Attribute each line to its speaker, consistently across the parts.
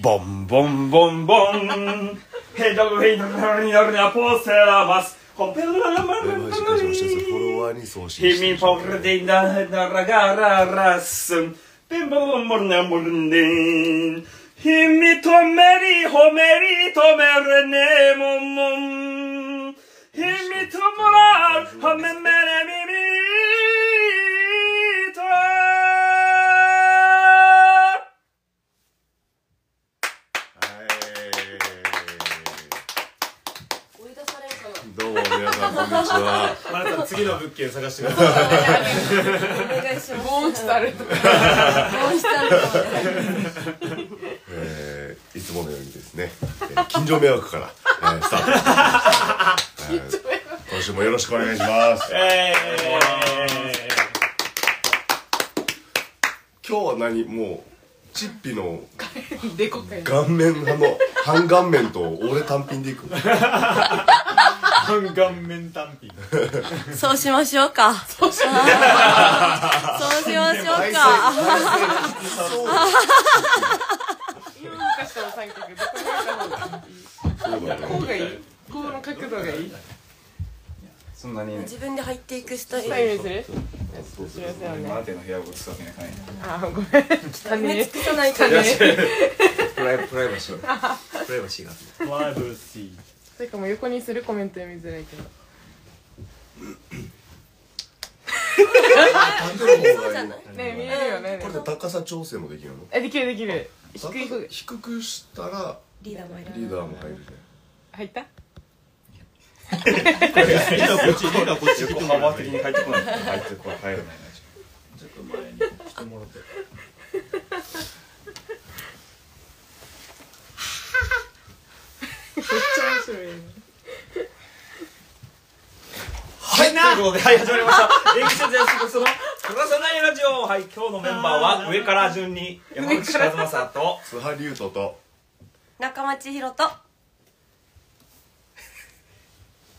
Speaker 1: ボンボンボンボンヘイドグヘイドグになるにはポーセラマスホペラマ
Speaker 2: やばい
Speaker 1: ル
Speaker 2: し
Speaker 1: ト
Speaker 2: かし
Speaker 1: リ
Speaker 2: もしかしてフォロワーに送信し
Speaker 1: ヒ
Speaker 2: て
Speaker 1: ミポルディナナラガララスンピンボンボルナモルネンヒミトメリホメリトメルネモンモンヒミトモラホメメレミミト
Speaker 2: はい
Speaker 3: 追い出されるかな
Speaker 2: どうも皆さんこんにちは
Speaker 4: まだ次の物件探してください。
Speaker 3: お願いします
Speaker 5: ボーンしたるとか
Speaker 3: ボーンしたるかもね
Speaker 2: えーいつものようにですね、えー近所迷惑から、えースタートしていきます、えー今週もよろしくお願いします
Speaker 1: え
Speaker 2: 今日は何もうチッピの
Speaker 5: でこかい
Speaker 2: 顔面派の半顔面と俺単品でいく
Speaker 4: 半顔面単品。
Speaker 3: そうしましょうかそうしましょうか
Speaker 5: 今動かしたの三脚でこ
Speaker 2: そ
Speaker 5: れが方がいい
Speaker 2: うだね
Speaker 5: こうがいいこうの角度がいい
Speaker 1: そんなに
Speaker 3: 自分で入っていくスタイ
Speaker 5: スタ
Speaker 3: ル
Speaker 5: イルにするすいませんね
Speaker 1: マーテンの部屋を映すわけにはいかない
Speaker 5: あごめん汚
Speaker 3: 埋め
Speaker 5: ね
Speaker 3: 尽くさないとね
Speaker 6: プライプライバシーがプライバシーが
Speaker 4: プライバシ
Speaker 5: てかもう横にするコメント読みづらいけど
Speaker 2: 縦の方がいいの
Speaker 5: ね見えるよね
Speaker 2: これで高さ調整もできるの
Speaker 5: えできるできる低い方
Speaker 2: 高
Speaker 5: が
Speaker 2: さ低くしたら
Speaker 3: リーダーもいる
Speaker 2: リーダーも入るね
Speaker 5: 入った
Speaker 4: ー。リーダーこっち、リーダーこっち。
Speaker 1: 横幅的に入ってこない入ってこない入らないな
Speaker 4: ちょっと前にしてもらって。
Speaker 5: めっちゃ面白いね
Speaker 1: はい、ということで、はい、始まりました。エクセゼンスその、くださないラジオ。はい、今日のメンバーは、上から順に、山口和正と、
Speaker 2: 津波龍斗と
Speaker 3: 中間千尋と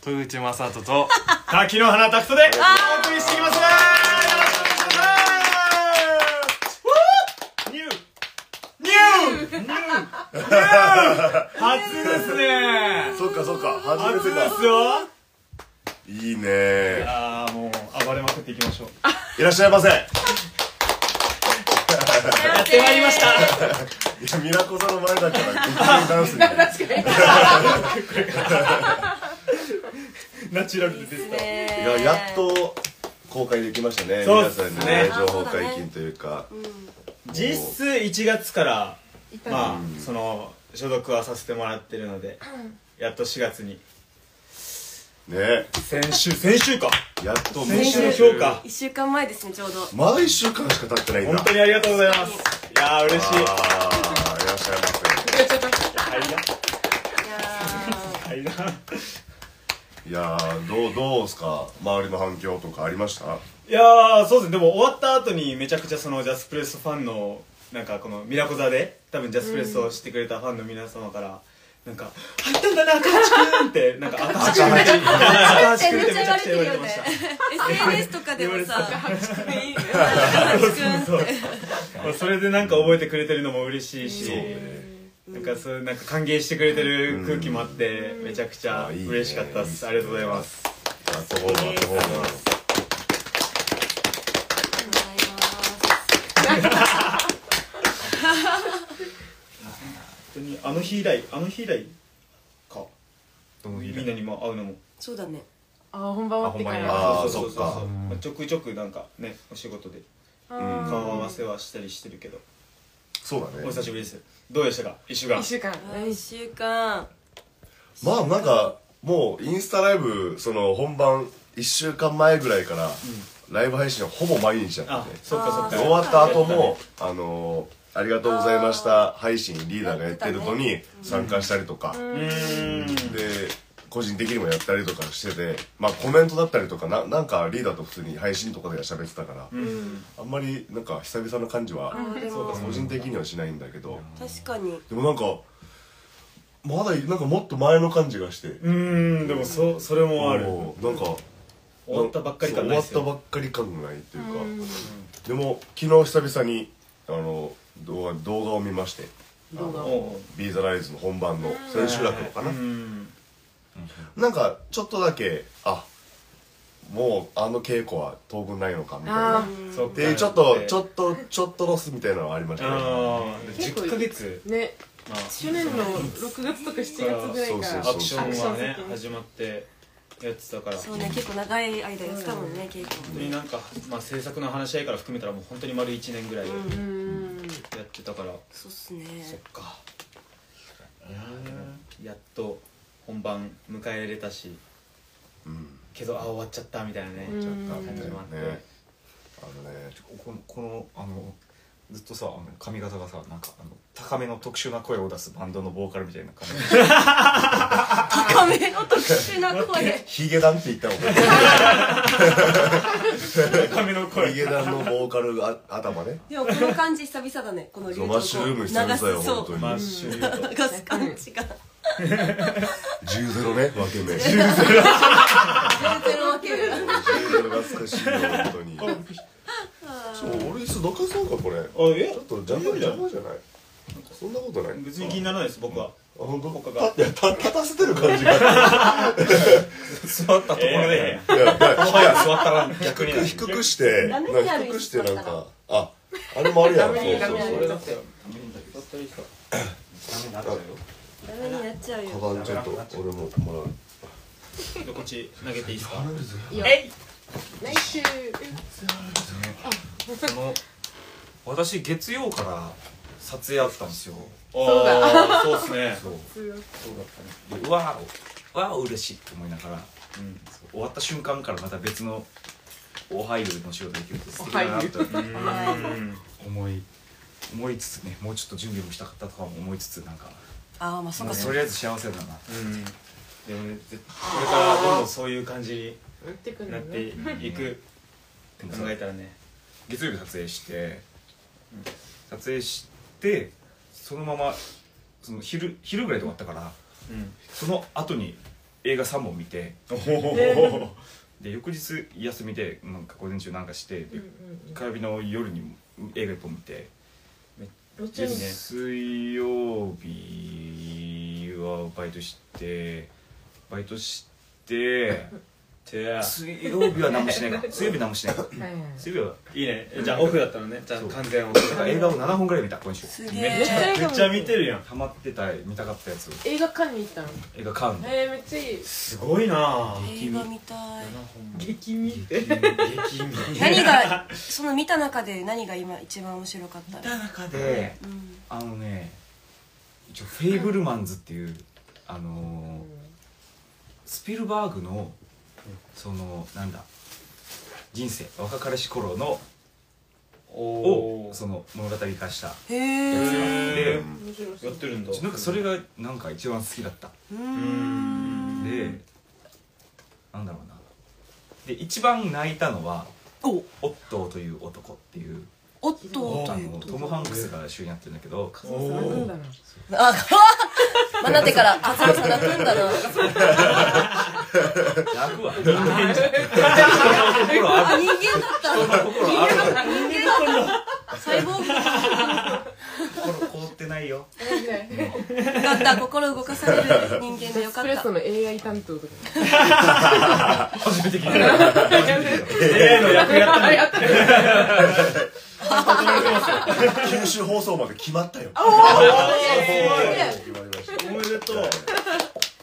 Speaker 6: 戸口正人と
Speaker 4: 滝の花タクトで、お送りしていきます。よ
Speaker 1: ニュー
Speaker 4: ろしくお願いしますニューニューニュー初ですね。
Speaker 2: そっかそっか初
Speaker 4: 初
Speaker 2: めて
Speaker 4: で
Speaker 2: だ
Speaker 4: すよ。
Speaker 2: いいね
Speaker 4: ああ、もう暴れまくっていきましょう。
Speaker 2: いらっしゃいませいや
Speaker 3: やってまいりました
Speaker 2: ミラコさんの前だから激変ダン スに
Speaker 4: ナチュラルで出てた。
Speaker 2: い
Speaker 3: い
Speaker 2: ややっと公開できましたね
Speaker 4: そう
Speaker 2: 皆
Speaker 4: っす
Speaker 2: さん
Speaker 4: ね
Speaker 2: にね情報解禁というか
Speaker 4: 実質1月から
Speaker 5: いた
Speaker 4: まあ
Speaker 5: ね
Speaker 4: その所属はさせてもらってるのでやっと4月に
Speaker 2: ね
Speaker 4: 先週先週か
Speaker 2: やっと
Speaker 4: 先週の評価
Speaker 3: 一週間前ですねちょうど
Speaker 2: まだ1週間しか経ってないんだ
Speaker 4: 本当にありがとうございますいやー嬉しい
Speaker 2: あーいらっしゃいませ
Speaker 3: いやー
Speaker 4: はいな
Speaker 2: いやーどうどうですか周りの反響とかありました
Speaker 4: いやーそうですねでも終わった後にめちゃくちゃそのジャスプレスファンのなんかこのミラコ座で多分ジャスプレスをしてくれたファンの皆様からなんか「入ったんだな赤八くん!」ってなんか赤八くんって赤八くんってめちゃくちゃ言われてました
Speaker 3: SNS とかでもさ
Speaker 5: いいね
Speaker 4: そうまあそれでなんか覚えてくれてるのも嬉しいし、なんかそういうなんか歓迎してくれてる空気もあって、めちゃくちゃ
Speaker 2: あいいね
Speaker 4: 嬉しかったですありがとうございます
Speaker 2: やったほうがやったほうが
Speaker 4: 本当にあの日以来あの日以来か
Speaker 6: どうもいい
Speaker 4: みんなにも会うのも
Speaker 3: そうだね
Speaker 5: あ本番終わって
Speaker 2: あほん
Speaker 5: か
Speaker 2: ま
Speaker 5: ら
Speaker 2: やあー
Speaker 4: そうそう
Speaker 2: そっか
Speaker 4: そうまあちょくちょくなんかねお仕事で
Speaker 5: あ
Speaker 4: 顔合わせはしたりしてるけど、
Speaker 2: そうだ
Speaker 4: お
Speaker 2: ね
Speaker 4: 久しぶりですどうでしたか一週
Speaker 5: ー
Speaker 4: 間
Speaker 5: 一週間
Speaker 3: 一週間
Speaker 2: まあなんかもうインスタライブその本番1週間前ぐらいからライブ配信はほぼ毎日だ
Speaker 4: あ
Speaker 2: ったね
Speaker 4: そっかそっ
Speaker 2: で
Speaker 4: か
Speaker 2: 終わった後もあのーありがとうございました配信リーダーがやってるのに参加したりとか、
Speaker 4: うーん
Speaker 2: で個人的にもやったりとかしててまあコメントだったりとかななんかリーダーと普通に配信とかでは喋ってたから、あんまりなんか久々の感じは
Speaker 3: でも
Speaker 2: 個人的にはしないんだけど
Speaker 3: 確かに
Speaker 2: でもなんかまだなんかもっと前の感じがして
Speaker 4: うーんでもそそれもある
Speaker 2: もうなんか
Speaker 4: 終わったばっかり感ないです
Speaker 2: そう終
Speaker 4: よ
Speaker 2: わったばっかり感がないっていうかでも昨日久々にあの動画動画を見まして
Speaker 5: 動画を
Speaker 4: おう
Speaker 2: ビーザライズの本番の千秋楽のかな、
Speaker 4: うん
Speaker 2: なんかちょっとだけあもうあの稽古は当分ないのかみたい
Speaker 5: あ
Speaker 2: な
Speaker 4: そっ
Speaker 2: でちょっとちょっとちょっとロスみたいなのはありましたね
Speaker 4: ああ
Speaker 5: 結構
Speaker 4: 10ヶ月
Speaker 5: ね
Speaker 4: まあ
Speaker 5: 去年の6月とか7月ぐらいから
Speaker 2: そう
Speaker 4: ア
Speaker 2: そう
Speaker 4: クシ
Speaker 2: そう
Speaker 5: ア
Speaker 4: ョンはね
Speaker 5: クション先に
Speaker 4: 始まってやってたから
Speaker 3: そうね、結構長い間やってたもんね、稽
Speaker 4: 本当
Speaker 3: 古
Speaker 4: になんか、まあ、制作の話し合いから含めたらもう本当に丸1年ぐらいや
Speaker 5: うーん
Speaker 4: ってたから、
Speaker 3: そうっすね。
Speaker 4: そっかやっと本番迎えれたし
Speaker 2: うん
Speaker 4: けどあ終わっちゃったみたいなね
Speaker 5: うん
Speaker 4: 感じもあって、
Speaker 2: ねあのね
Speaker 7: このこのあのずっとさあの髪型がさなんかあの高めの特殊な声を出すバンドのボーカルみたいな感じ
Speaker 3: 高めの特殊な 声。
Speaker 2: ヒゲダンって言ったの
Speaker 4: 高めの
Speaker 2: ヒゲダンのボーカルが頭ね
Speaker 3: でもこの感じ久々だね、この流
Speaker 2: そ
Speaker 3: 暢
Speaker 2: う
Speaker 3: 語
Speaker 2: マッシュルーム久々よ
Speaker 3: 流すそう
Speaker 2: 本当に
Speaker 4: マッシュルーム
Speaker 3: 流す感じが。
Speaker 2: 10ゼロね分け目10
Speaker 3: 全然わけない
Speaker 2: ゼロが少しいよ本当に そう俺椅子どかそうかこれ
Speaker 4: あえ
Speaker 2: ちょっと邪魔邪魔じゃないそんなことない
Speaker 4: 別に気にならないです僕は
Speaker 2: あ本当
Speaker 4: 他が
Speaker 2: たいやた立たせてる感じが
Speaker 7: 座ったところで、
Speaker 4: え
Speaker 2: いやいや
Speaker 7: 早く座ったら逆になる
Speaker 2: 低くしてなん
Speaker 3: ダメに
Speaker 2: か
Speaker 3: ある
Speaker 2: 低くして
Speaker 3: 椅子
Speaker 2: な
Speaker 3: だ
Speaker 2: ん
Speaker 3: ったら
Speaker 2: かああれもあるやん
Speaker 5: ダ
Speaker 2: そう
Speaker 5: メにダ
Speaker 2: そう
Speaker 5: メに
Speaker 2: そう
Speaker 5: なっちゃったよ
Speaker 7: ダメに
Speaker 3: ダメにな
Speaker 7: なっちゃうよ
Speaker 3: っちゃうよ。
Speaker 2: カバンちょっと俺ももらう
Speaker 4: ちょっとこっち投げていいですか
Speaker 5: いいよナイス
Speaker 7: その私月曜から撮影あったんですよ
Speaker 4: そうだそうですね
Speaker 7: そう
Speaker 5: 強い
Speaker 7: そうだったねでうわーうわー嬉しいって思いながら
Speaker 4: うん
Speaker 7: そう終わった瞬間からまた別のおはゆの仕事できるって素敵だなと
Speaker 4: うん
Speaker 7: 思い思いつつねもうちょっと準備もしたかったとかも思いつつなんか
Speaker 3: ああ、まあそっ
Speaker 7: ま
Speaker 3: か
Speaker 7: あ
Speaker 3: そっ
Speaker 7: とり
Speaker 3: か。
Speaker 7: あえず幸せだな
Speaker 4: うんでもねぜこれからどんどんそういう感じ
Speaker 5: 打ってく
Speaker 4: に
Speaker 5: る
Speaker 4: なっ
Speaker 5: の
Speaker 4: て
Speaker 5: ね
Speaker 4: いくって考えたらね
Speaker 7: 月曜日撮影して撮影してそのままその昼昼ぐらいで終わったから
Speaker 4: うん
Speaker 7: その後に映画3本見て
Speaker 4: お
Speaker 5: ー
Speaker 4: お
Speaker 7: で翌日休みでなんか午前中なんかして
Speaker 5: う
Speaker 7: で
Speaker 5: んうん
Speaker 7: 火曜日の夜にも映画1本見て
Speaker 5: うん路
Speaker 7: で
Speaker 5: 中に
Speaker 7: 水曜日はバイトしてバイ トして
Speaker 4: て
Speaker 7: 水曜日は何もしないか水曜日何もしないか
Speaker 5: はいはい
Speaker 7: 水曜日はい
Speaker 4: いねじゃあオフだったのねじゃあ
Speaker 7: そう
Speaker 4: 完全オ
Speaker 7: だ
Speaker 4: フ
Speaker 7: から映画を7本ぐらい見た今週
Speaker 3: すげ
Speaker 4: めちゃ
Speaker 3: え。
Speaker 4: くちゃ見てるやん
Speaker 7: ハマってた見たかったやつを
Speaker 5: 映画館に行ったの
Speaker 7: 映画買うの
Speaker 5: えーめっちゃいい
Speaker 4: すごいなぁ
Speaker 3: 映画見たい。
Speaker 5: 激見
Speaker 4: 激見
Speaker 3: 何が、その見た中で何が今一番面白かった
Speaker 7: た中で
Speaker 3: うん。
Speaker 7: あのね一応フェイブルマンズっていうあのースピルバーグのそのなんだ人生若かりし頃の
Speaker 4: お
Speaker 7: を
Speaker 4: お
Speaker 7: その物語化した
Speaker 3: へえ。
Speaker 7: で
Speaker 5: 面白そ
Speaker 4: や
Speaker 5: う
Speaker 4: ってるんだ
Speaker 7: なんかそれがなんか一番好きだった
Speaker 3: う。
Speaker 4: うんん
Speaker 7: でなんだろうなで一番泣いたのは
Speaker 3: お、
Speaker 7: オットーという男っていう
Speaker 3: おっと
Speaker 7: あ
Speaker 3: という
Speaker 7: のトム・ハンクスが主演やってるんだけど
Speaker 5: カズマさん泣くんだな
Speaker 3: あ、 まなってから、あ、そうそう、泣くんだな。
Speaker 7: 泣くわ人間心
Speaker 3: あ、
Speaker 7: ある
Speaker 3: 人間だった。人
Speaker 7: 心ある
Speaker 3: 間だった。細胞
Speaker 7: 心凍ってないよ
Speaker 3: よかった、心動かされる人間でよ
Speaker 5: エス
Speaker 3: か
Speaker 5: プ
Speaker 3: っ
Speaker 5: レッ
Speaker 3: た
Speaker 5: ソ。の AI 担当とか
Speaker 7: 初めて聞いた
Speaker 4: 例の役やった
Speaker 5: あやった
Speaker 2: 九州放送まで決まったよ決まりました
Speaker 4: おめでとう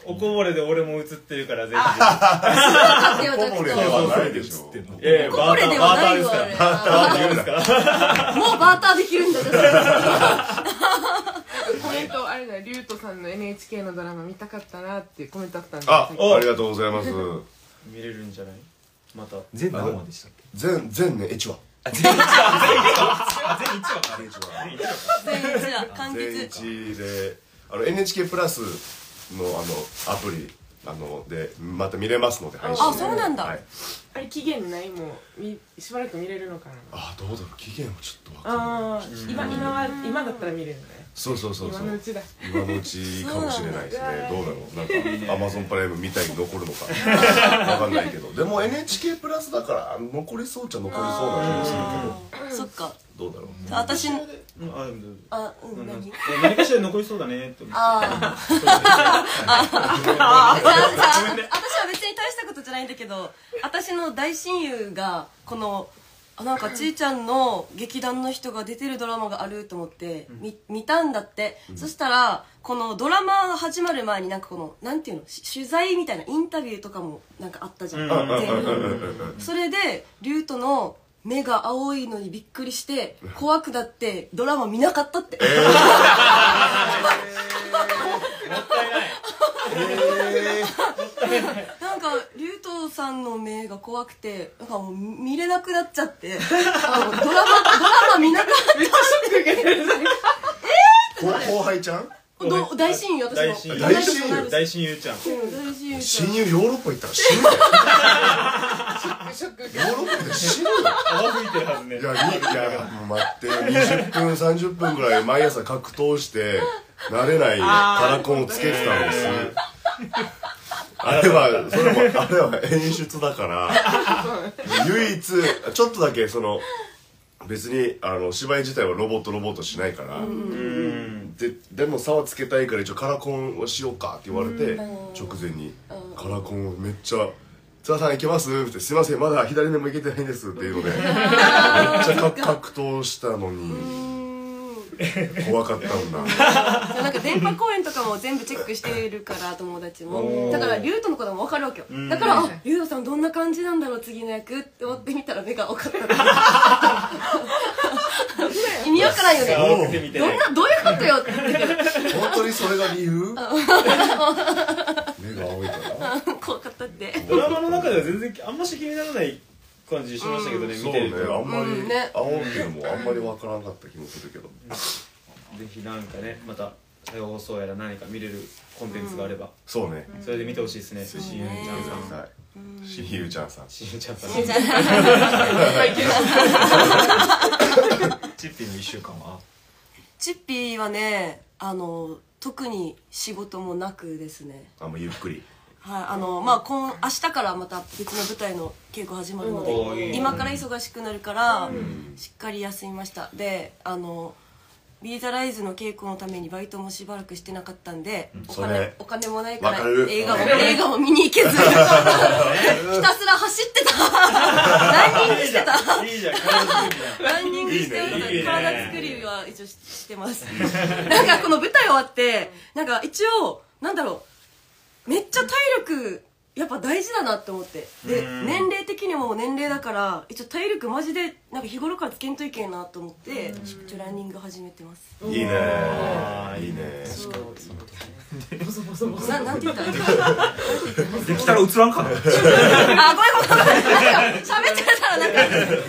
Speaker 4: おこぼれで俺も映ってるからぜ
Speaker 3: ではな
Speaker 2: こぼ
Speaker 3: く
Speaker 2: れ
Speaker 3: て
Speaker 2: ではないでしょ
Speaker 7: 映ってんの
Speaker 4: ひいやいや
Speaker 3: こぼ
Speaker 4: バータ
Speaker 3: れで
Speaker 4: ー
Speaker 3: は
Speaker 4: バ
Speaker 3: な
Speaker 4: ー
Speaker 3: い
Speaker 4: タ
Speaker 3: わ
Speaker 4: ー
Speaker 3: あ
Speaker 4: で
Speaker 3: れ
Speaker 4: すからバーターで言うんですから
Speaker 3: もうバーターできるんだ私
Speaker 5: コメントあれだよリュウトさんの NHK のドラマ見たかったなっていうコメントあったんで
Speaker 2: あ
Speaker 5: さっき
Speaker 2: ありがとうございます
Speaker 4: 見れるんじゃないまた
Speaker 7: 全何話でしたっけ
Speaker 2: 全全ねエチワ
Speaker 7: あ全1話全1話か
Speaker 2: エチワ
Speaker 3: 全員じゃ完
Speaker 2: 全
Speaker 3: 結
Speaker 2: 一であの NHK プラスのあのアプリあのでまた見れますので配信
Speaker 3: あそうなんだ
Speaker 2: はい、
Speaker 5: あれ期限ないもうみしばらく見れるのかな
Speaker 2: あどうだろう期限はちょっとわかんない
Speaker 5: ああ今今は今だったら見れるね
Speaker 2: そうそうそう
Speaker 5: 今
Speaker 2: そう
Speaker 5: のうちだ
Speaker 2: 今のうちかもしれないですねどうだろうなんかアマゾンプライムみたいに残るのか わかんないけどでも NHK プラスだから残りそうっちゃ残りそうな気もする
Speaker 3: そっか
Speaker 2: けどどうだろう
Speaker 3: 私
Speaker 4: うんあでも
Speaker 3: あ、う
Speaker 4: うん
Speaker 3: ん、
Speaker 4: なん
Speaker 3: 何
Speaker 4: か何かしら残りそうだねって思って
Speaker 3: あーあ、じゃあ、私は別に大したことじゃないんだけど、私の大親友が、この、あなんかちいちゃんの劇団の人が出てるドラマがあると思って、み見たんだって、そしたらこのドラマが始まる前になんかこのなんていうのし取材みたいなインタビューとかもなんかあったじゃん、
Speaker 4: う
Speaker 2: う
Speaker 3: 前
Speaker 4: ん
Speaker 2: んうん
Speaker 3: 半
Speaker 2: うんうんうん
Speaker 3: それで竜斗の目が青いのにびっくりして怖くなってドラマ見なかったって、
Speaker 4: もったいない
Speaker 3: なんか竜斗さんの目が怖くてなんかもう見れなくなっちゃってあもうドラマドラマ見なかった
Speaker 2: 後後輩ちゃん
Speaker 3: ど大親友私の
Speaker 4: 大親友
Speaker 2: 大親友
Speaker 4: 大親友ちゃん
Speaker 3: うん大親友ちゃん
Speaker 2: 親友ヨーロッパ行ったら死 ぬよ
Speaker 5: ショック受け
Speaker 2: ヨーロッパで死ぬよ
Speaker 4: 泡吹いてるはずね
Speaker 2: いやにいや待って20分30分ぐらい毎朝格闘して慣れないカラコンをつけてたんですあれはそれもあれは演出だから唯一ちょっとだけその別にあの芝居自体はロボットロボットしないから、
Speaker 4: うん
Speaker 2: ででも差はつけたいから一応カラコンをしようかって言われて直前にカラコンをめっちゃ「津田さんいけます?」って「すいませんまだ左目もいけてないんです」っていうのでめっちゃか格闘したのに怖かったんだ
Speaker 3: そうなんか電波公演とかも全部チェックしてるから友達も
Speaker 4: おー
Speaker 3: だから竜斗のことも分かるわけよ
Speaker 4: ん
Speaker 3: だからあ竜斗さんどんな感じなんだろう次の役って思ってみたら目が多かった意味わからんよね
Speaker 4: 泡吹いてみて
Speaker 3: どんなどういうことよって言ってる
Speaker 2: 本当にそれが理由目が青いから
Speaker 3: けど怖かったって
Speaker 4: ドラマの中では全然あんまし気にならない感じしましたけどね
Speaker 2: そ
Speaker 4: 見
Speaker 2: う
Speaker 4: て
Speaker 2: ね
Speaker 4: ると
Speaker 2: あんまり
Speaker 3: うんね
Speaker 2: 青っていうのもあんまりわからなかった気もするけど
Speaker 4: ぜひなんかねまた再放送やら何か見れるコンテンツがあれば
Speaker 2: そうね
Speaker 4: それで見てほしいですね親友ちゃんさん
Speaker 2: はい親友ちゃんさん
Speaker 4: 親友ちゃんさん
Speaker 6: チッピーの1週間は
Speaker 3: チッピーはねあの特に仕事もなくですね
Speaker 2: あんまゆっくり
Speaker 3: はいあのまあ今明日からまた別の舞台の稽古始まるの
Speaker 4: おーいい
Speaker 3: で
Speaker 4: ね
Speaker 3: 今から忙しくなるからしっかり休みましたであのビーザライズの稽古のためにバイトもしばらくしてなかったんでお
Speaker 2: そ
Speaker 3: 金
Speaker 2: れ
Speaker 3: お金もないから
Speaker 2: わかる
Speaker 3: 映画も映画も見に行けずひたすら走ってたランニングしてた
Speaker 4: いいじゃん 体作りだ
Speaker 3: ランニングしてるの
Speaker 4: いいねいいね
Speaker 3: で体作りは一応ししてます。なんかこの舞台終わって、なんか一応、なんだろう、めっちゃ体力、やっぱ大事だなって思って。で、年齢的にも年齢だから、一応体力マジで、なんか日頃からつけんといけんなと思って、一応ランニング始めてます。
Speaker 2: いいね
Speaker 4: あー
Speaker 2: いいね
Speaker 3: ななんて言ったらいいの
Speaker 6: できたら映らんかな
Speaker 3: あ、ごめんごめんごめん。なんか喋ってたらなんか、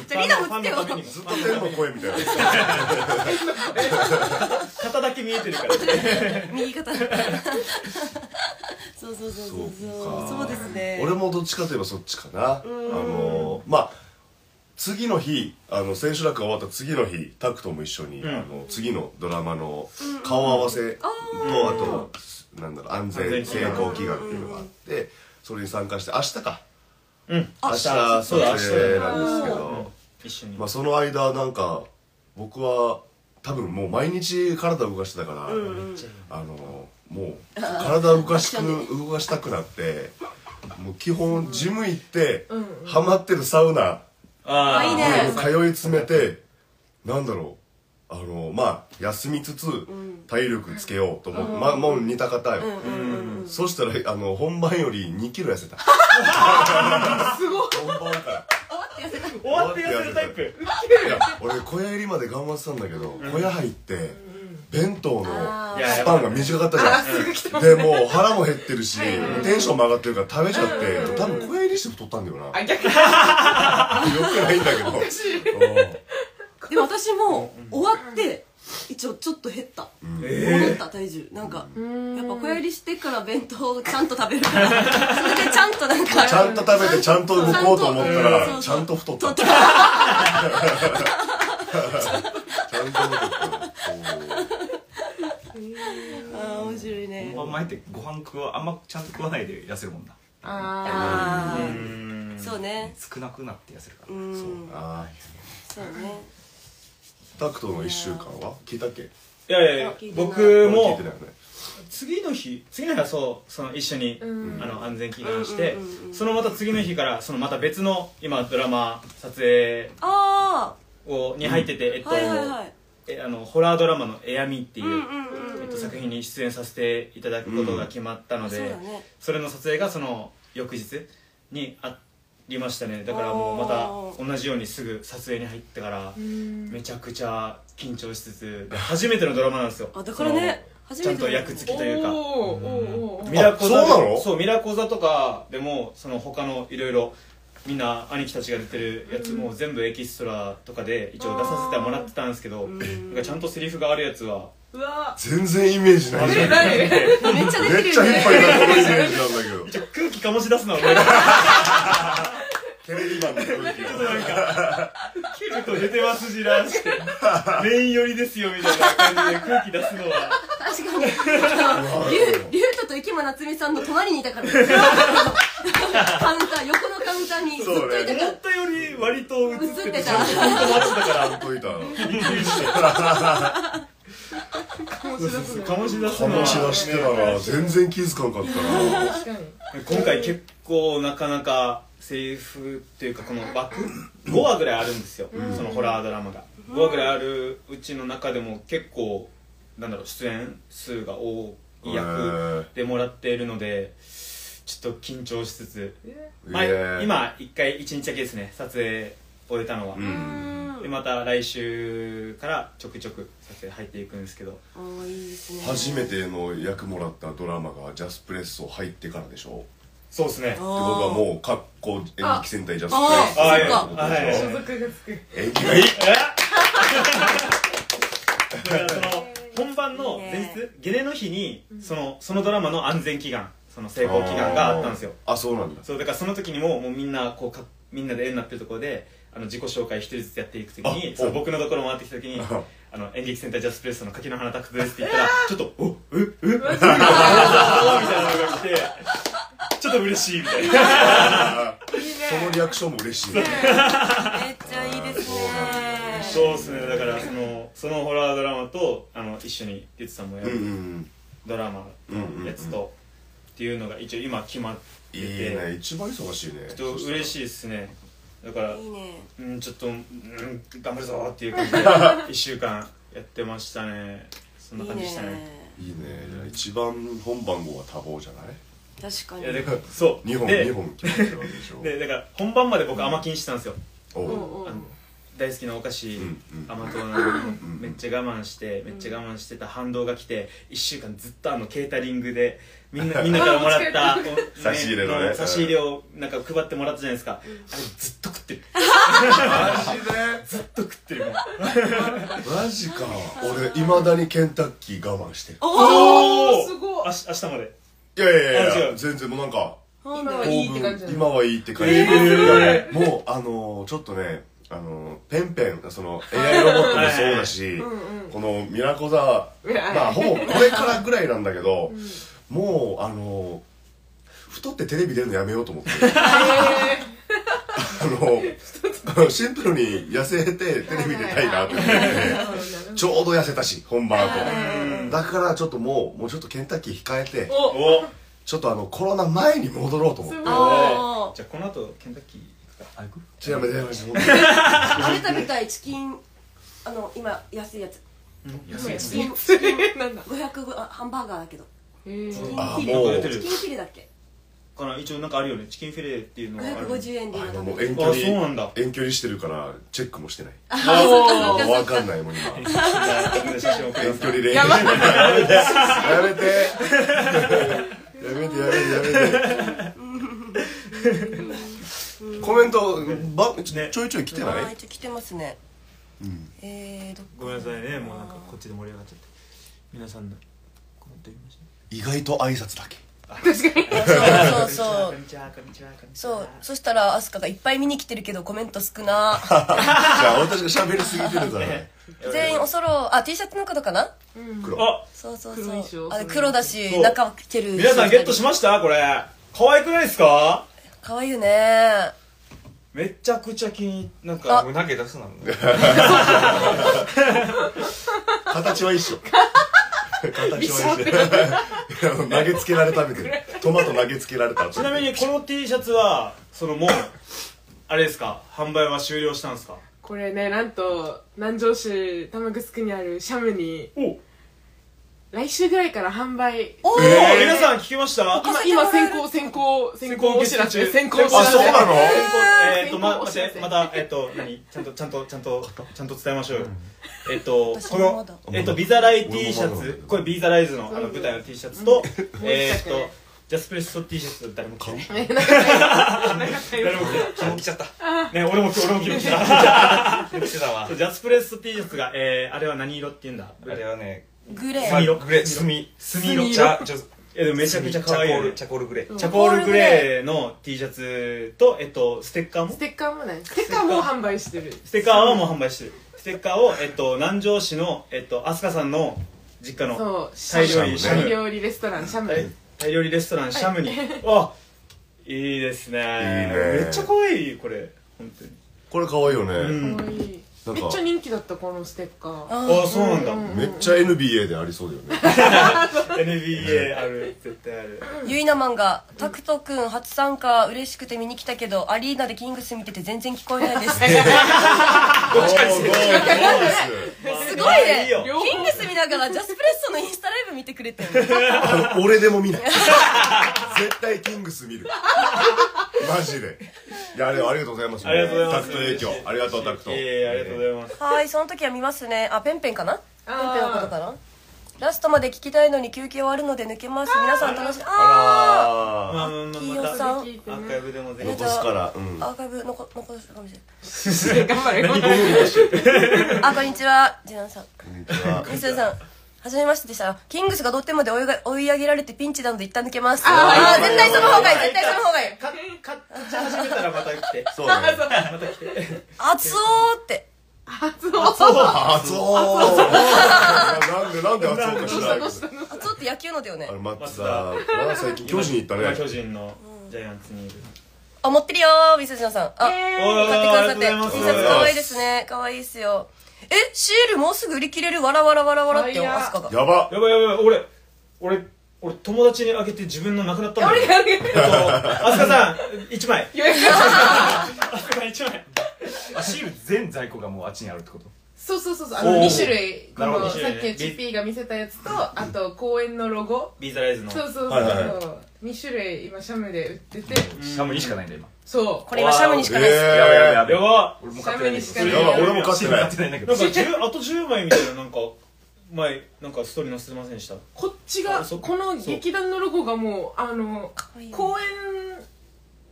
Speaker 3: じゃあリーダーもつけ
Speaker 4: ファンのため
Speaker 3: よ
Speaker 4: にも
Speaker 2: ずっと天の声みたいな
Speaker 4: 肩だけ見えてるから
Speaker 3: う。右肩。そうそうそうそうそう。そうですね。
Speaker 2: 俺もどっちかといえばそっちかなあのまあ次の日あの千秋楽が終わった次の日タクトも一緒に、
Speaker 4: ん
Speaker 2: あの次のドラマの顔合わせと、あとなんだろう安全成功祈願っていうのがあってそれに参加して明日か
Speaker 4: うん
Speaker 2: 明日
Speaker 4: そ
Speaker 2: そうれ
Speaker 4: だ
Speaker 2: なん
Speaker 4: 明
Speaker 2: ですけ
Speaker 4: 日
Speaker 2: ど、
Speaker 4: 一緒に
Speaker 2: まあ、その間なんか僕は多分もう毎日体動かしてたから、あのもう体動かしく動かしたくなってもう基本ジム行って、ハマってるサウナ
Speaker 4: あ
Speaker 3: あいいね
Speaker 2: を通い詰めてなんだろうあのまあ休みつつ体力つけようと思って、まあもう似た方よ、そしたらあの本番より2キロ痩せたすごい本番から
Speaker 4: 終わって痩せるタイプ
Speaker 2: いや俺小屋入りまで頑張ってたんだけど、小屋入って弁当の
Speaker 4: いや
Speaker 2: スパンが短かったじゃん、でもう腹も減ってるし、テンションも上がってるから食べちゃって、多分小屋入りして太ったんだよなよ
Speaker 5: あ逆に
Speaker 2: くないんだけど
Speaker 3: でも私も終わって一応ちょっと減った、戻った体重なんかやっぱ小やりしてから弁当をちゃんと食べる からそれでちゃんとなんか
Speaker 2: ちゃんと食べてちゃんと動こうと思った
Speaker 3: うん
Speaker 2: ら
Speaker 3: そう
Speaker 2: ちゃ
Speaker 3: そうん
Speaker 2: と太ったち
Speaker 3: 太
Speaker 2: ゃんと太った
Speaker 3: あー面白いね
Speaker 6: 本番前ってご飯食わあんまちゃんと食わないで痩せるもんな
Speaker 3: あ
Speaker 5: あ
Speaker 4: う
Speaker 3: ー
Speaker 4: ん
Speaker 3: そうね
Speaker 6: 少なくなって痩せるから
Speaker 3: うん
Speaker 2: あ
Speaker 3: そうね
Speaker 2: タクトの1週間は聞いたっけ
Speaker 4: いやいや
Speaker 3: あ聞いてない
Speaker 4: 僕
Speaker 2: 俺聞い
Speaker 4: も
Speaker 2: てないよね
Speaker 4: 次の日次の日はそうその一緒に、
Speaker 5: うん
Speaker 4: あの安全祈願して、
Speaker 3: うんうんうんうん
Speaker 4: そのまた次の日からそのまた別の今ドラマ撮影
Speaker 3: あ
Speaker 4: をに入ってて、えっ
Speaker 3: あ
Speaker 4: と、
Speaker 3: はいはいはい
Speaker 4: えあのホラードラマの「エアミ」っていう、
Speaker 3: うんうんうんうん
Speaker 4: えっと、作品に出演させていただくことが決まったの
Speaker 3: そう
Speaker 4: で、
Speaker 3: だね
Speaker 4: それの撮影がその翌日にありましたねだからもうま
Speaker 3: お
Speaker 4: た
Speaker 3: ー
Speaker 4: 同じようにすぐ撮影に入ってから
Speaker 5: うん
Speaker 4: めちゃくちゃ緊張しつつで初めてのドラマなんですよ
Speaker 3: あだからね
Speaker 4: そ
Speaker 3: 初
Speaker 4: の
Speaker 3: めて
Speaker 4: ちゃんと役付きというか
Speaker 5: おーおーおーおー
Speaker 4: ミラコザ
Speaker 2: あそうなの
Speaker 4: そうミラコザとかでもその他のいろいろみんな兄貴たちが出てるやつも全部エキストラとかで一応出させてはもらってたんですけどなんかちゃんとセリフがあるやつは
Speaker 5: うわ
Speaker 2: 全然イメージないじゃんめっ
Speaker 5: 誰
Speaker 3: めっちゃできる
Speaker 2: ちゃ引
Speaker 3: よ
Speaker 2: っ
Speaker 3: ね
Speaker 2: 張りだこのイメージなんだけど
Speaker 4: ちょっと空気醸し出すのは俺が
Speaker 2: テレビマンの雰囲気が
Speaker 4: 切ると出てますじらーしてメイン寄りですよみたいな感じで空気出すのは
Speaker 3: 確かにリュリュートと池間夏美さんの隣にいたからカウンター横のカウンターにずっといたから
Speaker 4: 思ったより割と映っ
Speaker 3: 映
Speaker 4: て
Speaker 3: ってて
Speaker 4: ち
Speaker 3: た
Speaker 4: ゃんと待ってたから
Speaker 2: ほっといたな
Speaker 4: びっくりして
Speaker 5: 面白くない
Speaker 4: 醸し出すのは
Speaker 2: 話してたな全然気づかんかったな
Speaker 5: 確かに
Speaker 4: 今回結構なかなかセリフっていうかこの枠5話ぐらいあるんですよ、そのホラードラマが5話ぐらいあるうちの中でも結構なんだろう出演数が多い
Speaker 2: へ
Speaker 4: 役
Speaker 2: ー
Speaker 4: でもらっているのでちょっと緊張しつつ、
Speaker 5: え
Speaker 4: まあ
Speaker 2: いや、
Speaker 4: 今1回1日だけですね撮影終えたのは、
Speaker 3: うん
Speaker 4: でまた来週からちょくちょく撮影入っていくんですけど
Speaker 3: あーいいですね
Speaker 2: 初めての役もらったドラマがジャスプレッソ入ってからでしょ
Speaker 4: そうですね
Speaker 2: っ てことはもうかっこ演劇戦隊ジャスプレッソ
Speaker 4: あ
Speaker 2: みたいなことでしょ
Speaker 4: あはい
Speaker 5: 所属がつく
Speaker 2: 演技がいい
Speaker 4: だからその本番の前日ゲネの日にそのそのドラマの安全祈願その成功祈願があったんですよ
Speaker 2: あそうなんだ
Speaker 4: そうだからその時にももうみんなこうかみんなで絵になってるところであの自己紹介一人ずつやっていく時に
Speaker 2: あ
Speaker 4: そう
Speaker 2: お
Speaker 4: 僕のところ回ってきた 時に
Speaker 2: あ
Speaker 4: 「あの演劇センタージャスプレッソの柿の花タクトです」って言ったらちょっと「おっえっえっ?」みたいなのが来てちょっと嬉しいみたいな
Speaker 2: そのリアクションも嬉しい
Speaker 3: めっちゃいいですね
Speaker 4: そうですねだからそのそのホラードラマとあの一緒にリツさんもや
Speaker 2: うんう
Speaker 4: る
Speaker 2: ん
Speaker 4: ドラマのやつとっていうのが一応今決まって
Speaker 2: いい
Speaker 4: て
Speaker 2: ね一番忙しいね
Speaker 4: ちょっと嬉しいですねだから
Speaker 3: いいね
Speaker 4: うんちょっと、うん、頑張るぞっていう感 じで1週間やってましたねそん
Speaker 3: い
Speaker 4: ない感じでしたね
Speaker 3: ね
Speaker 2: いいねじゃあ一番本番号は多忙じゃない
Speaker 3: 確か
Speaker 4: い
Speaker 3: に
Speaker 4: やでそう
Speaker 2: 2本
Speaker 4: で
Speaker 2: 2本決まってるわけでしょ
Speaker 4: でだから本番まで僕甘禁してたんですよ
Speaker 2: お
Speaker 5: おう
Speaker 2: う
Speaker 5: おう
Speaker 4: あの大好きなお菓子
Speaker 2: うんうん
Speaker 4: 甘党なのにめっちゃ我慢してめっちゃ我慢してた反動が来て1週間ずっとあのケータリングでみんなみんなからもらったこう
Speaker 2: 差し入れのね
Speaker 4: 差し入れをなんか配ってもらったじゃないですかあれずっと食ってるずっと食ってるもう
Speaker 2: マジか俺いまだにケンタッキー我慢してる
Speaker 4: お
Speaker 5: ーすごい
Speaker 4: あし明日まで
Speaker 2: いやいやいや
Speaker 4: あ違
Speaker 2: いうや全然もうなんか
Speaker 3: 今
Speaker 5: 今はい
Speaker 2: 当
Speaker 5: いって感じ
Speaker 2: 分今はいいって感じ
Speaker 4: えー
Speaker 2: いやもうあのーちょっとねあのーペンペンその AI ロボットもそうだしこのミラコザまあほぼこれからぐらいなんだけどもうあのー太ってテレビ出るのやめようと思ってあのシンプルに痩せてテレビ出たいなって思ってちょうど痩せたし本番後だからちょっともうもうちょっとケンタッキー控えて
Speaker 5: お
Speaker 4: お
Speaker 2: ちょっとあのコロナ前に戻ろうと思って
Speaker 3: あ
Speaker 4: じゃあこの後ケンタッキー行く
Speaker 6: あ
Speaker 4: か
Speaker 6: 行く
Speaker 2: ちょっとやめてやめて
Speaker 3: ああれ食べたいチキンあの今安いやつ
Speaker 6: 安いや
Speaker 3: チ
Speaker 6: つ
Speaker 3: キン
Speaker 5: なんだ
Speaker 3: 500グあハンバーガーだけど
Speaker 5: へー
Speaker 2: あ
Speaker 4: チキン
Speaker 2: もう
Speaker 4: 出て
Speaker 3: チ
Speaker 4: る
Speaker 3: キンフィレだっけ
Speaker 4: かな一応なんかあるよねチキンフィレっていうのがある
Speaker 3: 550円で
Speaker 2: あ
Speaker 3: 今
Speaker 2: の
Speaker 3: 食
Speaker 2: もう
Speaker 3: べて
Speaker 2: 遠距
Speaker 4: あそうなんだ
Speaker 2: 離遠距離してるからチェックもしてない
Speaker 3: あ
Speaker 2: も
Speaker 3: そううかそ
Speaker 2: わ
Speaker 3: うか
Speaker 2: かんないもん今
Speaker 4: じゃあ僕の写真を送り
Speaker 2: 遠
Speaker 4: ます
Speaker 2: 距離恋愛
Speaker 5: やばい
Speaker 2: やめてやめてやめてやめてコメントば
Speaker 4: ね
Speaker 2: ちょいちょい来て
Speaker 3: あ
Speaker 2: な
Speaker 3: ー
Speaker 2: い
Speaker 3: 一応来てますねえーどっ
Speaker 4: ごめんなさいねもうなんかこっちで盛り上がっちゃって皆さんのコメント見まし
Speaker 2: 意外と挨拶だけ
Speaker 3: かそうそう
Speaker 4: た
Speaker 3: そう
Speaker 4: こんにちはこんにちはこんにちは
Speaker 3: そうそしたらアスカがいっぱい見に来てるけどコメント少 な
Speaker 2: じゃあ俺たちが喋りすぎてるから
Speaker 3: 全員おそろあ T シャツのことかな
Speaker 2: 黒
Speaker 4: あ
Speaker 3: そうそう
Speaker 5: 黒い
Speaker 3: そ
Speaker 5: 衣
Speaker 3: う
Speaker 5: 装
Speaker 3: あ黒だし
Speaker 4: そう
Speaker 3: 中は着てる
Speaker 4: 皆さんゲットしましたこれ可愛くないですか
Speaker 3: かわいいよね
Speaker 4: めめちゃくちゃ気になん
Speaker 6: あ
Speaker 4: か
Speaker 6: 胸毛出すなんだ
Speaker 2: 形は一緒形は一緒 投げつけられたみたいなトマト投げつけられた
Speaker 4: ちなみにこの T シャツはそのもうあれですか販売は終了したんですか
Speaker 5: これねなんと南城市玉城区にあるシャムに
Speaker 4: おお
Speaker 5: 来週ぐらいから販売
Speaker 3: おお
Speaker 2: えー
Speaker 4: 皆さん聞きました
Speaker 5: 今今先行先行先行お知らせ先行お知ら
Speaker 2: あ
Speaker 5: せ
Speaker 2: そう なの
Speaker 4: えっとま待ってまたえっと何ちゃんとちゃんとちゃんとちゃんと伝えましょうよえっと
Speaker 3: 私
Speaker 4: こ
Speaker 3: もま
Speaker 4: の
Speaker 3: だ
Speaker 4: えっとビザライ T
Speaker 2: 俺
Speaker 4: シ
Speaker 2: もまだ
Speaker 4: ャツこれビザライズのあの舞台の T シャツとえっとジャスプレッソ T シャツ誰も買う
Speaker 5: えなんかないなんかない
Speaker 4: 誰も買う
Speaker 6: 昨日来ちゃった
Speaker 4: ね俺も俺も着ました
Speaker 6: 昨日来てたわ
Speaker 4: ジャスプレッソ T シャツが、えー、あれは何色って言うんだ
Speaker 6: あれはね
Speaker 3: グレ
Speaker 6: ま
Speaker 3: ー
Speaker 4: 色
Speaker 6: グレー墨
Speaker 4: 墨色
Speaker 6: ちゃちょ
Speaker 4: えでもめちゃくちゃ可愛い
Speaker 6: チャコ
Speaker 4: よ
Speaker 6: ー
Speaker 4: ね
Speaker 6: ルチャコールグレー
Speaker 4: チャコールグレーの T シャツと、えっと、ステッカーも
Speaker 5: ステッカーもないステッカーも販売してる
Speaker 4: ステッカーはもう販売してるステッカーを、えっと、南城市の、えっと、飛鳥さんの実家の
Speaker 5: そう
Speaker 4: タイ料理
Speaker 2: シャム
Speaker 5: タイ料理レストランシャム
Speaker 4: タイタイ料理レストランシャムに、あいいですね
Speaker 2: いいね
Speaker 4: めっちゃ可愛いこれ本当に
Speaker 2: これ可愛いよね、
Speaker 4: うん
Speaker 5: かわいい
Speaker 2: なん
Speaker 5: め
Speaker 2: か
Speaker 5: っちゃ人気だったこのステッカー
Speaker 3: あ
Speaker 4: あそうなんだ、
Speaker 2: めっちゃ NBA でありそうだよね
Speaker 4: NBA ある絶対ある
Speaker 3: ゆいなマンが「タクトくん初参加嬉しくて見に来たけどアリーナでキングス見てて全然聞こえないです」
Speaker 2: どっちかにして
Speaker 3: すごいね
Speaker 4: いいよ
Speaker 3: キングス見ながらジャスプレッソのインスタライブ見てくれてる
Speaker 2: 俺でも見ない絶対キングス見るマジでいやあれありがとうございます
Speaker 4: ありがとうござい
Speaker 2: タ
Speaker 4: ます
Speaker 2: クト影響ありがとうタクト
Speaker 4: いえいえありがとうございます
Speaker 3: はーいその時は見ますねあペンペンかなペンペンのこと
Speaker 5: あ
Speaker 3: かなラストまで聞きたいのに休憩終わるので抜けます皆さん楽しみあ
Speaker 2: あ
Speaker 4: まあまあまあ
Speaker 3: 企
Speaker 4: ま
Speaker 3: 業
Speaker 4: た
Speaker 3: さんあ
Speaker 5: ーそれ聞いて
Speaker 4: ア
Speaker 5: ね
Speaker 4: ーカイブでもぜ
Speaker 2: ー
Speaker 4: ひ
Speaker 2: 残すからうん
Speaker 3: ーアーカイブ残残すかもしれ
Speaker 5: 頑張れ 頑張れ
Speaker 3: ないあこんにちはジュナンさん
Speaker 2: あ
Speaker 3: ミスさんはじめましてでしたキングスが同点まで追いが追い上げられてピンチなので一旦抜けますああー絶対その方がいい絶対その方がいい
Speaker 4: カッカッカッチ始めたらまた来て
Speaker 2: そうだね
Speaker 3: 熱おーって
Speaker 2: あそうなんでなんであそうかしない
Speaker 3: 熱おーって野球のだよね
Speaker 2: あれマッツだあ最近巨人行った
Speaker 4: 今巨
Speaker 2: ね
Speaker 4: 人のジャイアンツにいる
Speaker 3: あ持ってるよーミスジュナンさんあ
Speaker 4: お
Speaker 3: 買ってくださって
Speaker 4: ありがとうご
Speaker 3: T シ
Speaker 4: ざい
Speaker 3: ャツ
Speaker 4: ます
Speaker 3: 可愛いですね可愛いっすよえシールもうすぐ売り切れるわらわらわらわらってよ
Speaker 5: 早っ
Speaker 3: アスカが
Speaker 2: やば
Speaker 4: やばいやばい俺俺俺友達にあげて自分のなくなったんだよあすかさん1枚あすかさん1枚
Speaker 6: あシール全在庫がもうあっちにあるってこと
Speaker 5: そうそうそうそうあの
Speaker 4: おー
Speaker 5: 2種類こ
Speaker 4: なるほ
Speaker 5: の
Speaker 4: ど
Speaker 5: さっきのチッピーが見せたやつとあと公園のロゴ
Speaker 4: ビーザライズの
Speaker 5: そうそうそう
Speaker 2: はいはいは
Speaker 5: そう2種類今シャムで売ってて
Speaker 6: シャムにしかないんだ今
Speaker 5: そう
Speaker 3: これ今シャムにしかないっす
Speaker 2: えー
Speaker 6: やばいやばいやばい
Speaker 4: やば
Speaker 6: 俺も買ってないんだ
Speaker 5: シ
Speaker 6: け
Speaker 5: ャム
Speaker 6: ど
Speaker 5: にし
Speaker 2: や
Speaker 5: か
Speaker 2: ば俺も勝
Speaker 6: シ
Speaker 2: っ
Speaker 6: ー
Speaker 2: て
Speaker 6: ル
Speaker 2: な
Speaker 6: 買
Speaker 2: い
Speaker 6: ってないんだけ
Speaker 4: な
Speaker 6: ど
Speaker 4: んか10あと10枚みたいななんか前なんかストーリー載せてませんでした
Speaker 5: こっちが
Speaker 4: あそう
Speaker 5: この劇団のロゴがもうあの
Speaker 3: かわいい
Speaker 5: 公演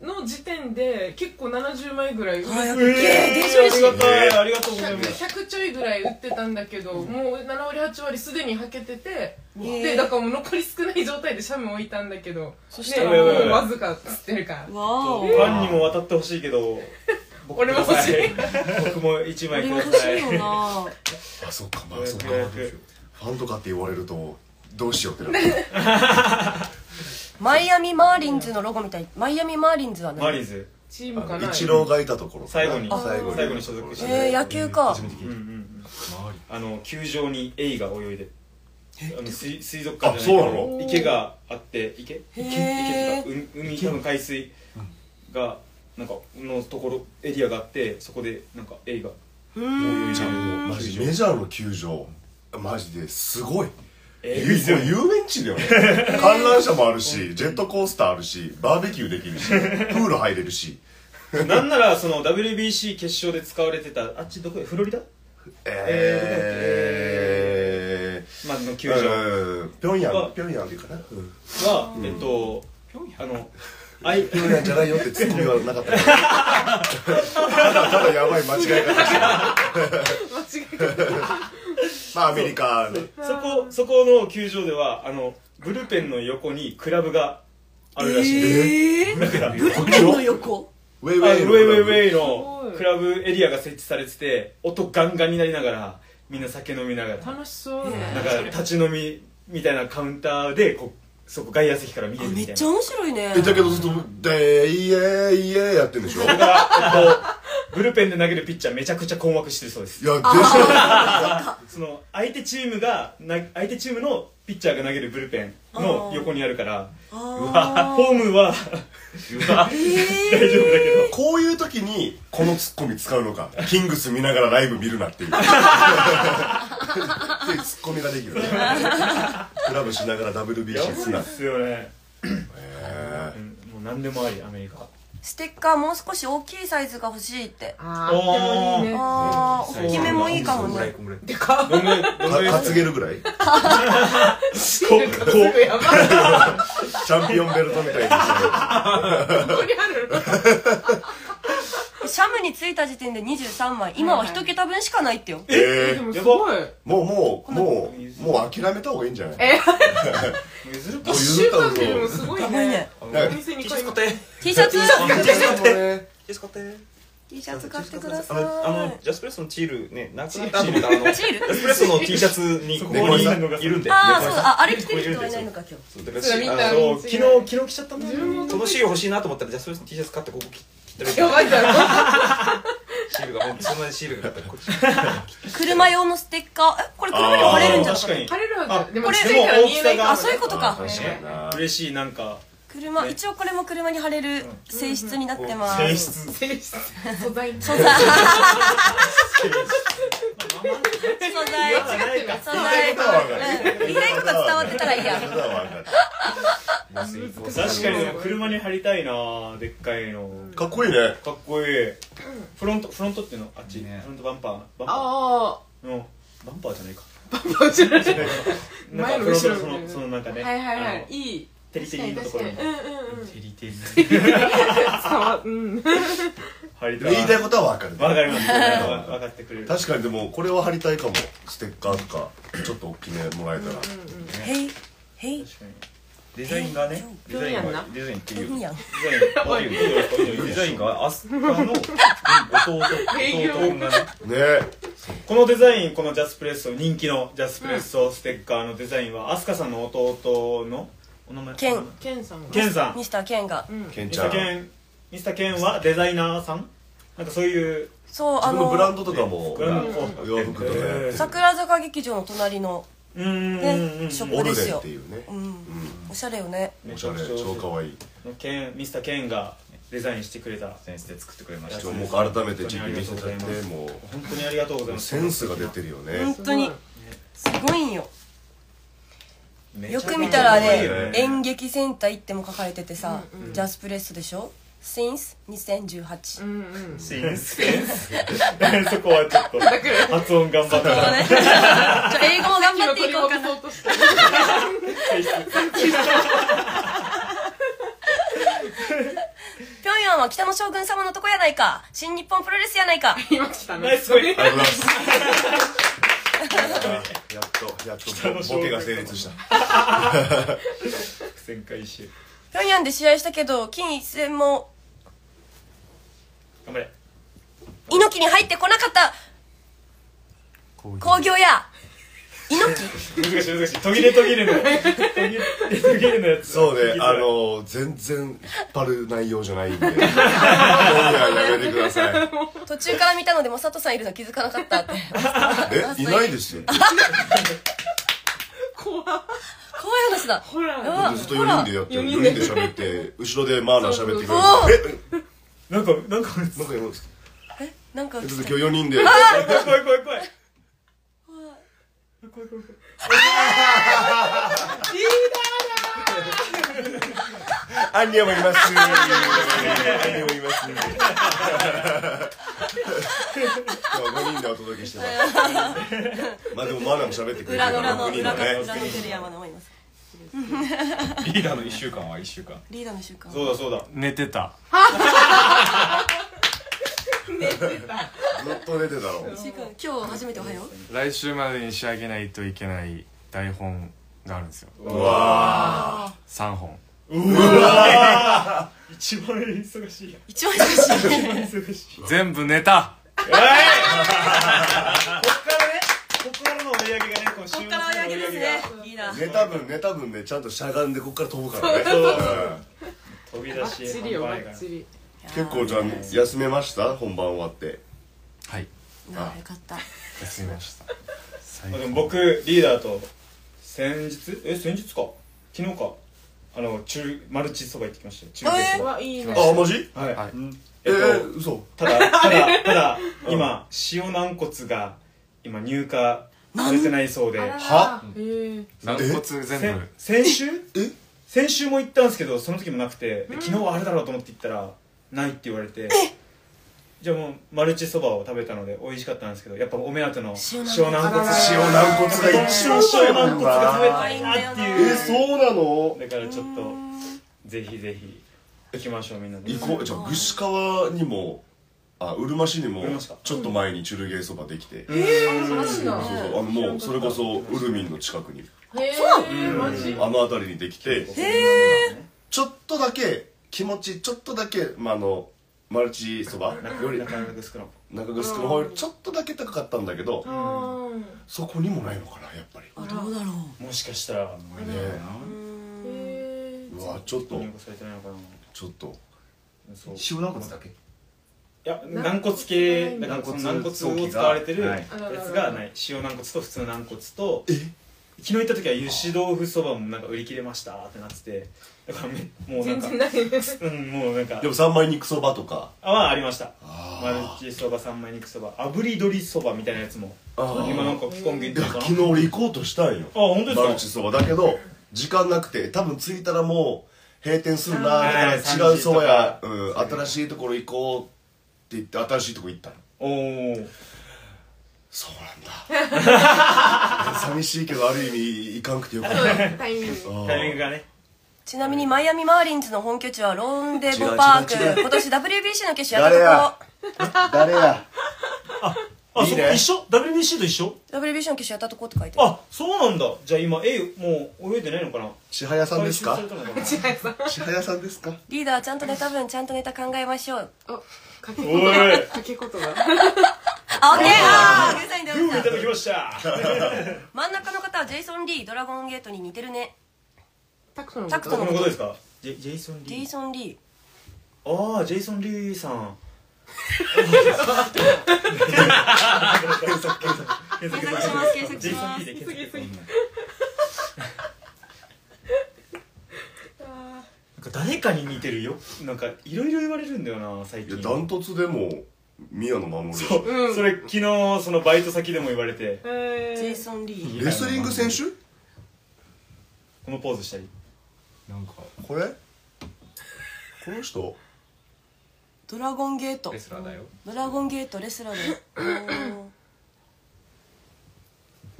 Speaker 5: の時点で結構70枚ぐらい売れて
Speaker 3: あやっ
Speaker 4: え
Speaker 3: ぱえー電子レ
Speaker 4: あ
Speaker 3: シピ
Speaker 4: りがたいありがとうございます
Speaker 5: 100ちょいぐらい売ってたんだけど、もう7割8割すでにはけてて、
Speaker 3: えー
Speaker 5: でだからもう残り少ない状態でシャム置いたんだけど
Speaker 3: そし
Speaker 5: ね
Speaker 3: たら
Speaker 5: もうわずかっつってるから
Speaker 3: わーお
Speaker 4: ファンにも渡ってほしいけど僕
Speaker 5: 俺も欲しい
Speaker 4: 僕も1枚
Speaker 3: 俺
Speaker 4: く
Speaker 3: も欲
Speaker 4: だ
Speaker 3: し
Speaker 4: さい
Speaker 3: いよな
Speaker 2: あそっかまあそっかファンとかって言われるとどうしようってなる
Speaker 3: マイアミマーリンズのロゴみたいマイアミマーリンズはね
Speaker 4: マリーズ
Speaker 5: チームか
Speaker 2: あ
Speaker 5: な
Speaker 2: のイチローがいたところ
Speaker 4: 最後に
Speaker 2: 最後に
Speaker 4: 最後に所属して
Speaker 3: えー、野球か
Speaker 6: 初めて聞い
Speaker 4: うんう
Speaker 6: た
Speaker 4: んうん
Speaker 6: 周り
Speaker 4: あの球場にエイが泳いでるあの水水族館
Speaker 2: あ
Speaker 4: じゃない
Speaker 2: そ
Speaker 4: け
Speaker 2: う
Speaker 4: ど池があって池池池
Speaker 3: へー
Speaker 4: とかう海多分海水がなんかのところエリアがあってそこでなんかエイが泳いでる
Speaker 2: マジメジャーの球場マジですごい
Speaker 4: え
Speaker 2: 遊もう遊園地 だよね観覧車もあるしジェットコースターあるしバーベキューできる しプール入れるし
Speaker 4: なんならその WBC 決勝で使われてたあっちどこフロリダ
Speaker 2: え
Speaker 4: まあの球
Speaker 2: ー、
Speaker 4: 場
Speaker 2: うんピョンヤンピョンヤンっていうかな、うん
Speaker 4: は、えっと、あの、あい、
Speaker 2: ピョンヤンじゃないよってツッコミはな かったからただただやばい間違い方してる
Speaker 5: 間違い
Speaker 2: まあアメリカの
Speaker 4: そこ、そこの球場では、あの、ブルペンの横にクラブがあるらしいです。
Speaker 3: えー、ブルペンの横
Speaker 2: ウェイウ
Speaker 4: あのウェ
Speaker 2: ェイ
Speaker 4: イウェイウェイ
Speaker 5: すご
Speaker 4: の
Speaker 5: い
Speaker 4: クラブエリアが設置されてて、音ガンガンになりながら、みんな酒飲みながら、
Speaker 5: 楽しそうね
Speaker 4: なんか立ち飲みみたいなカウンターで、こう、そこ外野席から見
Speaker 3: あ
Speaker 4: れる
Speaker 3: め
Speaker 4: みた
Speaker 3: っ
Speaker 4: い
Speaker 3: ちゃ
Speaker 4: な
Speaker 3: 面白いね
Speaker 2: えだけどずっと「でいえいえ」やってんでしょいや
Speaker 4: だから、えっと、ブルペンで投げるピッチャーめちゃくちゃ困惑してるそうです
Speaker 2: でしょ
Speaker 4: その相手チームがな相手チームのピッチャーが投げるブルペンの横にあるから
Speaker 3: あ
Speaker 4: うわホーム はうわ大丈夫だけど
Speaker 2: こういう時にこのツッコミ使うのかキングス見ながらライブ見るなっていうっていうツッコミができるねクラブしながら WBC すな
Speaker 4: ですよね、
Speaker 2: え
Speaker 4: うん、もう何でもありアメリカ
Speaker 3: ステッカーもう少し大きいサイズが欲しいって
Speaker 5: あーあってもい
Speaker 3: ああ大
Speaker 5: いね
Speaker 3: きめもいいかも
Speaker 6: こんぐらい
Speaker 3: ね
Speaker 6: こんぐらい
Speaker 4: どんぐらいどんぐらい
Speaker 2: ーか担げるぐらい
Speaker 5: シ ールがすぐやばい
Speaker 2: チャンピオンベルトみたいに
Speaker 5: ここにある
Speaker 3: シャムに着いた時点で23枚今は一桁分しかないってよ
Speaker 2: え
Speaker 5: で
Speaker 2: え
Speaker 5: もすごい
Speaker 2: もうもうもうもう諦めた方がいいんじゃない
Speaker 4: 譲るか
Speaker 5: 一週間でもすごい
Speaker 3: やばい
Speaker 5: ね
Speaker 3: ね
Speaker 5: お
Speaker 2: なんか
Speaker 5: 店に
Speaker 1: T シ
Speaker 5: 買い
Speaker 1: ャツ
Speaker 5: に行
Speaker 1: 買
Speaker 5: っ
Speaker 1: ってて
Speaker 3: T シャツ
Speaker 2: ね
Speaker 1: T シャツ買って
Speaker 3: T シャツ買ってください
Speaker 1: あのジャスプレッソのチールねなくなったと思ったあのジ
Speaker 3: チー
Speaker 1: ャ
Speaker 3: ル
Speaker 1: スプレッソの T シャツにここにいるんで
Speaker 3: ああそうだああれ着てる人はいないのか今日
Speaker 1: そうだから
Speaker 5: それ見た
Speaker 1: あの
Speaker 4: そう昨日昨日来ちゃったんだよ
Speaker 5: 自分も
Speaker 1: そのシール欲しいなと思ったらジャスプレッソの T シャツ買ってここ切ってる
Speaker 5: やばいだろ
Speaker 1: シールがほんとそんなにシールがあったらこっち
Speaker 3: 車用のステッカーえこれ車に貼れるんじゃな
Speaker 4: 確かに
Speaker 5: 晴れるはずでも
Speaker 3: これ
Speaker 5: 暑いから見えないから
Speaker 3: あそういうことか
Speaker 2: 確かにな
Speaker 4: 嬉しいなんか
Speaker 3: 車一応これも車に貼れる性質になってます
Speaker 4: 性質
Speaker 5: 性質素材素
Speaker 3: 素材素材
Speaker 4: 違ってる
Speaker 3: 素
Speaker 2: 言いた
Speaker 3: 材
Speaker 2: いことは分か
Speaker 3: うん
Speaker 2: る
Speaker 3: 言いたいこと伝わってたらいいや
Speaker 2: 言いたいことは分か
Speaker 4: 確かにでも車に貼りたいなぁでっかいの
Speaker 2: るかっこいいね
Speaker 4: かっこいいフロントフロントっていうのあっち
Speaker 6: ね
Speaker 4: フロントバンパーバンパ
Speaker 5: あ
Speaker 4: ーうんバンパーじゃないか
Speaker 5: あバンバンじゃない
Speaker 4: な
Speaker 5: 前
Speaker 4: んか
Speaker 5: の
Speaker 4: フロント
Speaker 5: 後ろ
Speaker 4: のそのそのなんかね
Speaker 5: はいはいはい
Speaker 4: あの
Speaker 5: いい
Speaker 4: テリテリのところに
Speaker 5: 確かに確かにうんうんうん
Speaker 6: テリテリ
Speaker 5: 伝わうん
Speaker 4: 貼りた
Speaker 2: 言
Speaker 4: い
Speaker 2: いたいことは分かるね
Speaker 4: わかります分かってくれる
Speaker 2: 確かにでもこれは貼りたいかもステッカーとかちょっと大きめもらえたら
Speaker 3: へいへい
Speaker 4: 確かに
Speaker 6: デザインがね
Speaker 5: デザインが
Speaker 6: デザインって
Speaker 3: いいやん
Speaker 4: デザインあいいよいいよいいよ
Speaker 6: デザインがアスカのうん弟
Speaker 5: 営業
Speaker 6: 弟君がね
Speaker 2: ね
Speaker 4: このデザインこのジャスプレッソ人気のジャスプレッソステッカーのデザインは飛鳥さんの弟のお名前
Speaker 3: ケン
Speaker 5: ケンさんも
Speaker 4: ケンさん
Speaker 3: ミスターケンが
Speaker 5: うん
Speaker 2: ケン
Speaker 4: ミ
Speaker 2: ち
Speaker 4: ス
Speaker 2: ゃ
Speaker 4: タ
Speaker 2: ん
Speaker 4: ーケンミスターケンはデザイナーさんなんかそういう
Speaker 3: そうあ
Speaker 2: 自分のブラン
Speaker 3: の
Speaker 2: ドとかも
Speaker 4: ブランドも
Speaker 2: 洋服とか
Speaker 4: えー
Speaker 3: 桜坂劇場の隣の
Speaker 4: うーんうんうん
Speaker 3: ねショップ
Speaker 2: オルデンっていうね
Speaker 3: うんおしゃれよね
Speaker 4: め
Speaker 2: おし
Speaker 4: ち
Speaker 2: ゃ
Speaker 4: ゃ
Speaker 2: れ
Speaker 4: くちゃ
Speaker 2: 超可愛い
Speaker 4: ケンミスターケンがデザインしてくれた
Speaker 6: 先生で作ってくれまし
Speaker 2: ち
Speaker 6: た
Speaker 2: ょっともう改めて自分見せちゃっても
Speaker 4: 本当にありがとうございうます
Speaker 2: センスが出てるよ
Speaker 3: 本
Speaker 2: ね
Speaker 3: 当にすごいんよ
Speaker 4: めちゃ
Speaker 3: よ
Speaker 4: くちゃ
Speaker 3: く見たら
Speaker 4: いいよ
Speaker 3: ね演劇センター行っても書かれててさジャスプレッソでしょ Since 2018
Speaker 5: うんうん
Speaker 4: センスセンスそこはちょっと発音頑張っ
Speaker 3: そう
Speaker 4: た
Speaker 3: ねちょ英語も頑張っていこうかな
Speaker 5: そうとした
Speaker 3: ピョンヤンは北の将軍様のとこやないか新日本プロレスやない か
Speaker 5: 今来たね
Speaker 4: ナ イスプレー
Speaker 2: ありがと うございますやっとやっとボケが成立した
Speaker 4: 伏線回収
Speaker 3: ピョンヤンで試合したけど金一戦も
Speaker 4: 頑張れ
Speaker 3: 猪木に入ってこなかった興行や猪木
Speaker 4: 難しい難しい途切れ途切れの途切れ途切れのやつ
Speaker 2: そうね、あ
Speaker 4: あの
Speaker 2: の全然引っ張る内容じゃない んで、今夜はやめてください。
Speaker 3: 途中から見たのでも佐藤さんいるの気づかなかったって
Speaker 2: え、いないですよ。
Speaker 5: 怖っ
Speaker 3: 怖い話だ
Speaker 5: ほら
Speaker 3: あ
Speaker 2: ずっと4人でやってる、4人で喋って、後ろでマーナー喋ってくれる。
Speaker 4: なんかなんか
Speaker 2: え、なんかやるんですか
Speaker 3: えなんか映
Speaker 2: え
Speaker 3: っ
Speaker 2: ち
Speaker 3: て
Speaker 2: ょ
Speaker 3: た
Speaker 2: っと今日4人で、
Speaker 4: 怖い怖い怖い怖い怖い
Speaker 2: アンニャもいます。アンニャもいます。今日は5人でお届けしてます。まあでもマーナーも喋ってくれるか
Speaker 3: 裏の裏
Speaker 2: ら、
Speaker 3: の
Speaker 2: 6人
Speaker 3: 裏
Speaker 2: だ
Speaker 3: の裏の
Speaker 2: ね。
Speaker 3: 出る山の思います
Speaker 6: リーダーの1週間は1週間
Speaker 3: リーダーの瞬間
Speaker 4: そうだそうだ
Speaker 8: 寝てた
Speaker 2: ずっと寝てたろ。
Speaker 3: 瞬間今日初めておはよう
Speaker 8: 来週までに仕上げないといけない台本があるんですよ
Speaker 2: うわ
Speaker 8: 3本
Speaker 4: 一番忙しいや
Speaker 3: 一番忙 しい
Speaker 4: 忙しい
Speaker 8: 全部寝た
Speaker 4: こっからねこここからの追い上げがねこの週
Speaker 3: こっ
Speaker 4: 末の
Speaker 3: から追い上げですね
Speaker 4: が
Speaker 3: リーダー
Speaker 2: ネタ分ネタ分でちゃんとしゃがんでこっから飛ぶからね
Speaker 4: 飛び出
Speaker 5: バ
Speaker 4: し
Speaker 5: ッチリよ
Speaker 4: 販
Speaker 5: バ
Speaker 4: 売が
Speaker 5: ッチリ
Speaker 2: うん結構じゃあ
Speaker 3: あ
Speaker 2: 休めました本番終わって
Speaker 8: はい
Speaker 3: あよかった
Speaker 8: 休みました最
Speaker 4: あでも僕リーダーと先日え先日か昨日かあの中マルチそば行ってきましたよ中継
Speaker 5: う
Speaker 4: そば
Speaker 5: わいいね
Speaker 2: あマジ
Speaker 4: はい、
Speaker 8: はい
Speaker 2: え
Speaker 4: えっと、
Speaker 2: ー嘘
Speaker 4: ただた だただ今塩軟骨が今入荷されてないそうで
Speaker 5: あら
Speaker 2: は
Speaker 5: へえ
Speaker 8: 軟骨全
Speaker 4: せ
Speaker 8: 部
Speaker 4: 先週先週も行ったんですけどその時もなくてで昨日はあるだろうと思って行ったらないって言われてじゃあもうマルチそばを食べたので美味しかったんですけどやっぱお目当ての
Speaker 3: 塩
Speaker 4: 塩
Speaker 3: 軟
Speaker 4: 軟
Speaker 3: 骨
Speaker 4: 骨
Speaker 5: あらら
Speaker 2: 塩軟骨が一番下
Speaker 4: 塩
Speaker 2: やも
Speaker 4: 軟
Speaker 2: ん
Speaker 4: 骨が食べ
Speaker 2: な
Speaker 4: たいなって
Speaker 2: え
Speaker 4: いう
Speaker 2: ーそうなの
Speaker 4: だからちょっとぜひぜひ行きましょうみんなで
Speaker 2: 行こうじゃあ串川にもあうるま市にも
Speaker 4: うるま市か
Speaker 2: ちょっと前にチュルゲーそばできて、
Speaker 5: マジ
Speaker 2: そうそうそうあのもうそれこそウルミンの近くに
Speaker 5: へえマジ
Speaker 2: あの辺りにできて
Speaker 4: へ
Speaker 2: ちょっとだけ気持ちちょっとだけ、まあ、あのマルチそばより
Speaker 4: なかなか少な
Speaker 2: 中城の方よりちょっとだけ高かったんだけど、
Speaker 5: うん
Speaker 2: そこにもないのかなやっぱり
Speaker 3: あどうだろ
Speaker 4: もしかしたら
Speaker 2: ね
Speaker 5: へ
Speaker 2: うわちょっと
Speaker 4: 入荷されてないのかな
Speaker 2: ちょっと
Speaker 4: そうい
Speaker 6: 塩軟骨だけ
Speaker 4: や軟骨系だからその軟骨を使われてる
Speaker 6: は
Speaker 4: や
Speaker 6: い
Speaker 4: つがない塩軟骨と普通の軟骨と昨日行った時は油脂豆腐そばもなんか売り切れましたってなっててだからめも
Speaker 5: え
Speaker 4: うな
Speaker 5: 全
Speaker 4: んか
Speaker 5: 然ないね
Speaker 4: うんもうなんか
Speaker 2: でも三枚肉そばとか
Speaker 4: あはありましたマル
Speaker 2: あ
Speaker 4: チそば三枚肉そば炙り鶏そばみたいなやつも
Speaker 2: あ
Speaker 4: 今なんか期間限
Speaker 2: い
Speaker 4: 定
Speaker 2: や
Speaker 4: かな
Speaker 2: 昨日俺行こうとしたんよ
Speaker 4: あ本当ですか
Speaker 2: マルチそばだけど時間なくて多分着いたらもう閉店するな
Speaker 4: あ
Speaker 2: だから
Speaker 4: ーはい
Speaker 2: 違うそば屋、
Speaker 4: 3
Speaker 2: うん、新しいところ行こうって言って新しいとこ行ったの
Speaker 4: おお
Speaker 2: そうなんだ 寂しいけどある意味行かんくてよかった
Speaker 5: タイミング
Speaker 2: あー
Speaker 4: タイミングがね
Speaker 3: うちなみにマイアミマーリンズの本拠地はロンデボパーク
Speaker 2: 違う違う違う
Speaker 3: 今年 WBC の決勝やったとこ
Speaker 2: 誰や
Speaker 4: あ
Speaker 2: いい
Speaker 4: そ
Speaker 2: ね
Speaker 4: こ一緒 WBC と一緒
Speaker 3: WBC の決勝やったとこって書いてる
Speaker 4: あそうなんだじゃあ今 A もう泳いでないのかな
Speaker 2: 千早さんです か
Speaker 4: 回収されたのかな
Speaker 2: 千早さんですか
Speaker 3: リーダーちゃんとネタ分ちゃんとネタ考えましょう
Speaker 5: おかけ
Speaker 4: おい
Speaker 5: かけ言葉
Speaker 3: あオッケーあーグーさんに出
Speaker 4: グーい
Speaker 3: ました
Speaker 4: だきました
Speaker 3: 真ん中の方はジェイソン・リードラゴンゲートに似てるね
Speaker 5: タクトの
Speaker 3: タクト
Speaker 4: こ
Speaker 3: の
Speaker 4: のことですかジェジェイソン・
Speaker 3: ジ
Speaker 4: リ
Speaker 3: ェイ
Speaker 4: ー
Speaker 3: ソン・リ
Speaker 4: ああジェイソン・リーさん
Speaker 3: ー検索します検索
Speaker 4: ジェ
Speaker 3: し
Speaker 4: イソン・
Speaker 3: ま
Speaker 4: リ
Speaker 3: す
Speaker 4: ーで検索なんか誰かに似てるよなんかいろいろ言われるんだよな最
Speaker 2: いや
Speaker 4: 近
Speaker 2: ダントツでも宮野守
Speaker 4: そう、
Speaker 5: うん
Speaker 4: それ昨日そのバイト先でも言われて
Speaker 5: え
Speaker 3: ジェイソン・リー
Speaker 2: レスリング選手
Speaker 4: このポーズしたり
Speaker 6: なんか
Speaker 2: これこの人
Speaker 3: ドラゴンゲート
Speaker 6: レスラーだよ
Speaker 3: ドラゴンゲートレスラーでおー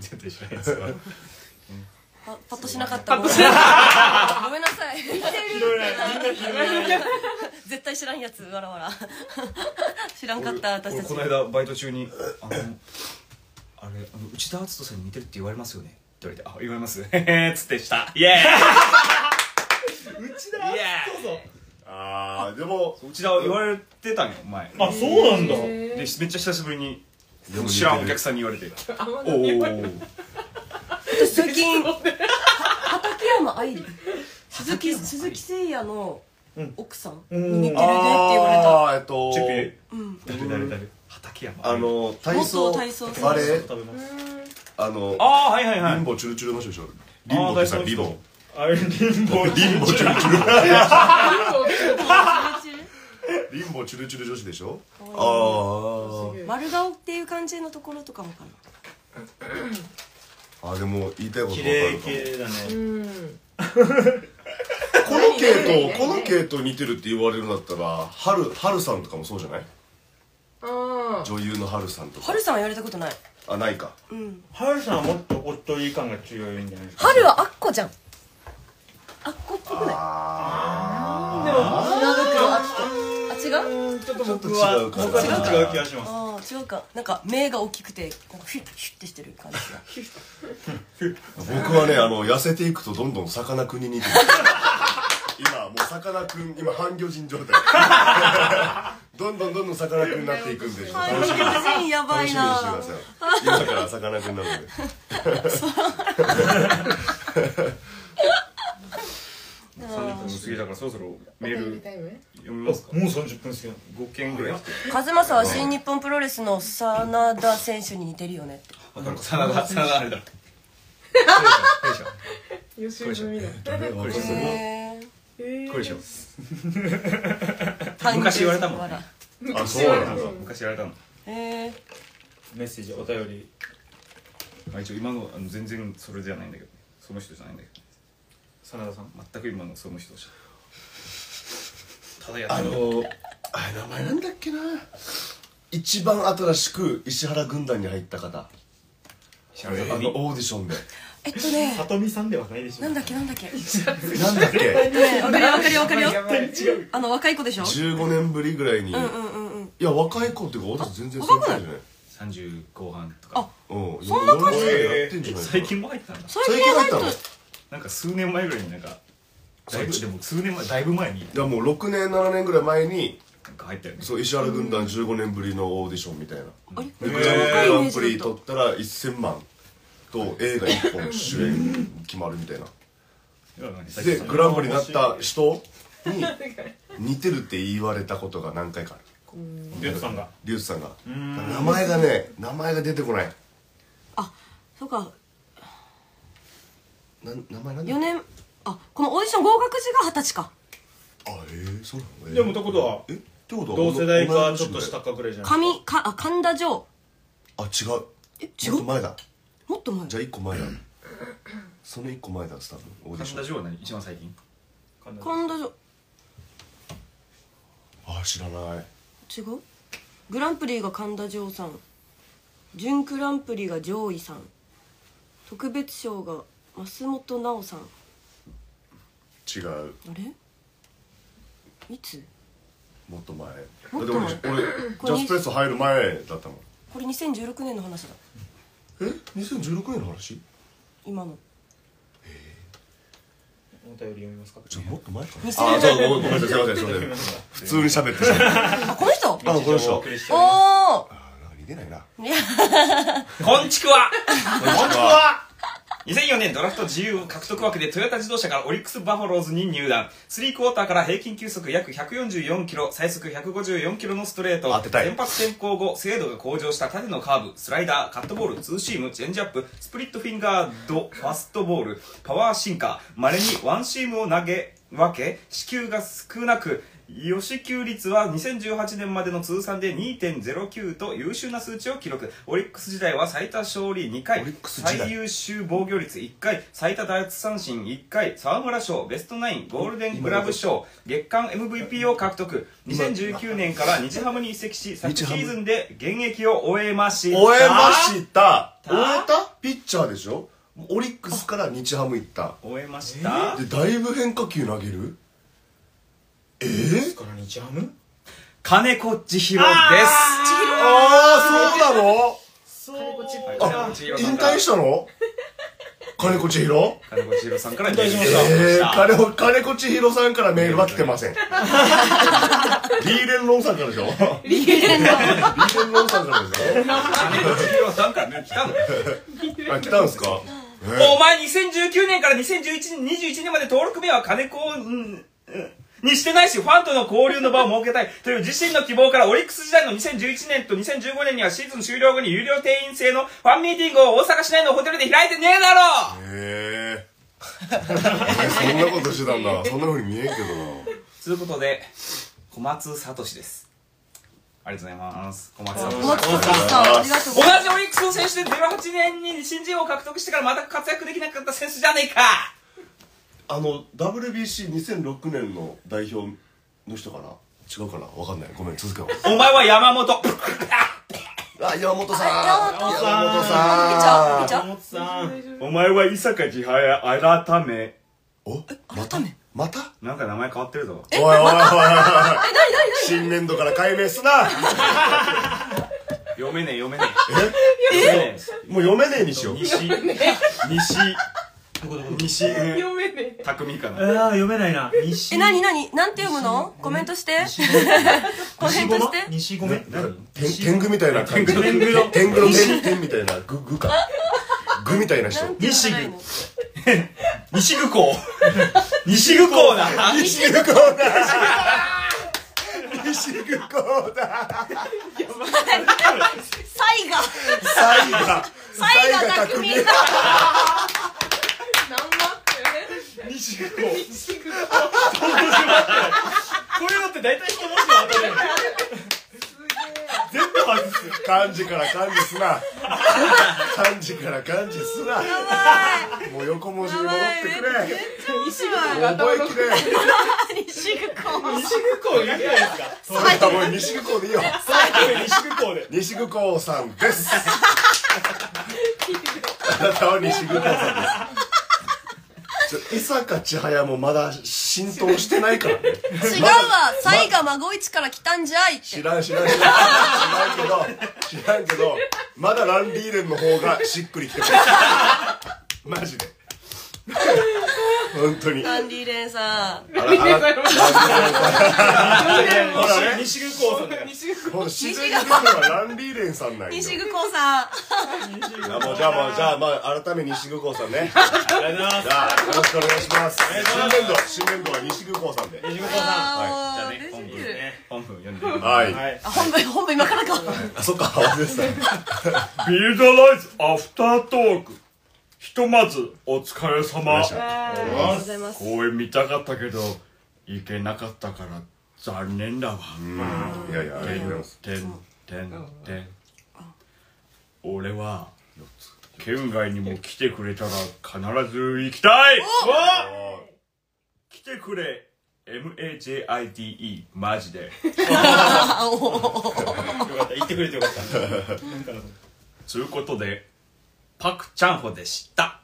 Speaker 6: 全然知らないですか
Speaker 3: あパッとしなかったごめんごめんなさい絶対知らんやつわらわら知らんかった私
Speaker 6: 俺
Speaker 3: たち
Speaker 6: この間バイト中に「あのあれあの内田篤人さんに似てるって言われますよね」って言われて「あ言われます」へへーっつってしたイエ
Speaker 4: 内田そうそう
Speaker 2: ああでも
Speaker 6: ーイ内田は言われてたんよ前で
Speaker 4: あそうなんだ
Speaker 6: めっちゃ久しぶりに
Speaker 2: でも
Speaker 6: 知らんお客さんに言われて
Speaker 2: おおー
Speaker 3: 私最近は畠山愛理鈴木鈴木誠也の奥さんに似てるねって言わ
Speaker 2: あーえっと
Speaker 4: チュピ
Speaker 3: れ
Speaker 4: 誰誰誰
Speaker 6: 畠山
Speaker 2: あの体操
Speaker 3: 元体操選手
Speaker 2: バレー
Speaker 4: 食べます
Speaker 2: あの
Speaker 6: ああはいはいは
Speaker 2: リン
Speaker 6: い
Speaker 2: ボチュルチュルの人でしょリンボってさ
Speaker 4: あー体操
Speaker 2: リボン
Speaker 4: あれリンボー
Speaker 2: リンボチュルチュル
Speaker 3: た
Speaker 2: リンボチュルチュル女子でしょあー
Speaker 3: 丸顔っていう感じのところとかもかな
Speaker 2: あーでも言いたいこと
Speaker 4: 綺
Speaker 2: 分か
Speaker 4: 麗
Speaker 2: るかも
Speaker 4: 系だね
Speaker 5: うん
Speaker 2: この系統この系統似てるって言われるんだったら春春さんとかもそうじゃない
Speaker 5: あ
Speaker 2: 女優の春さんとか
Speaker 3: 春さんは言われたことない
Speaker 2: あないか
Speaker 3: うん
Speaker 4: 春さんはもっとおっとり感が強いんじゃないですか
Speaker 3: 春はあっこじゃんあっこっぽくない
Speaker 4: あ
Speaker 3: あ違う
Speaker 4: でもちょっと僕
Speaker 2: ちょ
Speaker 4: は
Speaker 2: っと違うかな
Speaker 4: 僕はちょっと違う気がします
Speaker 3: ああ違うかなんか目が大きくてなんかフィッフィッてしてる感じ
Speaker 2: 僕はねあの痩せていくとどんどんさかなクンに似てる今もうさかなクン今半魚人状態どんどんどんどんさかなクンになっていくんでちょっと
Speaker 3: 韓
Speaker 2: 楽しみに
Speaker 3: 国人やば
Speaker 2: 楽
Speaker 3: い
Speaker 2: しみにして
Speaker 3: な
Speaker 2: ください今からさかなクンなので
Speaker 8: 30分も過ぎだからそろそろメー
Speaker 5: お便り
Speaker 8: ル
Speaker 5: タイム
Speaker 8: 読みますか
Speaker 4: もう30分過ぎなの
Speaker 8: 5件ぐらい来て
Speaker 3: 和正は新日本プロレスの真田選手に似てるよねって
Speaker 6: 真田真田あれだ
Speaker 5: 予習済みだ
Speaker 3: へ
Speaker 5: え
Speaker 6: これでしょ
Speaker 3: ー
Speaker 6: 昔言われたもんね
Speaker 3: 誕生日
Speaker 2: あそうなんだ
Speaker 8: そう昔やられたの
Speaker 3: へえ
Speaker 4: メッセージお便り
Speaker 6: まあ一応今のあの全然それじゃないんだけどその人じゃないんだけ
Speaker 4: 真田さん
Speaker 6: ど全く今のその人じゃただや
Speaker 2: あ
Speaker 6: ってる
Speaker 2: のあれ名前なんだっけな一番新しく石原軍団に入った方あのオーディションで
Speaker 3: えっとね
Speaker 4: 里美さんではないでしょ
Speaker 3: なんだっけなんだっけ
Speaker 2: なんだっけ
Speaker 3: ねわかるよわかるよわかるよあの若い子でしょ
Speaker 2: 15年ぶりぐらいに、
Speaker 3: うんうんうん
Speaker 2: いや若い子っていうか私全然先輩じゃない
Speaker 6: 30後半と
Speaker 3: あ
Speaker 6: か
Speaker 2: うん
Speaker 3: そんな感じ
Speaker 2: やってんじゃないかな
Speaker 6: 最近も入ったんだ
Speaker 3: そういう
Speaker 2: 最
Speaker 3: 系
Speaker 2: 近
Speaker 3: な
Speaker 2: 入
Speaker 3: い
Speaker 2: った
Speaker 3: と
Speaker 2: のい
Speaker 6: なんか数年前ぐらいになんかだいぶ
Speaker 2: そう
Speaker 6: でも数年前だいぶ前に
Speaker 2: やもう6年7年ぐらい前に
Speaker 6: なんか入ったよね
Speaker 2: そう石原軍団15年ぶりのオーディションみたいな
Speaker 3: あれ
Speaker 2: でグランプ
Speaker 3: 若いイメージ
Speaker 2: リ
Speaker 3: だと
Speaker 2: 取ったら1000万と映画1本主演決まるみたいなでグランプリになった人に似てるって言われたことが何回かある
Speaker 4: リュウトさんが
Speaker 2: リュウスさんが名前がね名前が出てこない
Speaker 3: そうか
Speaker 2: なん名前なんだ
Speaker 3: 4年あこのオーディション合格時が二十歳か
Speaker 2: あえー、そうなの、えー
Speaker 4: でもってことは
Speaker 2: えってことは
Speaker 4: 同世代かちょっ
Speaker 2: 同い年
Speaker 4: と
Speaker 2: ぐ
Speaker 4: 下
Speaker 2: らい
Speaker 4: かぐらいじゃない
Speaker 3: 神かあ神田城
Speaker 2: あ違う
Speaker 3: え違
Speaker 2: ちょっと
Speaker 3: う
Speaker 2: 前だ
Speaker 3: もっと前
Speaker 2: じゃあ1個前だその1個前だ多分オーディシ
Speaker 6: 神田
Speaker 2: ョン
Speaker 6: 城は何一番最近
Speaker 4: 神田さん
Speaker 3: 神田城
Speaker 2: あ知らない
Speaker 3: 違うグランプリが神田城さん準グランプリが上位さん特別賞が増本直さん
Speaker 2: 違う
Speaker 3: あれいつ
Speaker 2: もっと前だって
Speaker 3: もっ
Speaker 2: 俺
Speaker 3: と
Speaker 2: 俺
Speaker 3: 前
Speaker 2: ジャスプレッソ入る前だったもん
Speaker 3: これ2016年の話だ
Speaker 2: え2016年の話
Speaker 3: 今の
Speaker 4: お便り読みますか
Speaker 2: じゃあもっと前かな
Speaker 3: 2000
Speaker 2: あそうごめんごめんなさいすいませんすいません普通に喋ってしまった
Speaker 3: あこの人
Speaker 2: あこの
Speaker 4: お
Speaker 2: 人
Speaker 4: 送りしております
Speaker 2: あ
Speaker 3: お
Speaker 2: なんか似てないな
Speaker 3: おいや
Speaker 7: こんちくわこんちくわ2004年ドラフト自由獲得枠でトヨタ自動車からオリックス・バファローズに入団3クォーターから平均球速約144キロ最速154キロのストレート
Speaker 2: 当てたい
Speaker 7: 先発転向後精度が向上した縦のカーブスライダーカットボールツーシームチェンジアップスプリットフィンガードファストボールパワーシンカーまれにワンシームを投げ分け四球が少なく予支給率は2018年までの通算で2.09と優秀な数値を記録オリックス時代は最多勝利2回
Speaker 2: オリックス時代
Speaker 7: 最優秀防御率1回最多奪三振1回沢村賞ベストナインゴールデングラブ賞月間 MVP を獲得2019年から日ハムに移籍し昨シーズンで現役を終えました
Speaker 2: 終えました終えたピッチャーでしょオリックスから日ハム行った
Speaker 7: 終えました
Speaker 2: でだいぶ変化球投げるえー、
Speaker 4: からにジャム
Speaker 7: 金子千尋です
Speaker 2: ああそうなの
Speaker 7: 金子千尋さ
Speaker 2: 引
Speaker 7: んから
Speaker 2: 退したの金子千尋
Speaker 7: 金子千尋さんから引退しま
Speaker 2: ええ
Speaker 7: した
Speaker 2: 金子金子千尋さんからメールは来てま せんリーレンロンさんからでしょリーレンロンリーレンロンさんからで
Speaker 7: 金子千尋さんからね来たの
Speaker 2: しょあ来たんすか
Speaker 7: お前2019年から2021年、21年まで登録名は金子、うん、うんにしてないし、ファンとの交流の場を設けたいという自身の希望から、オリックス時代の2011年と2015年にはシーズン終了後に有料定員制のファンミーティングを大阪市内のホテルで開いてねえだろ
Speaker 2: へえそんなことしてたんだそんなふうに見えんけどな
Speaker 7: ということで、小松聡です。ありがとうございます。小松
Speaker 3: 小
Speaker 7: 聡。
Speaker 3: 松さんさんありがとう
Speaker 7: 同じオリックスの選手で08年に新人王を獲得してからまた活躍できなかった選手じゃねえか
Speaker 2: あの WBC2006 年の代表の人かな違うかなわかんないごめん続けよう
Speaker 7: お前は山本。
Speaker 2: あ山本さん
Speaker 3: あ山本
Speaker 2: 山本
Speaker 3: ピチ
Speaker 2: さ
Speaker 3: ャピチャ
Speaker 4: さん
Speaker 8: お前は伊坂千早改め
Speaker 2: んおまたまた
Speaker 8: なんか名前変わってるぞ
Speaker 2: おいおいおいおいおい新年度から改名すな
Speaker 8: 読めねえ読めね
Speaker 2: もう読めねえにしよう
Speaker 8: え西西
Speaker 4: どこどこどこ
Speaker 7: 西上
Speaker 5: 読めねえ
Speaker 7: 匠か
Speaker 4: あ
Speaker 7: な
Speaker 4: ー読めないな西
Speaker 3: え、なになになんて読むのコメントして。コメントして。
Speaker 4: 西ごめん
Speaker 2: なんか天天狗みたいな感じ
Speaker 4: 天狗の
Speaker 2: 天狗の天天みたいなググかグみたいな人
Speaker 3: なんて読むの
Speaker 7: 西愚行西愚行だ
Speaker 2: 西行こうだ西行こうだ
Speaker 3: サイが、
Speaker 2: サイが
Speaker 3: サイが匠だ。
Speaker 5: 何だって
Speaker 4: 西行こう
Speaker 5: 西口
Speaker 4: これだって大体一文字の後だよね全部外す
Speaker 2: 漢字から漢字すな漢字から漢字すなもう横文字に戻ってくれ
Speaker 5: 西口
Speaker 2: も
Speaker 5: が
Speaker 2: う覚
Speaker 5: 頭の
Speaker 2: えきれん
Speaker 3: 西口公。
Speaker 4: 西空港いないですか
Speaker 2: それはもう西空港でいいよ
Speaker 4: 西空港で
Speaker 2: 西空港さんですあなたは西空港さんですちょ伊坂千早もまだ浸透してないからね
Speaker 3: 違うわ、サイが孫一から来たんじゃいっ
Speaker 2: 知
Speaker 3: て。
Speaker 2: らん知らん知らん知らんけど知らんけどまだランリーレンの方がしっくりきてますマジで本当にあ
Speaker 3: アンディレンさん。
Speaker 2: らあらランリーレンほらね
Speaker 4: 西空港さんだから
Speaker 5: 西口
Speaker 2: ほら自然に出てるのはランリーレンさんなんよ
Speaker 3: 西口公さん。
Speaker 2: あもうじゃあもうじゃあまあ改め西空港さんね
Speaker 4: ありがとうございま
Speaker 2: じ
Speaker 4: す
Speaker 2: ゃあよろしくお願いします新年度新年度は西空港さんで
Speaker 4: 西空港さ
Speaker 3: あー、もう、出てる。
Speaker 4: ね
Speaker 7: 本文読んでみる
Speaker 2: はい、
Speaker 4: んはい
Speaker 3: あ、本部、本部今からか。
Speaker 2: あそっか忘れてた
Speaker 1: ビルドライズアフタートークひとまずお疲れ様
Speaker 3: ありがとうございます。
Speaker 1: 公演見たかったけど行けなかったから残念だわ
Speaker 2: うんいやいやありがとうございます
Speaker 1: てんてんてん俺は県外にも来てくれたら必ず行きたい
Speaker 7: 来てくれ MAJITE マジで
Speaker 3: あ、おー
Speaker 4: よかった行ってくれてよかったなんか
Speaker 7: ということで、パク・チャンホでした。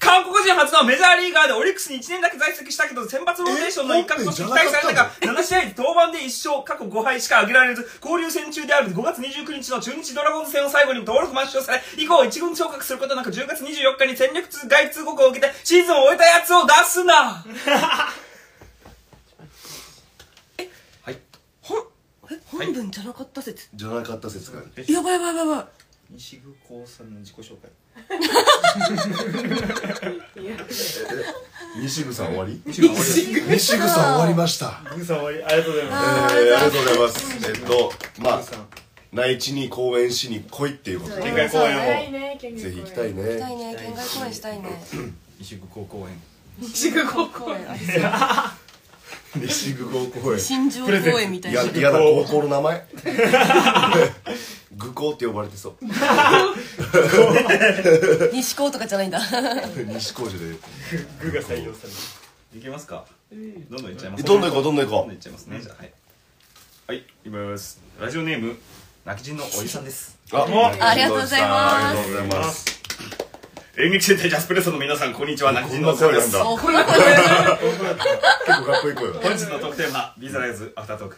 Speaker 7: 韓国人初のメジャーリーガーでオリックスに1年だけ在籍したけど、選抜ローテーションの一角として期待されたが、7試合で登板で1勝、過去5敗しか挙げられず、交流戦中である5月29日の中日ドラゴンズ戦を最後に登録抹消され、以降1軍昇格することなく10月24日に戦力通外通告を受けて、シーズンを終えたやつを出すな
Speaker 3: ほん、え、本文じゃなかった説。
Speaker 2: じゃなかった説がある
Speaker 3: やばいやばいやばいやばい。
Speaker 4: 西空港さんの自己紹介
Speaker 2: 西口さん終わり
Speaker 5: 西口
Speaker 2: 西口さん終わりました
Speaker 4: グーさん終わりありがとうござい
Speaker 2: え
Speaker 4: ま
Speaker 2: ー、ありがとうございますえっとます
Speaker 4: グーさん
Speaker 2: あ内地に公演しに来いっていうことで
Speaker 4: 県外公演を
Speaker 5: いね県
Speaker 2: ぜひ行きたい
Speaker 3: 行きたい
Speaker 2: ね
Speaker 3: ね、県外公演したいね。
Speaker 6: 西区高公園
Speaker 5: 西口高校
Speaker 3: 公園、あれ
Speaker 2: 西口公演
Speaker 3: 新庄公園みたい
Speaker 2: い
Speaker 3: な
Speaker 2: や。嫌だ高校の名前愚行って呼ばれてそう
Speaker 3: 西高とかじゃないんだ。
Speaker 2: 西高じゃで
Speaker 4: グーが採用される
Speaker 7: いけますかどんどんいっちゃいます
Speaker 2: どんどん行こうどんどん行
Speaker 7: どん
Speaker 2: こ
Speaker 7: どんいっちゃいますね、じゃあはいはいいきますラジオネーム泣き人のおじさんです
Speaker 2: うあ
Speaker 3: ありがとうございます
Speaker 2: ありがとうございます
Speaker 7: 演劇戦隊ジャスプレッソの皆さんこんにちは泣き
Speaker 2: こ
Speaker 7: 人
Speaker 2: ん
Speaker 7: の
Speaker 2: な
Speaker 7: おじさん
Speaker 2: 声
Speaker 7: で
Speaker 2: なん
Speaker 7: す
Speaker 2: だ
Speaker 3: おこれこれ。
Speaker 2: 結構かっこいい声だ
Speaker 7: 本日の特典はビザライズアフタートーク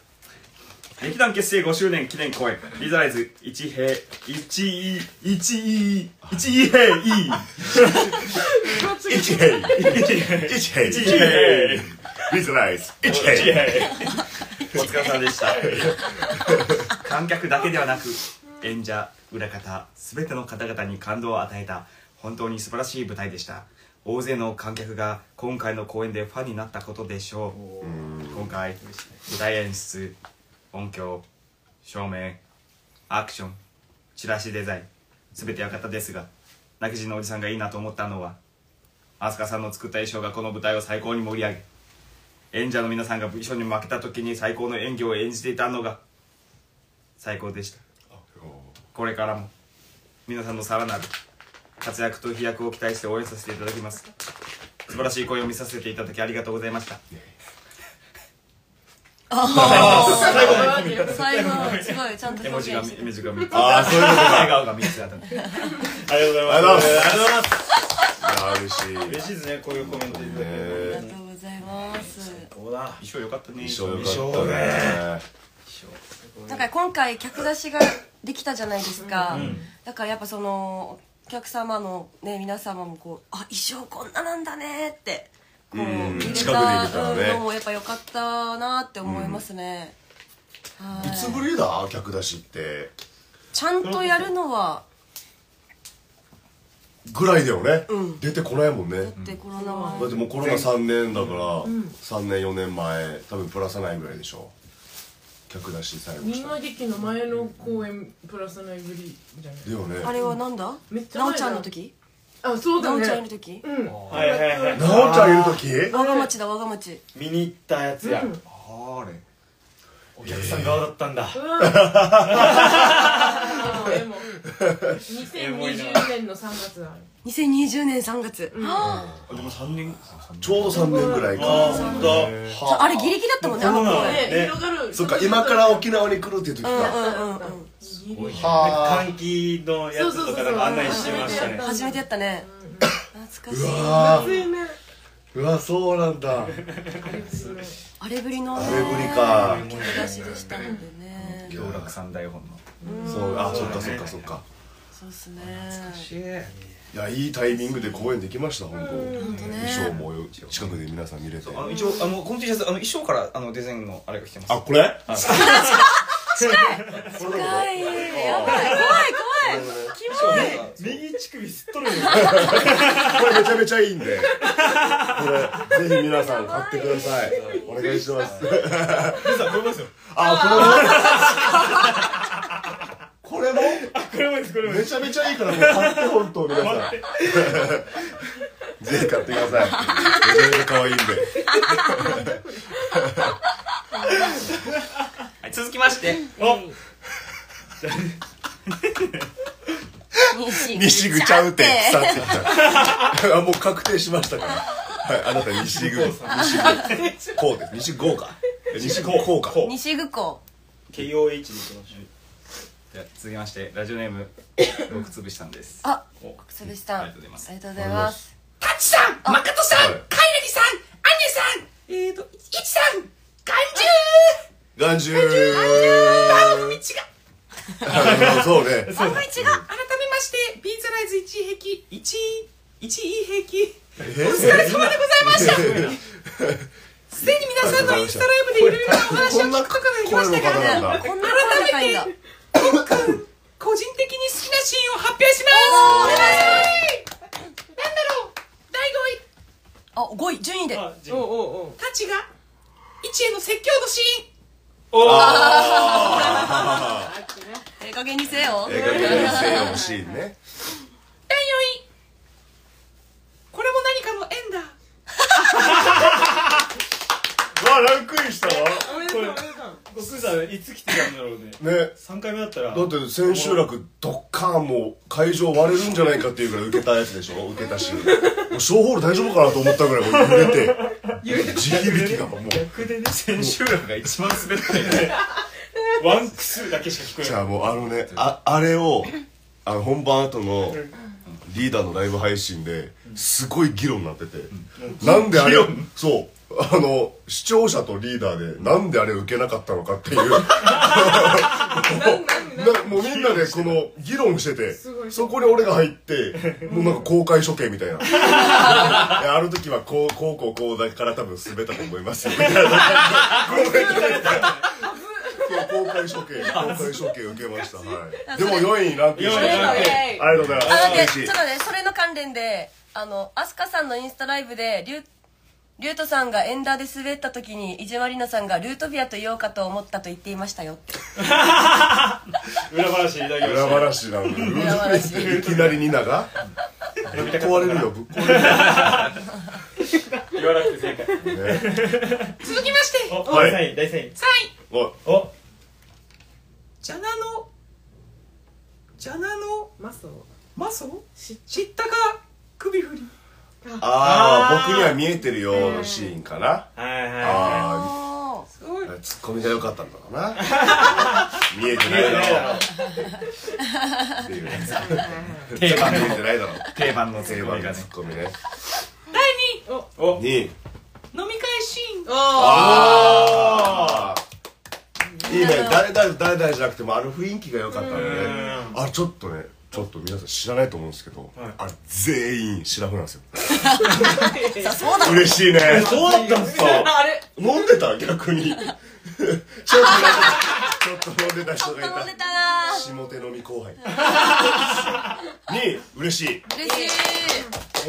Speaker 7: 劇団結成5周年記念公演ビザライズ一平一位一位一位平い
Speaker 2: 一平一平一平リズナイス一平
Speaker 7: お疲れ様でした観客だけではなく演者裏方全ての方々に感動を与えた本当に素晴らしい舞台でした大勢の観客が今回の公演でファンになったことでしょう今回舞台演出音響照明アクションチラシデザイン全て館ですが泣き人のおじさんがいいなと思ったのは飛鳥さんの作った衣装がこの舞台を最高に盛り上げ演者の皆さんが一緒に負けた時に最高の演技を演じていたのが最高でしたこれからも皆さんのさらなる活躍と飛躍を期待して応援させていただきます素晴らしい声を見させていただきありがとうございました
Speaker 3: あー最後、すごい、ちゃんと
Speaker 7: 絵文字
Speaker 3: 表現
Speaker 7: がみ
Speaker 3: して
Speaker 7: 絵。文字が3つ
Speaker 2: ああそういうことか
Speaker 7: 笑顔が3つあったね
Speaker 4: ありがとうございます
Speaker 2: ありがとうございます
Speaker 4: ありがとうご
Speaker 2: あ
Speaker 4: ざいます
Speaker 2: 嬉しい
Speaker 4: 嬉しいですねこういうコメントいただける
Speaker 3: あ
Speaker 2: え
Speaker 3: りがとうございます。
Speaker 4: どうだ
Speaker 7: 衣装良かったね
Speaker 2: ー衣装よかったね
Speaker 3: なんか今回客出しができたじゃないですか、だからやっぱそのお客様のね皆様もこうあ衣装こんななんだねってこう
Speaker 2: うん
Speaker 3: 見れ
Speaker 2: 近くで見た
Speaker 3: た
Speaker 2: ら
Speaker 3: うん
Speaker 2: ね
Speaker 3: のもやっぱ良かったなって思いますね、はい
Speaker 2: いつぶりだ客出しって
Speaker 3: ちゃんとやるのは
Speaker 2: ぐらいだよね、
Speaker 3: うん
Speaker 2: 出てこないもんね、
Speaker 3: だってコロナは
Speaker 2: だってもうコロナ3年だから、3年4年前多分プラスないぐらいでしょ客出し最後
Speaker 5: み
Speaker 2: し
Speaker 5: ん
Speaker 2: た
Speaker 5: な
Speaker 2: だ
Speaker 5: 劇の前の公演プラスないぶりじゃない
Speaker 2: よね
Speaker 3: あれはなんだ
Speaker 5: めっちゃ
Speaker 3: なお
Speaker 5: 前
Speaker 3: ち
Speaker 5: だ
Speaker 3: ゃんの時
Speaker 5: あそう
Speaker 3: な
Speaker 5: だ
Speaker 3: お
Speaker 5: ね
Speaker 3: ちゃんいる時
Speaker 5: うん
Speaker 4: はいはいはい
Speaker 2: なおちゃんいる時
Speaker 3: わが町だわが町
Speaker 4: 見に行ったやつや、
Speaker 5: うん
Speaker 6: あれ
Speaker 4: お客さん側だったんだ、
Speaker 5: あでも2020年の3月だ
Speaker 3: 2020年3月、はあ
Speaker 7: でも3人
Speaker 2: ちょうど3年ぐらい
Speaker 4: ああ
Speaker 2: か
Speaker 4: 本当。
Speaker 3: そうあれギリギリだったもんねあの
Speaker 4: そうなの
Speaker 3: 公演
Speaker 5: ね広がる
Speaker 2: そっか今から沖縄に来るっていう時
Speaker 3: うん
Speaker 2: か、
Speaker 3: うんうんうん
Speaker 5: ギリ
Speaker 2: はあ
Speaker 4: 換気のやつとかなんか案内してましたね
Speaker 3: 初めてやったね懐
Speaker 2: う
Speaker 3: かしい
Speaker 2: わ
Speaker 5: 暑いね
Speaker 2: ーうわそうなんだ
Speaker 3: あれぶりのね
Speaker 2: あれぶりか
Speaker 3: 駆け出しでしたのでね
Speaker 6: 行楽さん台本の
Speaker 2: そうあそっかそっかそっか
Speaker 3: そうっすね
Speaker 2: いやいいタイミングで公演できました本当、
Speaker 3: 本当ね
Speaker 2: 衣装もよ近くで皆さん見れて
Speaker 7: あの一応あのこの T シャツあの衣装からあのデザインのあれが来てます
Speaker 2: あこれ
Speaker 3: 近いやばい怖い怖い
Speaker 4: 右乳首すっ とるよ
Speaker 2: これめちゃめちゃいいんでこれぜひ皆さん買ってくださいお願いします
Speaker 4: 皆さんこれますよ
Speaker 2: あこれもこれ
Speaker 4: あこれもですこれ
Speaker 2: も
Speaker 4: も
Speaker 2: め
Speaker 4: です
Speaker 2: ちゃめちゃいいからもう買って本当 皆さんぜひ買ってくださいめちゃめちゃ可愛いんで
Speaker 7: はい続きまして
Speaker 3: 西
Speaker 2: 西口ちゃうてさって言った あもう確定しましたからはいあなた西口西口こうです西郷か西郷こうか
Speaker 3: 西口港
Speaker 4: KOH に行きましょう
Speaker 6: じゃあ続きましてラジオネーム六潰したんです
Speaker 3: あ草渕さん
Speaker 6: ありがとうございます
Speaker 3: ありがとうございます
Speaker 7: タチさんマカトさん
Speaker 2: はい
Speaker 7: カイラギさんアンネさんえーとイチさんガンジ
Speaker 2: 眼中
Speaker 7: ューフミチが
Speaker 2: あそうね
Speaker 7: バフミチが改めましてビーズライズ一平均一一い平均お疲れ様でございま したすでに皆さんのインスタライブでいろいろなお話を聞くことができましたが
Speaker 2: こんな声の方なんだ
Speaker 3: こんな声高いんだ
Speaker 7: 個人的に好きなシーンを発表しますなんだろう第5位
Speaker 3: あ5位順位で
Speaker 4: あじゃ
Speaker 5: おう
Speaker 4: あ
Speaker 5: おうおう
Speaker 7: タチが一への説教のシーン
Speaker 3: ええ加減にせよ
Speaker 2: 映画で見せよシーンね
Speaker 7: 第4位これも何かの縁だ
Speaker 2: わランクインしたわ
Speaker 5: おめでとうおめでとう
Speaker 4: 悟空さんいつ来てたんだろうね
Speaker 2: ね
Speaker 4: 3回目だったら
Speaker 2: だって千秋楽ドッカーンもう会場割れるんじゃないかっていうぐらい受けたやつでし ょ受けたしもう小ホール大丈夫かなと思ったぐらいもう揺れて地響きがもう
Speaker 4: 逆でね
Speaker 7: 千秋楽が一番滑ったよ
Speaker 4: ワンクスだけしか聞
Speaker 2: じ
Speaker 4: こえ
Speaker 2: ゃあもうあのねああれをあの本番後のリーダーのライブ配信ですごい議論になってて、なんであれそうあの視聴者とリーダーでなんであれ受けなかったのかっていうもうなもうみんなでこの議論してて
Speaker 5: ごい
Speaker 2: そこに俺が入ってもうなんか公開処刑みたいな いやあの時はこうこうこうこうだから多分滑ったと思いますよみたいな公開処刑公開処刑公開処刑受けましたはいでも4位ランクインしました
Speaker 4: 四
Speaker 2: あり
Speaker 4: 位ラ
Speaker 2: が
Speaker 4: ンクイン
Speaker 2: とうございます
Speaker 3: あだってちょ
Speaker 2: 嬉
Speaker 3: っ
Speaker 2: しい
Speaker 3: とねそれの関連であの飛鳥さんのインスタライブでリュリュートさんがエンダーで滑った時に伊集まりなさんがルートビアと言おうかと思ったと言っていましたよって
Speaker 4: ない 裏話いただきま
Speaker 2: 裏話
Speaker 4: し
Speaker 2: なのに
Speaker 3: 裏話
Speaker 2: いきなりニナがぶっ壊れるよぶっ壊れるよ
Speaker 4: た言わなくて正解
Speaker 2: ね
Speaker 7: 続きまして
Speaker 4: お
Speaker 2: はい
Speaker 4: 第3位第3位
Speaker 7: 3位
Speaker 2: お
Speaker 4: お
Speaker 7: ジャナのジャナの
Speaker 5: マソオ
Speaker 7: マソ
Speaker 5: 知っ
Speaker 7: 知ったか首振り
Speaker 2: ああ僕には見えてるよのシーンかな
Speaker 4: はいはいは
Speaker 2: あ
Speaker 3: おー
Speaker 7: すごい
Speaker 2: あツッコミが良かったのかな 見えて
Speaker 4: い
Speaker 2: ないだろ
Speaker 4: ね
Speaker 2: っていう
Speaker 6: 定番
Speaker 2: 見
Speaker 6: の
Speaker 2: えてないだろ
Speaker 6: 定番の
Speaker 2: 定
Speaker 6: 定
Speaker 2: 番
Speaker 6: 番
Speaker 2: の
Speaker 6: が
Speaker 2: ツ
Speaker 6: ね
Speaker 2: ッコミね
Speaker 7: 第2位
Speaker 4: お
Speaker 2: 2位
Speaker 7: 飲み会シーン
Speaker 2: ああいいね誰誰誰誰じゃなくてもあの雰囲気が良かったんでねあちょっとねちょっと皆さん知らないと思うんですけど、あれ全員シラフなんですよ嬉しいね
Speaker 4: そうだったんですか
Speaker 2: あれ飲んでた逆 にちょっとちょっと飲んでた
Speaker 3: ちょ
Speaker 2: 人
Speaker 3: っと
Speaker 2: がい
Speaker 3: 飲ん
Speaker 2: た
Speaker 3: でたなー
Speaker 2: 下手飲み後輩に嬉しい
Speaker 3: 嬉しい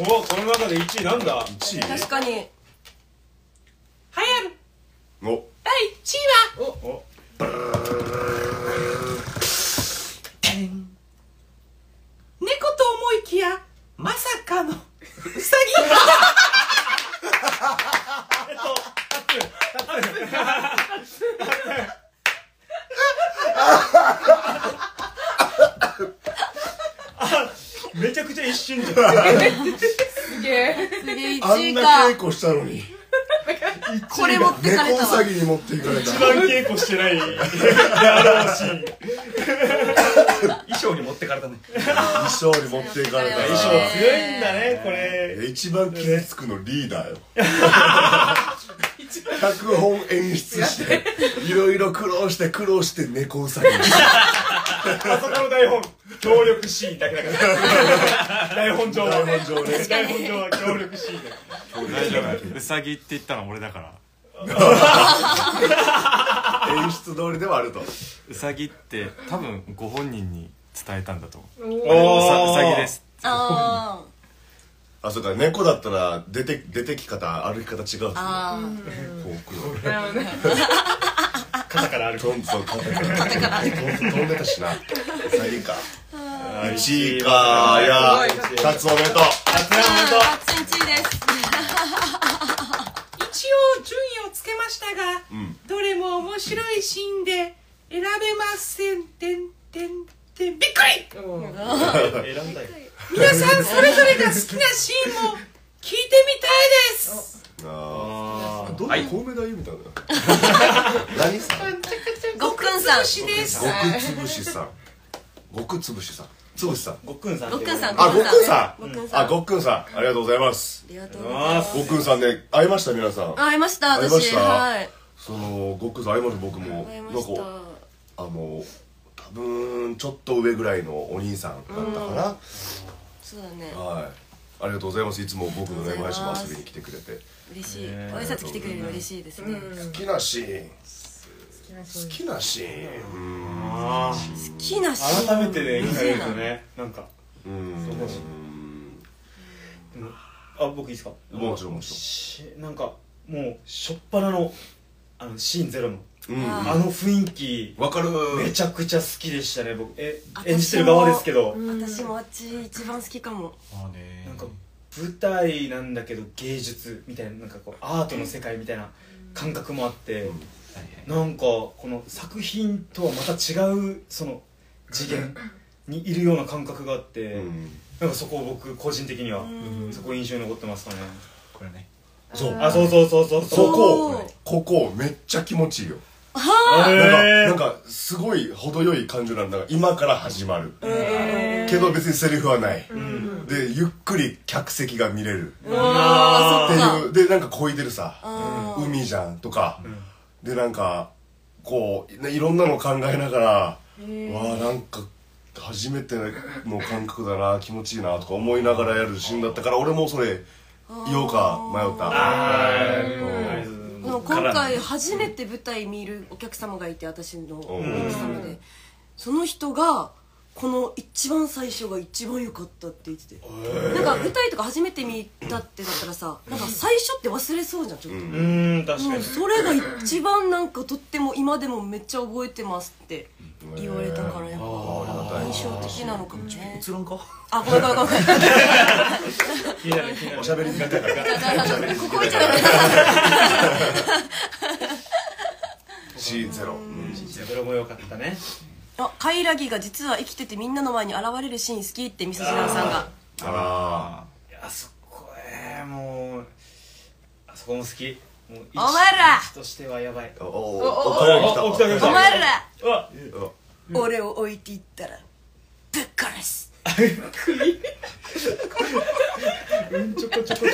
Speaker 4: おこの中で1位なんだ
Speaker 2: 1位
Speaker 3: 確かに
Speaker 5: はやる
Speaker 2: お
Speaker 5: 第1位は
Speaker 4: お
Speaker 5: 猫と思いきやまさかの
Speaker 4: めちゃくちゃ一瞬じゃん
Speaker 5: すげえ
Speaker 3: すげえ
Speaker 2: あ
Speaker 3: 1
Speaker 2: ん
Speaker 3: 位
Speaker 2: な
Speaker 3: か
Speaker 2: 稽古したのに
Speaker 3: これ持ってかれ
Speaker 2: 猫う
Speaker 3: たわ
Speaker 2: さぎに持っていかれた
Speaker 4: 一番稽古してない
Speaker 7: 衣装に持ってかれたね
Speaker 2: 衣装に持っていかれた
Speaker 3: 衣
Speaker 4: 衣
Speaker 2: な
Speaker 4: 装強いんだねこれ
Speaker 2: 一番傷つくのリーダーよ脚本演出していろいろ苦労して苦労して猫うさぎに
Speaker 4: あそこの台本協力シーンだけだから台本上は
Speaker 2: 台本上ね
Speaker 4: 台本上は協力シーンだから
Speaker 8: 大丈夫うさぎって言ったの俺だから
Speaker 2: 演出通りではあると
Speaker 8: うさぎって多分ご本人に伝えたんだと思ううさ
Speaker 4: お
Speaker 8: うさぎです
Speaker 3: あー
Speaker 2: あそうか猫だったら出て出てき方歩き方違うしねこ
Speaker 3: あー
Speaker 2: う来る
Speaker 5: なるほどね
Speaker 4: 肩から歩く
Speaker 2: トントン飛んで飛んでたしな最下
Speaker 4: あ
Speaker 2: 1位かいや2つおめでとう
Speaker 3: あー8センチです
Speaker 5: 一応順位をつけましたが、どれも面白いシーンで選べませんてんてんてんびっくり
Speaker 4: 選んだよ
Speaker 5: 皆さんそれぞれが好きなシーンも聞いてみたいです
Speaker 2: あ
Speaker 4: あ
Speaker 2: あどういうコウメ太夫みたいな何さん
Speaker 3: ごっくんさん
Speaker 5: しです
Speaker 2: 極つぶしさん極つぶしさんつぶしさん
Speaker 4: ーごっくんさん
Speaker 3: ごっくんさん
Speaker 2: あごっくんさ
Speaker 3: ごっくん
Speaker 2: ん
Speaker 3: さん
Speaker 2: あごっくんさんありがとうございます
Speaker 3: ありがとうございます
Speaker 2: ごっくんさんね会いました皆さん
Speaker 3: あ会いました
Speaker 2: 会いま
Speaker 3: 私
Speaker 2: した
Speaker 3: はい
Speaker 2: そのごっくんさん会いました僕も
Speaker 3: 会いま
Speaker 2: なん
Speaker 3: した
Speaker 2: かあの多分ちょっと上ぐらいのお兄さんだったかな
Speaker 3: そうだね
Speaker 2: はい、ありがとうございます。いつも僕のね、前島遊びに来てくれて。
Speaker 3: 嬉しいお挨拶来てくれるの嬉しいですね
Speaker 2: 好きなシーン。好きなシーン。
Speaker 4: あ
Speaker 3: 好きなシ
Speaker 4: ー
Speaker 3: ーン
Speaker 4: 改めてね聞かれるとねなんか
Speaker 2: うん。
Speaker 4: そうだしあ僕いいですか
Speaker 2: もちろんもち
Speaker 4: しなんかもうしょっぱなのあのシーンゼロの
Speaker 2: ろん。うん。
Speaker 4: あの雰囲気
Speaker 2: わかる。
Speaker 4: めちゃくちゃ好きでしたね僕え
Speaker 3: 私も
Speaker 4: 演じてる側ですけど
Speaker 3: 私もあっち一番好きかも
Speaker 6: まあね
Speaker 4: なんか舞台なんだけど芸術みたいななんかこうアートの世界みたいな感覚もあって、なんかこの作品とはまた違うその次元にいるような感覚があって、
Speaker 2: うん。
Speaker 4: なんかそこを僕個人的には、そこ印象に残ってますかね、
Speaker 6: これね
Speaker 2: そう。
Speaker 4: あそうそうそうそう
Speaker 2: そ
Speaker 3: お
Speaker 2: こ
Speaker 3: ー、
Speaker 2: ここめっちゃ気持ちいいよ。なんか、
Speaker 4: へー
Speaker 2: なんかすごい程よい感情なんだが今から始まる。けど別にセリフはない。でゆっくり客席が見れる。
Speaker 3: うわ
Speaker 2: って
Speaker 3: ーそっか
Speaker 2: いうでなんか漕いでるさ
Speaker 3: あ
Speaker 2: 海じゃんとか、でなんかこういいろんなの考えながらわあなんか初めての感覚だな気持ちいいなとか思いながらやるシーンだったから俺もそれ言おうか迷った
Speaker 4: はい
Speaker 3: でも今回初めて舞台見るお客様がいて私のお客様でその人がこの一番最初が一番良かったって言っててなんか舞台とか初めて見たってだったらさなんか最初って忘れそうじゃんちょっと
Speaker 4: うーん確か
Speaker 3: も
Speaker 4: に
Speaker 3: うそれが一番なんかとっても今でもめっちゃ覚えてますって言われたからやっぱ印象的なのかもね
Speaker 6: 映らんか
Speaker 3: あごめんごめんごめんご めん
Speaker 4: 気になる気になる
Speaker 2: おしゃべりになったから
Speaker 3: ここ置いちゃダメだ
Speaker 2: シーンゼロ、うん
Speaker 4: それも良かったね
Speaker 3: あカイラギが実は生きててみんなの前に現れるシーン好きってみそじらさん が
Speaker 2: あ
Speaker 4: いやあそこへもうあそこも好きもう一
Speaker 3: お前ら
Speaker 4: 一としてはやばい
Speaker 2: らおおおおお
Speaker 4: おお来た来
Speaker 3: お
Speaker 4: た
Speaker 3: 前ら
Speaker 4: うわ
Speaker 3: 俺を置いていったらぶっ殺す
Speaker 4: ちょこちょこちょこ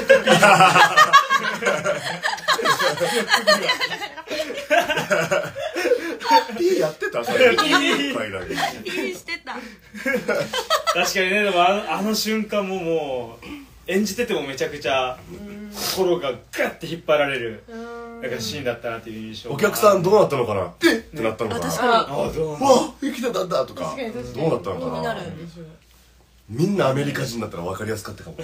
Speaker 2: ピーやってた最近
Speaker 4: ピー
Speaker 2: 回だけ
Speaker 3: いいしてた
Speaker 4: 確かにねでもあのあの瞬間ももう演じててもめちゃくちゃ心がガッて引っ張られるなんかシーンだったなっていう印象
Speaker 2: お客さん
Speaker 4: ど
Speaker 2: どうなったのかなえっってなったのか
Speaker 3: あ
Speaker 2: な
Speaker 3: 確
Speaker 2: わ
Speaker 3: か
Speaker 4: あどう
Speaker 2: あ生きてたんだとか
Speaker 5: 確かに確か
Speaker 2: どう
Speaker 5: に
Speaker 2: なったの
Speaker 3: に気
Speaker 2: か
Speaker 3: に
Speaker 2: な
Speaker 3: なる
Speaker 2: みんなアメリカ人だったら分かりやすかったかも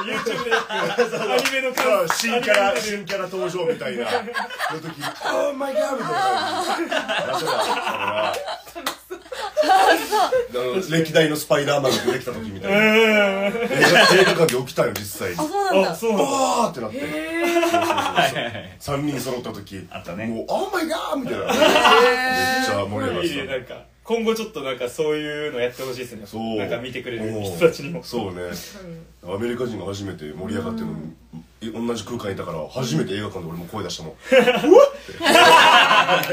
Speaker 4: アニメの感
Speaker 2: あ新キャラ新キャラ登場みたいなの時「Oh my god」みたいな話だったからあの歴代のスパイダーマンが出てきた時みたいな 映画館で起きたよ実際に
Speaker 3: あそうなんだ
Speaker 4: そうなんだ
Speaker 2: あーってなってそうそうそう3人揃った時
Speaker 9: あったね
Speaker 2: もう「Oh my god」みたいなめっちゃ盛り上がっ
Speaker 4: いいね
Speaker 2: てた
Speaker 4: なんか今後ちょっとなんかそういうのやってほしいですね
Speaker 2: そう
Speaker 4: なんか見てくれる人たちにも
Speaker 2: そうねアメリカ人が初めて盛り上がってるのに同じ空間にいたから初めて映画館で俺も声出 したもん高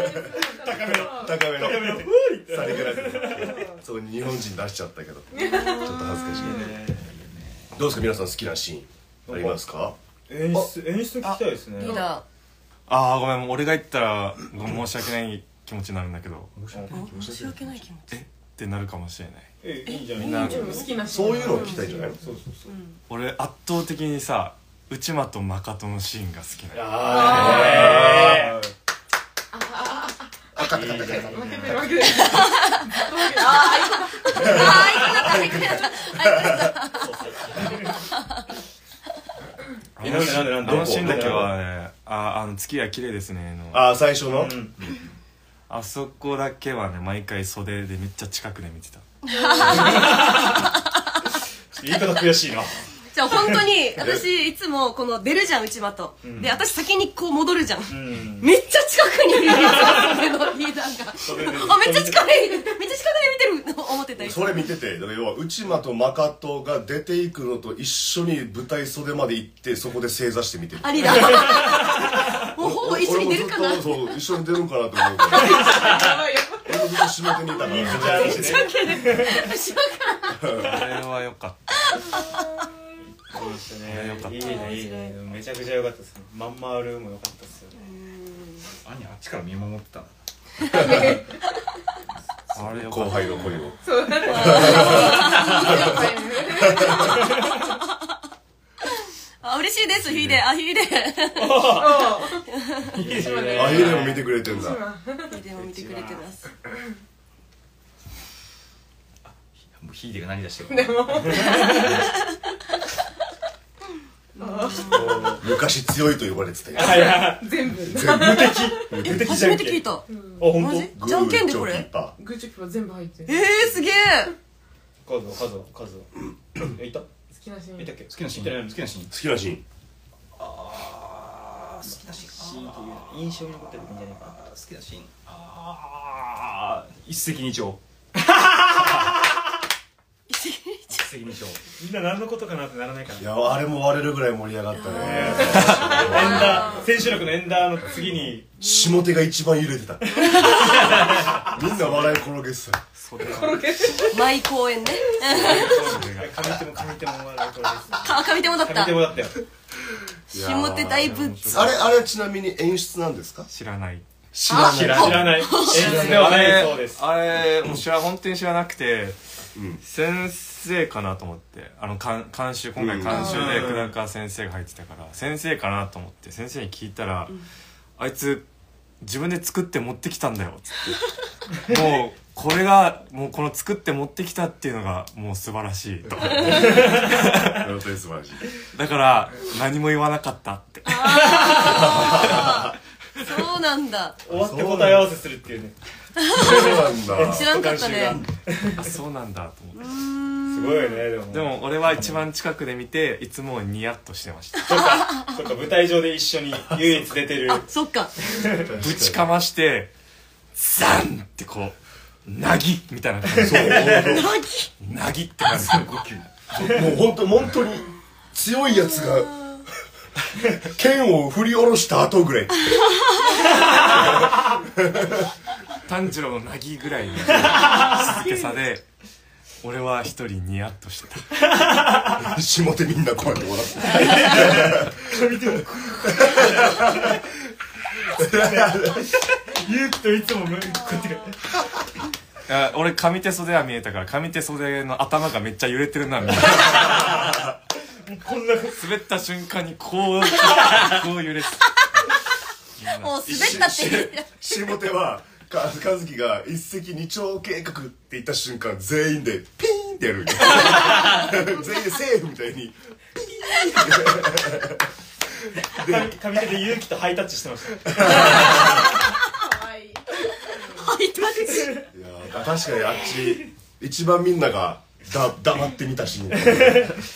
Speaker 2: めの高めのさりげなくそう日本人出しちゃったけどちょっと恥ずかしいねどうですか皆さん好きなシーンありますか
Speaker 4: 演出演出聞きたいですね
Speaker 3: リーダ
Speaker 7: ああごめんもう俺が言ったら申し訳ない気持ちになるんだけど
Speaker 3: ー申し訳ない気持ち
Speaker 7: えってなるかもしれない
Speaker 4: えいいんじゃない
Speaker 7: みんな
Speaker 5: でも好きな人
Speaker 2: そういうのを聞きたいんじゃないの
Speaker 4: そうそうそう
Speaker 7: 俺圧倒的にさ内間とマカトのシーンが好きなの
Speaker 4: あ
Speaker 5: 負けてる負けてる
Speaker 3: ああいくなか
Speaker 7: あ
Speaker 4: え
Speaker 7: のシーン
Speaker 4: なんでなんでなんで
Speaker 7: あのシーンだけはねああの月が綺麗ですねの
Speaker 2: ああ最初の、
Speaker 4: ーうん
Speaker 7: あそこだけはね毎回袖でめっちゃ近くで見てた
Speaker 4: 言い方悔しいな
Speaker 3: じゃあ本当に私いつもこの出るじゃん内間と、で私先にこう戻るじゃん、
Speaker 4: うん
Speaker 3: めっちゃ近くにいるのリーダーがあめっ
Speaker 4: れで
Speaker 3: ちゃ近くにめっちゃ近くで見てるの思ってたいつ
Speaker 2: そ
Speaker 3: も
Speaker 2: れ見ててだから要は内間とマカトが出ていくのと一緒に舞台袖まで行ってそこで正座して見てる
Speaker 3: あ りだもうほぼ一緒に出るかな
Speaker 2: 俺もずっとそう一緒に出るんかなと思うから俺もずっと仕事にいたから
Speaker 4: じゃあね
Speaker 7: あれは良かった
Speaker 4: そうです
Speaker 7: いや
Speaker 4: ね
Speaker 7: よかった
Speaker 4: いいねいいねめちゃくちゃ良かったですまんまーるも良かったですよね
Speaker 10: 兄あっちから見守ってたん だ
Speaker 7: あれ良か
Speaker 2: 後
Speaker 7: っ
Speaker 2: 輩の恋を
Speaker 5: そうなる
Speaker 3: あ嬉しいですヒデあヒデ
Speaker 2: あゆでも見てくれてんだ
Speaker 3: ヒデも見てくれてます
Speaker 10: もうヒーデが何出してるか
Speaker 2: 昔強いと呼ばれてたよ
Speaker 4: はいはい
Speaker 5: 全部
Speaker 2: 全部無敵
Speaker 3: え
Speaker 2: 無敵
Speaker 3: 初めて聞いた
Speaker 4: あ本
Speaker 3: マ
Speaker 4: 当
Speaker 3: ジじゃんけんでこ
Speaker 2: グーチョキ
Speaker 3: れ
Speaker 2: パ
Speaker 5: グーチョキは全部入って
Speaker 3: え
Speaker 5: る
Speaker 3: ー、すげえ
Speaker 4: 数を数を数をえいた
Speaker 5: 好きなシ
Speaker 4: いた
Speaker 5: ー
Speaker 4: っけ好
Speaker 10: 好きなシ
Speaker 4: いた
Speaker 10: ーン好きなシーン
Speaker 2: ー好きなシーン
Speaker 9: 好きなシーン
Speaker 4: という印象に残ってるんじゃないかな
Speaker 9: 好きなシーン
Speaker 10: ああ一石二鳥一石二鳥
Speaker 4: みんな何のことかなってならないかない
Speaker 2: やあれも割れるぐらい盛り上がったね
Speaker 4: エンダー千秋楽のエンダーの次に
Speaker 2: 下手が一番揺れて たみんな笑い転げてた
Speaker 3: 毎公演ね
Speaker 4: 上手も上手も笑うこれ
Speaker 3: か上手もだっ
Speaker 4: です上
Speaker 3: た
Speaker 4: 手もだったよ
Speaker 3: 下手だいぶ
Speaker 2: あれあれちなみに演出なんですか
Speaker 7: た知らない
Speaker 2: 知ら
Speaker 4: 知ら知らない演出ではないそうです
Speaker 7: あれもう知ら本当に知らなくて、
Speaker 2: うん
Speaker 7: 先生かなと思ってあのかん監修今回監修で久高先生が入ってたから、先生かなと思って先生に聞いたら、あいつ自分で作って持ってきたんだよつって もうこれがもうこの作って持ってきたっていうのがもう素晴らしいと
Speaker 2: 本当に素晴らしい
Speaker 7: だから何も言わなかったって
Speaker 3: そうなんだ
Speaker 4: 終わって答え合わせするっていうね
Speaker 2: そうなんだ
Speaker 3: 知らんかったね
Speaker 7: あそうなんだと思って
Speaker 4: すごいねでも
Speaker 7: でも俺は一番近くで見ていつもニヤッとしてました
Speaker 4: そっかそっか舞台上で一緒に唯一出てる
Speaker 3: あそっか
Speaker 7: ぶちかましてザンってこうなぎみたいな感じなぎって感じ
Speaker 2: もう本当本当に強いやつが 剣を振り下ろした後ぐらい
Speaker 7: 炭治郎のなぎぐらいの静けさで俺は一人ニヤッとしてた
Speaker 2: 下手みんなこうやって笑って
Speaker 4: ゆうきといつもこうやってる
Speaker 8: あ俺上手袖は見えたから上手袖の頭がめっちゃ揺れてるなみたいな
Speaker 4: こんな
Speaker 8: 滑った瞬間にこうこう揺れて
Speaker 3: もう滑ったって 言って
Speaker 2: 下手はか和樹が一石二鳥計画って言った瞬間全員でピーンってやるんよ 全員でセーフみたいに
Speaker 4: 髪手で勇気とハイタッチしてま した
Speaker 11: 可愛い
Speaker 3: はいタッチ
Speaker 2: いやー確かにあっち一番みんながだ黙ってみたし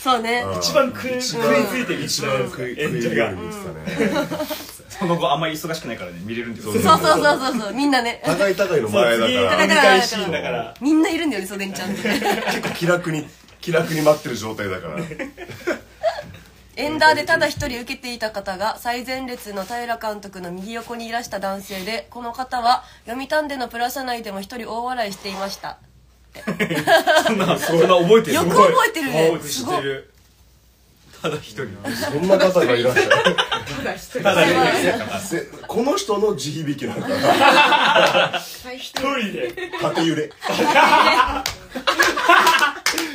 Speaker 3: そうね
Speaker 2: 一
Speaker 4: 番食い
Speaker 2: 一
Speaker 4: 食いついてる
Speaker 2: 一番食い食い
Speaker 4: 演者
Speaker 2: 入
Speaker 4: が
Speaker 2: れるんですかね
Speaker 7: その後あんまり忙しくないからね見れるんですよ
Speaker 2: そう
Speaker 3: そうそうそうそうそうみんなね
Speaker 2: 高い高いの前だ
Speaker 4: 次
Speaker 2: か
Speaker 4: 飲み会シーンだから
Speaker 3: みんないるんだよね袖にちゃんと
Speaker 2: ら結構気楽に気楽に待ってる状態だから
Speaker 3: エンダーでただ一人受けていた方が最前列の平監督の右横にいらした男性でこの方は読谷でのプラス内でも一人大笑いしていました
Speaker 4: そんなそんな覚えてる
Speaker 3: よく覚えてるね
Speaker 4: 覚え
Speaker 3: すごい
Speaker 4: てる
Speaker 2: そんな方がいらっしゃる
Speaker 11: ただ一人
Speaker 4: ただね
Speaker 2: せこの人の地響きなんか
Speaker 11: 最低
Speaker 4: 一人で
Speaker 2: 縦揺れ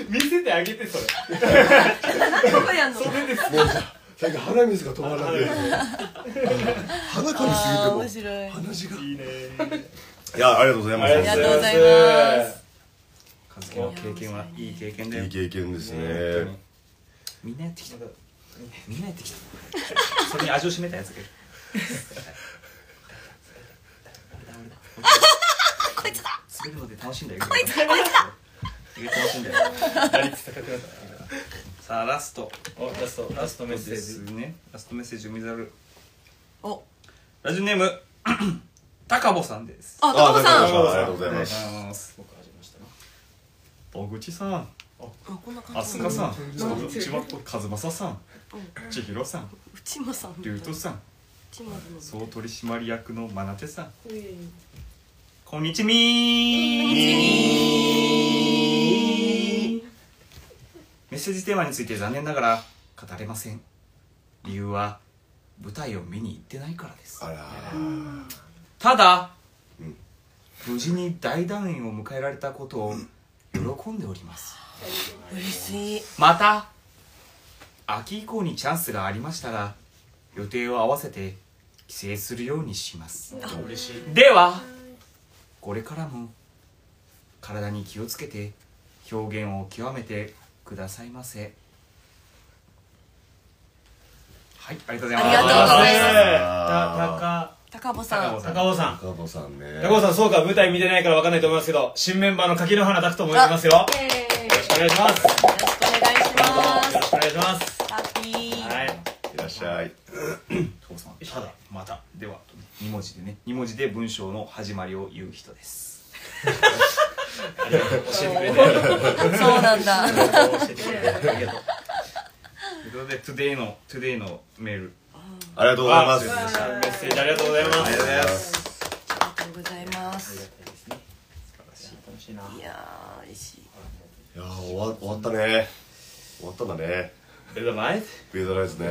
Speaker 4: 見せてあげてそれ
Speaker 3: どこやんの
Speaker 2: もうさ最近鼻水が止まらなくて鼻か
Speaker 3: あー
Speaker 2: み
Speaker 3: 面
Speaker 2: すぎて
Speaker 3: 白い
Speaker 2: も鼻血が
Speaker 4: いいね
Speaker 2: いやありがとうございま
Speaker 4: あり
Speaker 3: が
Speaker 4: が
Speaker 3: とう
Speaker 4: とう
Speaker 3: ご
Speaker 4: ご
Speaker 3: ざ
Speaker 4: ざ
Speaker 3: い
Speaker 4: い
Speaker 3: ま
Speaker 4: ますす
Speaker 6: 和樹
Speaker 7: こ
Speaker 6: も
Speaker 7: の経験はいい経験だ
Speaker 2: い
Speaker 7: よ
Speaker 2: い経験ですね
Speaker 6: みんなやってきたみんなやってきた
Speaker 7: それに味を占めたやつがいる
Speaker 3: こいつだ
Speaker 7: 滑るので楽しいんだよこいつこいつだ楽しいんだよ
Speaker 4: 打率高くなった
Speaker 7: さあラスト
Speaker 4: おラストラストメッセ
Speaker 7: で
Speaker 4: ージ
Speaker 7: すねラストメッセージを見ざる
Speaker 3: お
Speaker 7: ラジオネーム高ボさんです
Speaker 3: あ高野さん
Speaker 2: あありがとうございます
Speaker 7: す
Speaker 4: 僕始めましたな
Speaker 7: 小口さん
Speaker 3: あこんな感
Speaker 7: あ
Speaker 3: じ
Speaker 7: すかさん
Speaker 11: うん
Speaker 7: 千葉と和正さん千尋さん
Speaker 3: 内間さん
Speaker 7: 龍斗さん
Speaker 3: 内間さん
Speaker 7: 総取締役の真ナテさん
Speaker 11: うん
Speaker 7: こんにちみーメッセージテーマについて残念ながら語れません理由は舞台を見に行ってないからです
Speaker 2: あら
Speaker 7: ただ、
Speaker 2: うん
Speaker 7: 無事に大団円を迎えられたことを喜んでおります
Speaker 3: 嬉しい
Speaker 7: また秋以降にチャンスがありましたら予定を合わせて帰省するようにします
Speaker 4: 嬉しい
Speaker 7: ではこれからも体に気をつけて表現を極めてくださいませはいありがとうございます
Speaker 3: ありがとうございます
Speaker 4: た
Speaker 3: 高尾さん
Speaker 4: たか高尾さん
Speaker 2: 加藤さんね
Speaker 4: 高尾さんそうか舞台見てないからわかんないと思いますけど新メンバーの柿の花拓と思いますよよ
Speaker 3: イエーイよ
Speaker 4: ろしくお願いしますよ
Speaker 3: ろしくお願いします
Speaker 4: ろしくお願いします
Speaker 3: ハッピー
Speaker 4: はい
Speaker 2: いらっしゃい
Speaker 7: 父さんただまたでは2文字でね2文字で文章の始まりを言う人です
Speaker 4: 教えてくれてありがと
Speaker 3: そうなんだ
Speaker 4: う教えてくれてありがとう
Speaker 7: ということで today の today のメール
Speaker 2: ありがとうございます
Speaker 4: わあメッセージありがとうございま
Speaker 2: あ
Speaker 4: す
Speaker 2: りがとうございます
Speaker 3: ありがとうございます
Speaker 4: 楽しいない
Speaker 3: やー嬉しい
Speaker 2: いやー終わ終わったね終わったんだね
Speaker 4: ベルダマイズ
Speaker 2: ビートライズね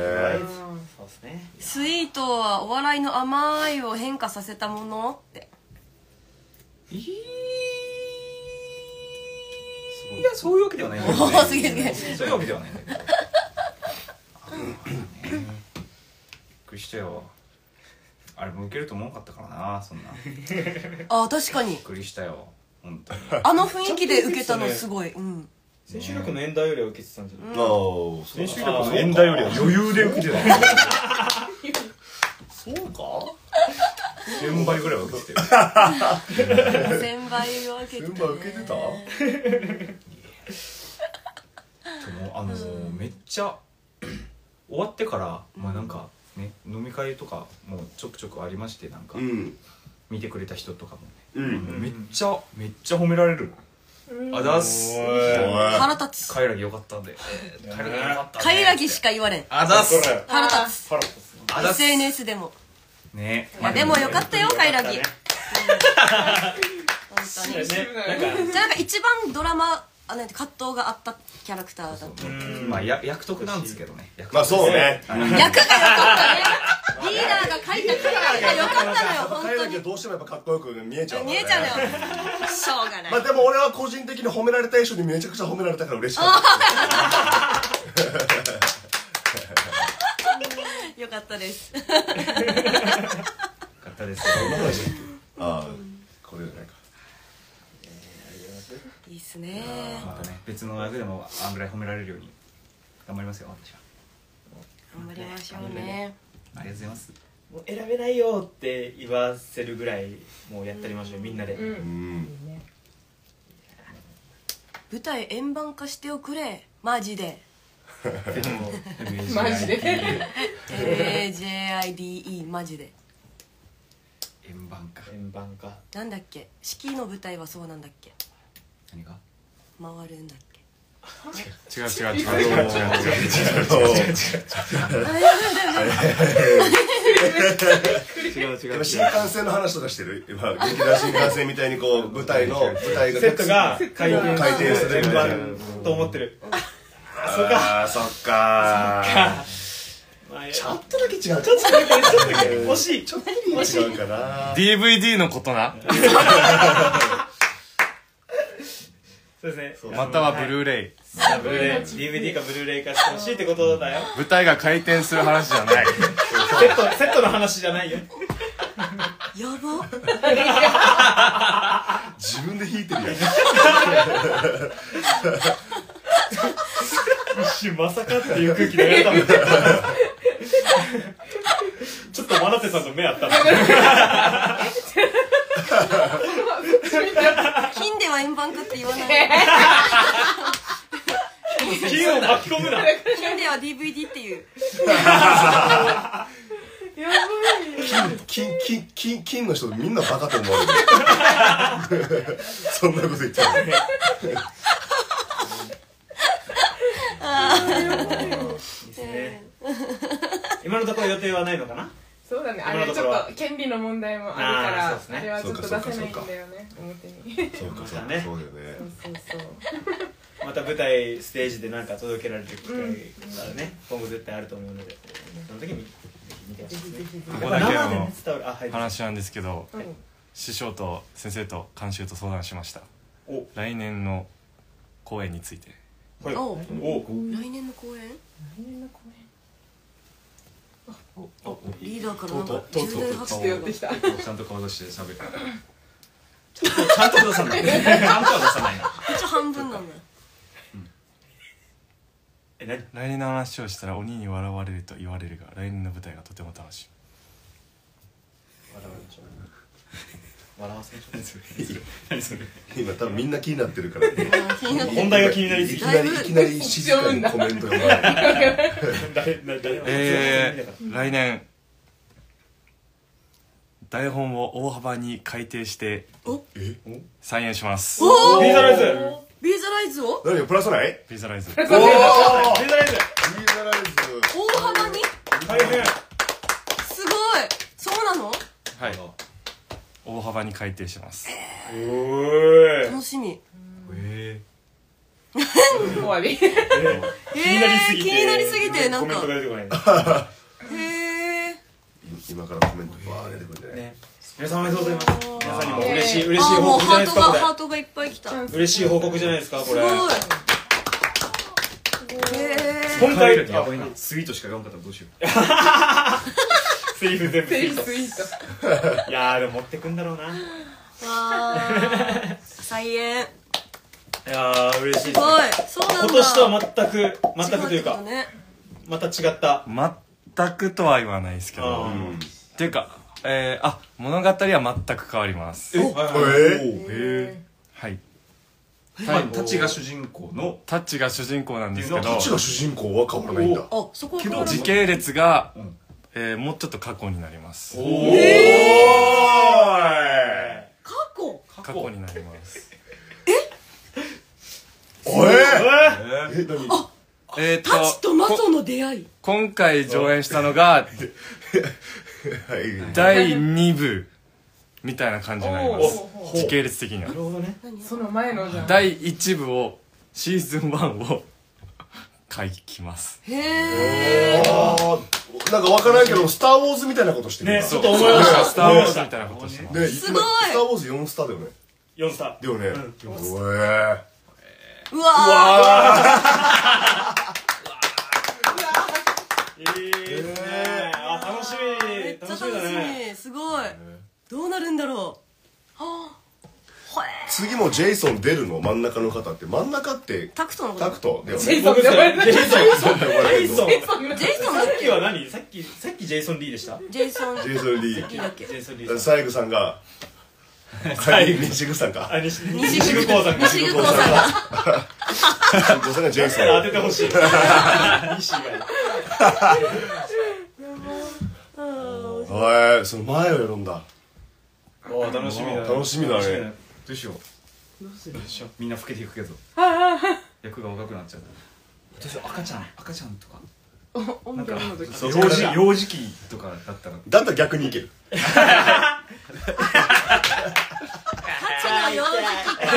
Speaker 4: そうですね
Speaker 3: スイートはお笑いの甘いを変化させたものって
Speaker 7: いやそういうわけではないんだけ
Speaker 3: お
Speaker 7: ど
Speaker 3: おすげえすげえ
Speaker 7: そういうわけではないんだけどあのねびっくりしたよあれも受けると思わなかったからなそんなびっ
Speaker 3: あー確かに
Speaker 7: くりしたよ本当に
Speaker 3: あの雰囲気で受けたのすごいうん
Speaker 4: 先週力の演題よりは受けてたんじゃない
Speaker 2: ああ
Speaker 7: 練習
Speaker 2: そ
Speaker 4: 力
Speaker 7: 力の
Speaker 4: の
Speaker 7: 演題よりは余裕で受けて たよ
Speaker 2: うか
Speaker 7: 4倍ぐらいは受けてたよ
Speaker 3: 1000倍を受けて
Speaker 2: 全
Speaker 3: た
Speaker 2: 部
Speaker 3: ね
Speaker 2: 受けてた
Speaker 7: でもあのーめっちゃ 終わってからまあなんかね飲み会とかもちょくちょくありましてなんか
Speaker 2: うん
Speaker 7: 見てくれた人とかも
Speaker 2: う
Speaker 7: ね
Speaker 2: ん
Speaker 7: めっちゃめっちゃ褒められるあざっす
Speaker 3: 腹立つ
Speaker 7: カイラギよかったんでカイラギよかったね
Speaker 3: カイラギしか言われん
Speaker 7: あざっす
Speaker 3: 腹立つ
Speaker 7: あざっす
Speaker 3: SNS でも
Speaker 7: ね
Speaker 3: いやでもよかったよカイラギ
Speaker 4: ね
Speaker 3: 本当に
Speaker 4: なんか
Speaker 3: じゃあなんか一番ドラマあなんて葛藤があったキャラクターだった
Speaker 7: まあや役得なんですけどね役得
Speaker 2: まあそうね
Speaker 3: 役が良かったねリーダーが書いたキャラが良かったのよ本
Speaker 2: 変え
Speaker 3: 当
Speaker 2: なき
Speaker 3: に
Speaker 2: ゃどうしてもやっぱかっこよく見えちゃうから
Speaker 3: 見
Speaker 2: ね
Speaker 3: えちゃうのよしょうがない
Speaker 2: まあでも俺は個人的に褒められたい人にめちゃくちゃ褒められたから嬉しかった
Speaker 3: 良かったです
Speaker 7: かったです
Speaker 2: ああこれじゃないか
Speaker 3: いいっすね
Speaker 6: またね別の役でもあんぐらい褒められるように頑張りますよ私は
Speaker 3: 頑張りましょうね
Speaker 6: ありがとうございます
Speaker 4: もう選べないよって言わせるぐらいもうやったりましょうみんなで、
Speaker 11: うん
Speaker 2: うん
Speaker 3: 舞台円盤化しておくれマジで
Speaker 11: マジで
Speaker 3: AJIDE マジで
Speaker 6: 円盤か
Speaker 4: 円盤か
Speaker 3: なんだっけ式の舞台はそうなんだっけ
Speaker 6: 何が
Speaker 3: 回るんだっけ
Speaker 8: 違う違う違う違う違う違う
Speaker 4: 違う違う
Speaker 2: で
Speaker 4: 違
Speaker 2: も
Speaker 4: う
Speaker 2: 新幹線の話とかしてる今劇団新幹線みたいにこう舞 台の舞台が
Speaker 4: セットが回転
Speaker 2: 回転する
Speaker 4: 円
Speaker 2: みたいな
Speaker 4: 盤と思ってる
Speaker 2: ああそっか
Speaker 4: ち
Speaker 2: ちょ
Speaker 4: ょ
Speaker 2: っとだけ違うちょっと
Speaker 4: 惜しい
Speaker 2: だけ違 うかな
Speaker 8: DVD のことな
Speaker 4: そうですね
Speaker 8: またはブルーレイ
Speaker 4: あのブルーレイ DVD かブルーレイかしてほしいってことだよ
Speaker 8: 舞台が回転する話じゃない
Speaker 4: セットセットの話じゃないよ
Speaker 3: やば
Speaker 2: 自分で弾いてるやん
Speaker 4: 一瞬まさかっていう空気でやったもんちょっとマナテさんの目あったもん
Speaker 3: 金では円盤化って言わない
Speaker 4: 金を巻き込むな
Speaker 3: 金では DVD っていう
Speaker 11: やばい
Speaker 2: 金金金金の人みんなバカと思われる そんなこと言ってない
Speaker 4: 今のところ予定はないのかな
Speaker 11: そうだねあ
Speaker 4: 今の
Speaker 11: れ
Speaker 4: と
Speaker 11: ちょ
Speaker 4: ころは
Speaker 11: っと権利の問題もあるからあ,、
Speaker 4: あーそうですね
Speaker 11: れはちょっと出せないん
Speaker 2: そうか
Speaker 11: だよね表に
Speaker 2: そうかそうか
Speaker 4: またね
Speaker 2: そうだよね
Speaker 11: そうそうそう
Speaker 4: また舞台ステージでなんか届けられる機会がね、今後絶対あると思うのでその時にぜひ見てほしいですね
Speaker 8: ここだけ
Speaker 4: やっぱ生
Speaker 8: の
Speaker 4: で伝わるあはい
Speaker 8: 話なんですけど
Speaker 11: うん
Speaker 8: 師匠と先生と監修と相談しました
Speaker 4: お
Speaker 8: 来年の公演について
Speaker 4: これ
Speaker 3: おう
Speaker 4: お
Speaker 3: 来年の公演
Speaker 11: 来年の公演
Speaker 3: リーダーからなんか重大
Speaker 11: ち
Speaker 3: 発
Speaker 11: ょっと
Speaker 3: 表
Speaker 11: 寄っ
Speaker 3: が
Speaker 11: てきた
Speaker 6: ちゃんと顔出して喋る
Speaker 7: ちゃんと出さな いちゃんとは出さないな
Speaker 3: 一応半分なんだよ
Speaker 4: え何
Speaker 8: 来年の話をしたら鬼に笑われると言われるが来年の舞台がとても楽し
Speaker 4: 笑わせましょう
Speaker 2: 今多分みんな気になってるからね
Speaker 3: 気になって
Speaker 4: 本題が気になりす
Speaker 2: い
Speaker 4: ぎ
Speaker 2: き
Speaker 4: て
Speaker 2: なりいきなり静かにコメントが回る
Speaker 4: 誰誰誰
Speaker 8: みえー、来年台本を大幅に改訂して
Speaker 3: お
Speaker 8: 再演します
Speaker 3: お
Speaker 4: ビ
Speaker 3: ー
Speaker 4: ーザライズ
Speaker 3: ビーザライズを
Speaker 2: 何よプラスない
Speaker 8: ビザライ ズ
Speaker 2: おお
Speaker 4: ビーザライ
Speaker 2: リ
Speaker 4: ズ
Speaker 2: ーダライズ
Speaker 3: 大幅に
Speaker 4: 大変
Speaker 3: すごいそうなの
Speaker 8: はい大幅に改訂します
Speaker 4: おーい
Speaker 3: 楽しみ
Speaker 8: え
Speaker 11: 終わり
Speaker 3: 気
Speaker 4: 気になりすぎて
Speaker 3: 気になりすぎてなん
Speaker 4: コメン
Speaker 3: か
Speaker 4: トが出てこない
Speaker 3: へえ
Speaker 2: 今からコメントバー出てくるんじゃない
Speaker 4: ね皆さんおめでとうございます皆さんにも嬉しい嬉しい
Speaker 3: あーもう
Speaker 4: 報告じゃ
Speaker 3: ハ
Speaker 4: な
Speaker 3: ー
Speaker 4: いです
Speaker 3: トがハ
Speaker 4: か
Speaker 3: ートがいっぱい来たす
Speaker 4: これ嬉しい報告じゃないですかこ
Speaker 3: ご
Speaker 4: れ
Speaker 3: いへ
Speaker 4: 今回
Speaker 6: やばいなスイートしか頑張ったらどうしよう
Speaker 4: セリフ全部
Speaker 11: セ
Speaker 4: セ
Speaker 11: リ
Speaker 4: リ
Speaker 11: フ
Speaker 4: フ
Speaker 11: スイート
Speaker 4: いやーでも持ってくんだろうな
Speaker 3: えわあ 再演
Speaker 4: いやー嬉し
Speaker 3: す
Speaker 4: いですね
Speaker 3: ごいそうなんだ
Speaker 4: 今年とは全く全くという
Speaker 3: 違って
Speaker 4: か
Speaker 3: ことね
Speaker 4: また違った
Speaker 8: 全くとは言わないですけど
Speaker 4: あー
Speaker 8: っていうかえー、あ物語は全く変わります
Speaker 2: え
Speaker 8: はい
Speaker 7: まあたちが主人公の
Speaker 8: タッチが主人公なんですけど
Speaker 2: どっちが主人公は変わらないんだ
Speaker 3: あそこは変わらない
Speaker 8: 時系列が、えーもうちょっと過去になります
Speaker 3: 過去
Speaker 8: 過去になります
Speaker 2: おえ
Speaker 4: え
Speaker 2: え何
Speaker 8: えっ、ー、
Speaker 3: タチ
Speaker 8: と
Speaker 3: とマソの出会い
Speaker 8: 今回上演したのが
Speaker 2: はい
Speaker 8: 第2部みたいな感じになりま
Speaker 11: おうおうお
Speaker 8: す時系列的には
Speaker 4: なるほどね
Speaker 11: その前のじゃん
Speaker 8: 第1部をシーズン1を 書きます
Speaker 3: へえ
Speaker 2: あーなんかわからんけど「スター・ウォーズ」みたいなことしてる
Speaker 1: ね
Speaker 2: 今
Speaker 1: ちょっと思いま した
Speaker 8: スター・ウォーズみたいなことしてます
Speaker 2: ね
Speaker 3: すごい
Speaker 2: 今スター・ウォーズ4スターだよね
Speaker 1: 4スター
Speaker 2: だよねうわ
Speaker 3: うわ
Speaker 1: いいですねあ楽し
Speaker 3: ーめっ
Speaker 1: み
Speaker 3: ちゃ
Speaker 1: 楽し
Speaker 3: 楽し
Speaker 1: みだね
Speaker 3: みすごいどうなるんだろうはあへえ
Speaker 2: 次もジェイソン出るの真ん中の方って真ん中って
Speaker 3: タクトのこと
Speaker 2: タクトだよ
Speaker 11: ジェ
Speaker 2: ね
Speaker 11: イソンって呼ばれてる
Speaker 4: ジェイソン
Speaker 2: ジェ
Speaker 4: イソン
Speaker 11: ジェイソンが
Speaker 3: ジェイソン
Speaker 4: さ
Speaker 3: だっ
Speaker 4: っき
Speaker 3: け
Speaker 4: は何さっきさっきジェイソン・リーでした
Speaker 3: ジェイソン
Speaker 2: ジェイソン・リ
Speaker 3: だっけ
Speaker 4: ジェイソン・リー
Speaker 2: ー
Speaker 4: さん
Speaker 2: サイグさんが
Speaker 4: 最後
Speaker 2: 西口さんか
Speaker 4: あ西西口鉱山
Speaker 3: 西口さんが
Speaker 2: 西口さんがジェイソ
Speaker 4: 当て
Speaker 2: ン
Speaker 4: てほしい西以外
Speaker 2: はいその前を選んだ
Speaker 4: おー楽しみだね
Speaker 2: 楽しみだね
Speaker 4: 楽だ
Speaker 7: どうしようどうしようみんな老けていくけど役が若くなっちゃうどうしよう赤ちゃん赤ちゃんとか
Speaker 11: 音楽の時
Speaker 7: そう幼児幼児期とかだったら
Speaker 2: だったら逆にいけ る
Speaker 3: タチの幼児期かタ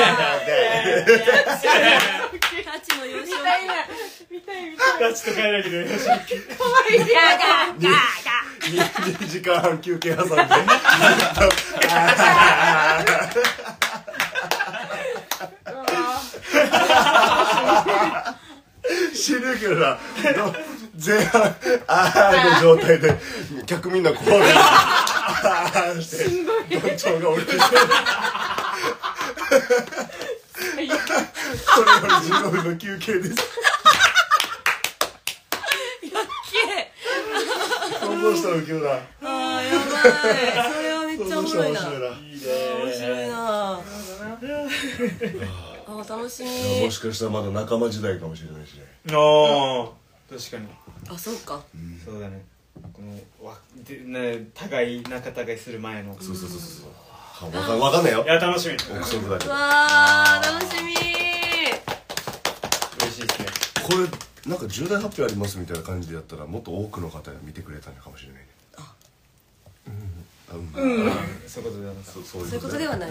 Speaker 3: チの幼少期
Speaker 11: 見たいな見たい見たい
Speaker 4: ガチと変えなきゃいけない
Speaker 11: 可愛いい
Speaker 2: 2時間半休憩挟んで死ぬけどなど前半あーの状態で客みんなこうであーしてどんちょうが起きてそれより15分の休憩です想像したらウケるな
Speaker 3: ああやばいそれはめっちゃ
Speaker 2: 想像
Speaker 3: おも
Speaker 2: したら
Speaker 3: ろ
Speaker 2: 面白い
Speaker 3: いな
Speaker 2: な
Speaker 3: 面白いなあー楽しみ
Speaker 2: もしかしたらまだ仲間時代かもしれないしね
Speaker 4: おー確かに
Speaker 3: あそうか
Speaker 4: そうだねこのわでね互い仲違いする前の
Speaker 2: そうそうそうそうわかわかんないよ
Speaker 4: いや楽しみ
Speaker 2: 憶測だけど
Speaker 3: わあ楽しみ
Speaker 4: 嬉しいですね
Speaker 2: これなんか重大発表ありますみたいな感じでやったらもっと多くの方が見てくれたのかもしれないねあうん、うん、
Speaker 4: そういうことでなんか
Speaker 2: そうそう
Speaker 3: そういうことではない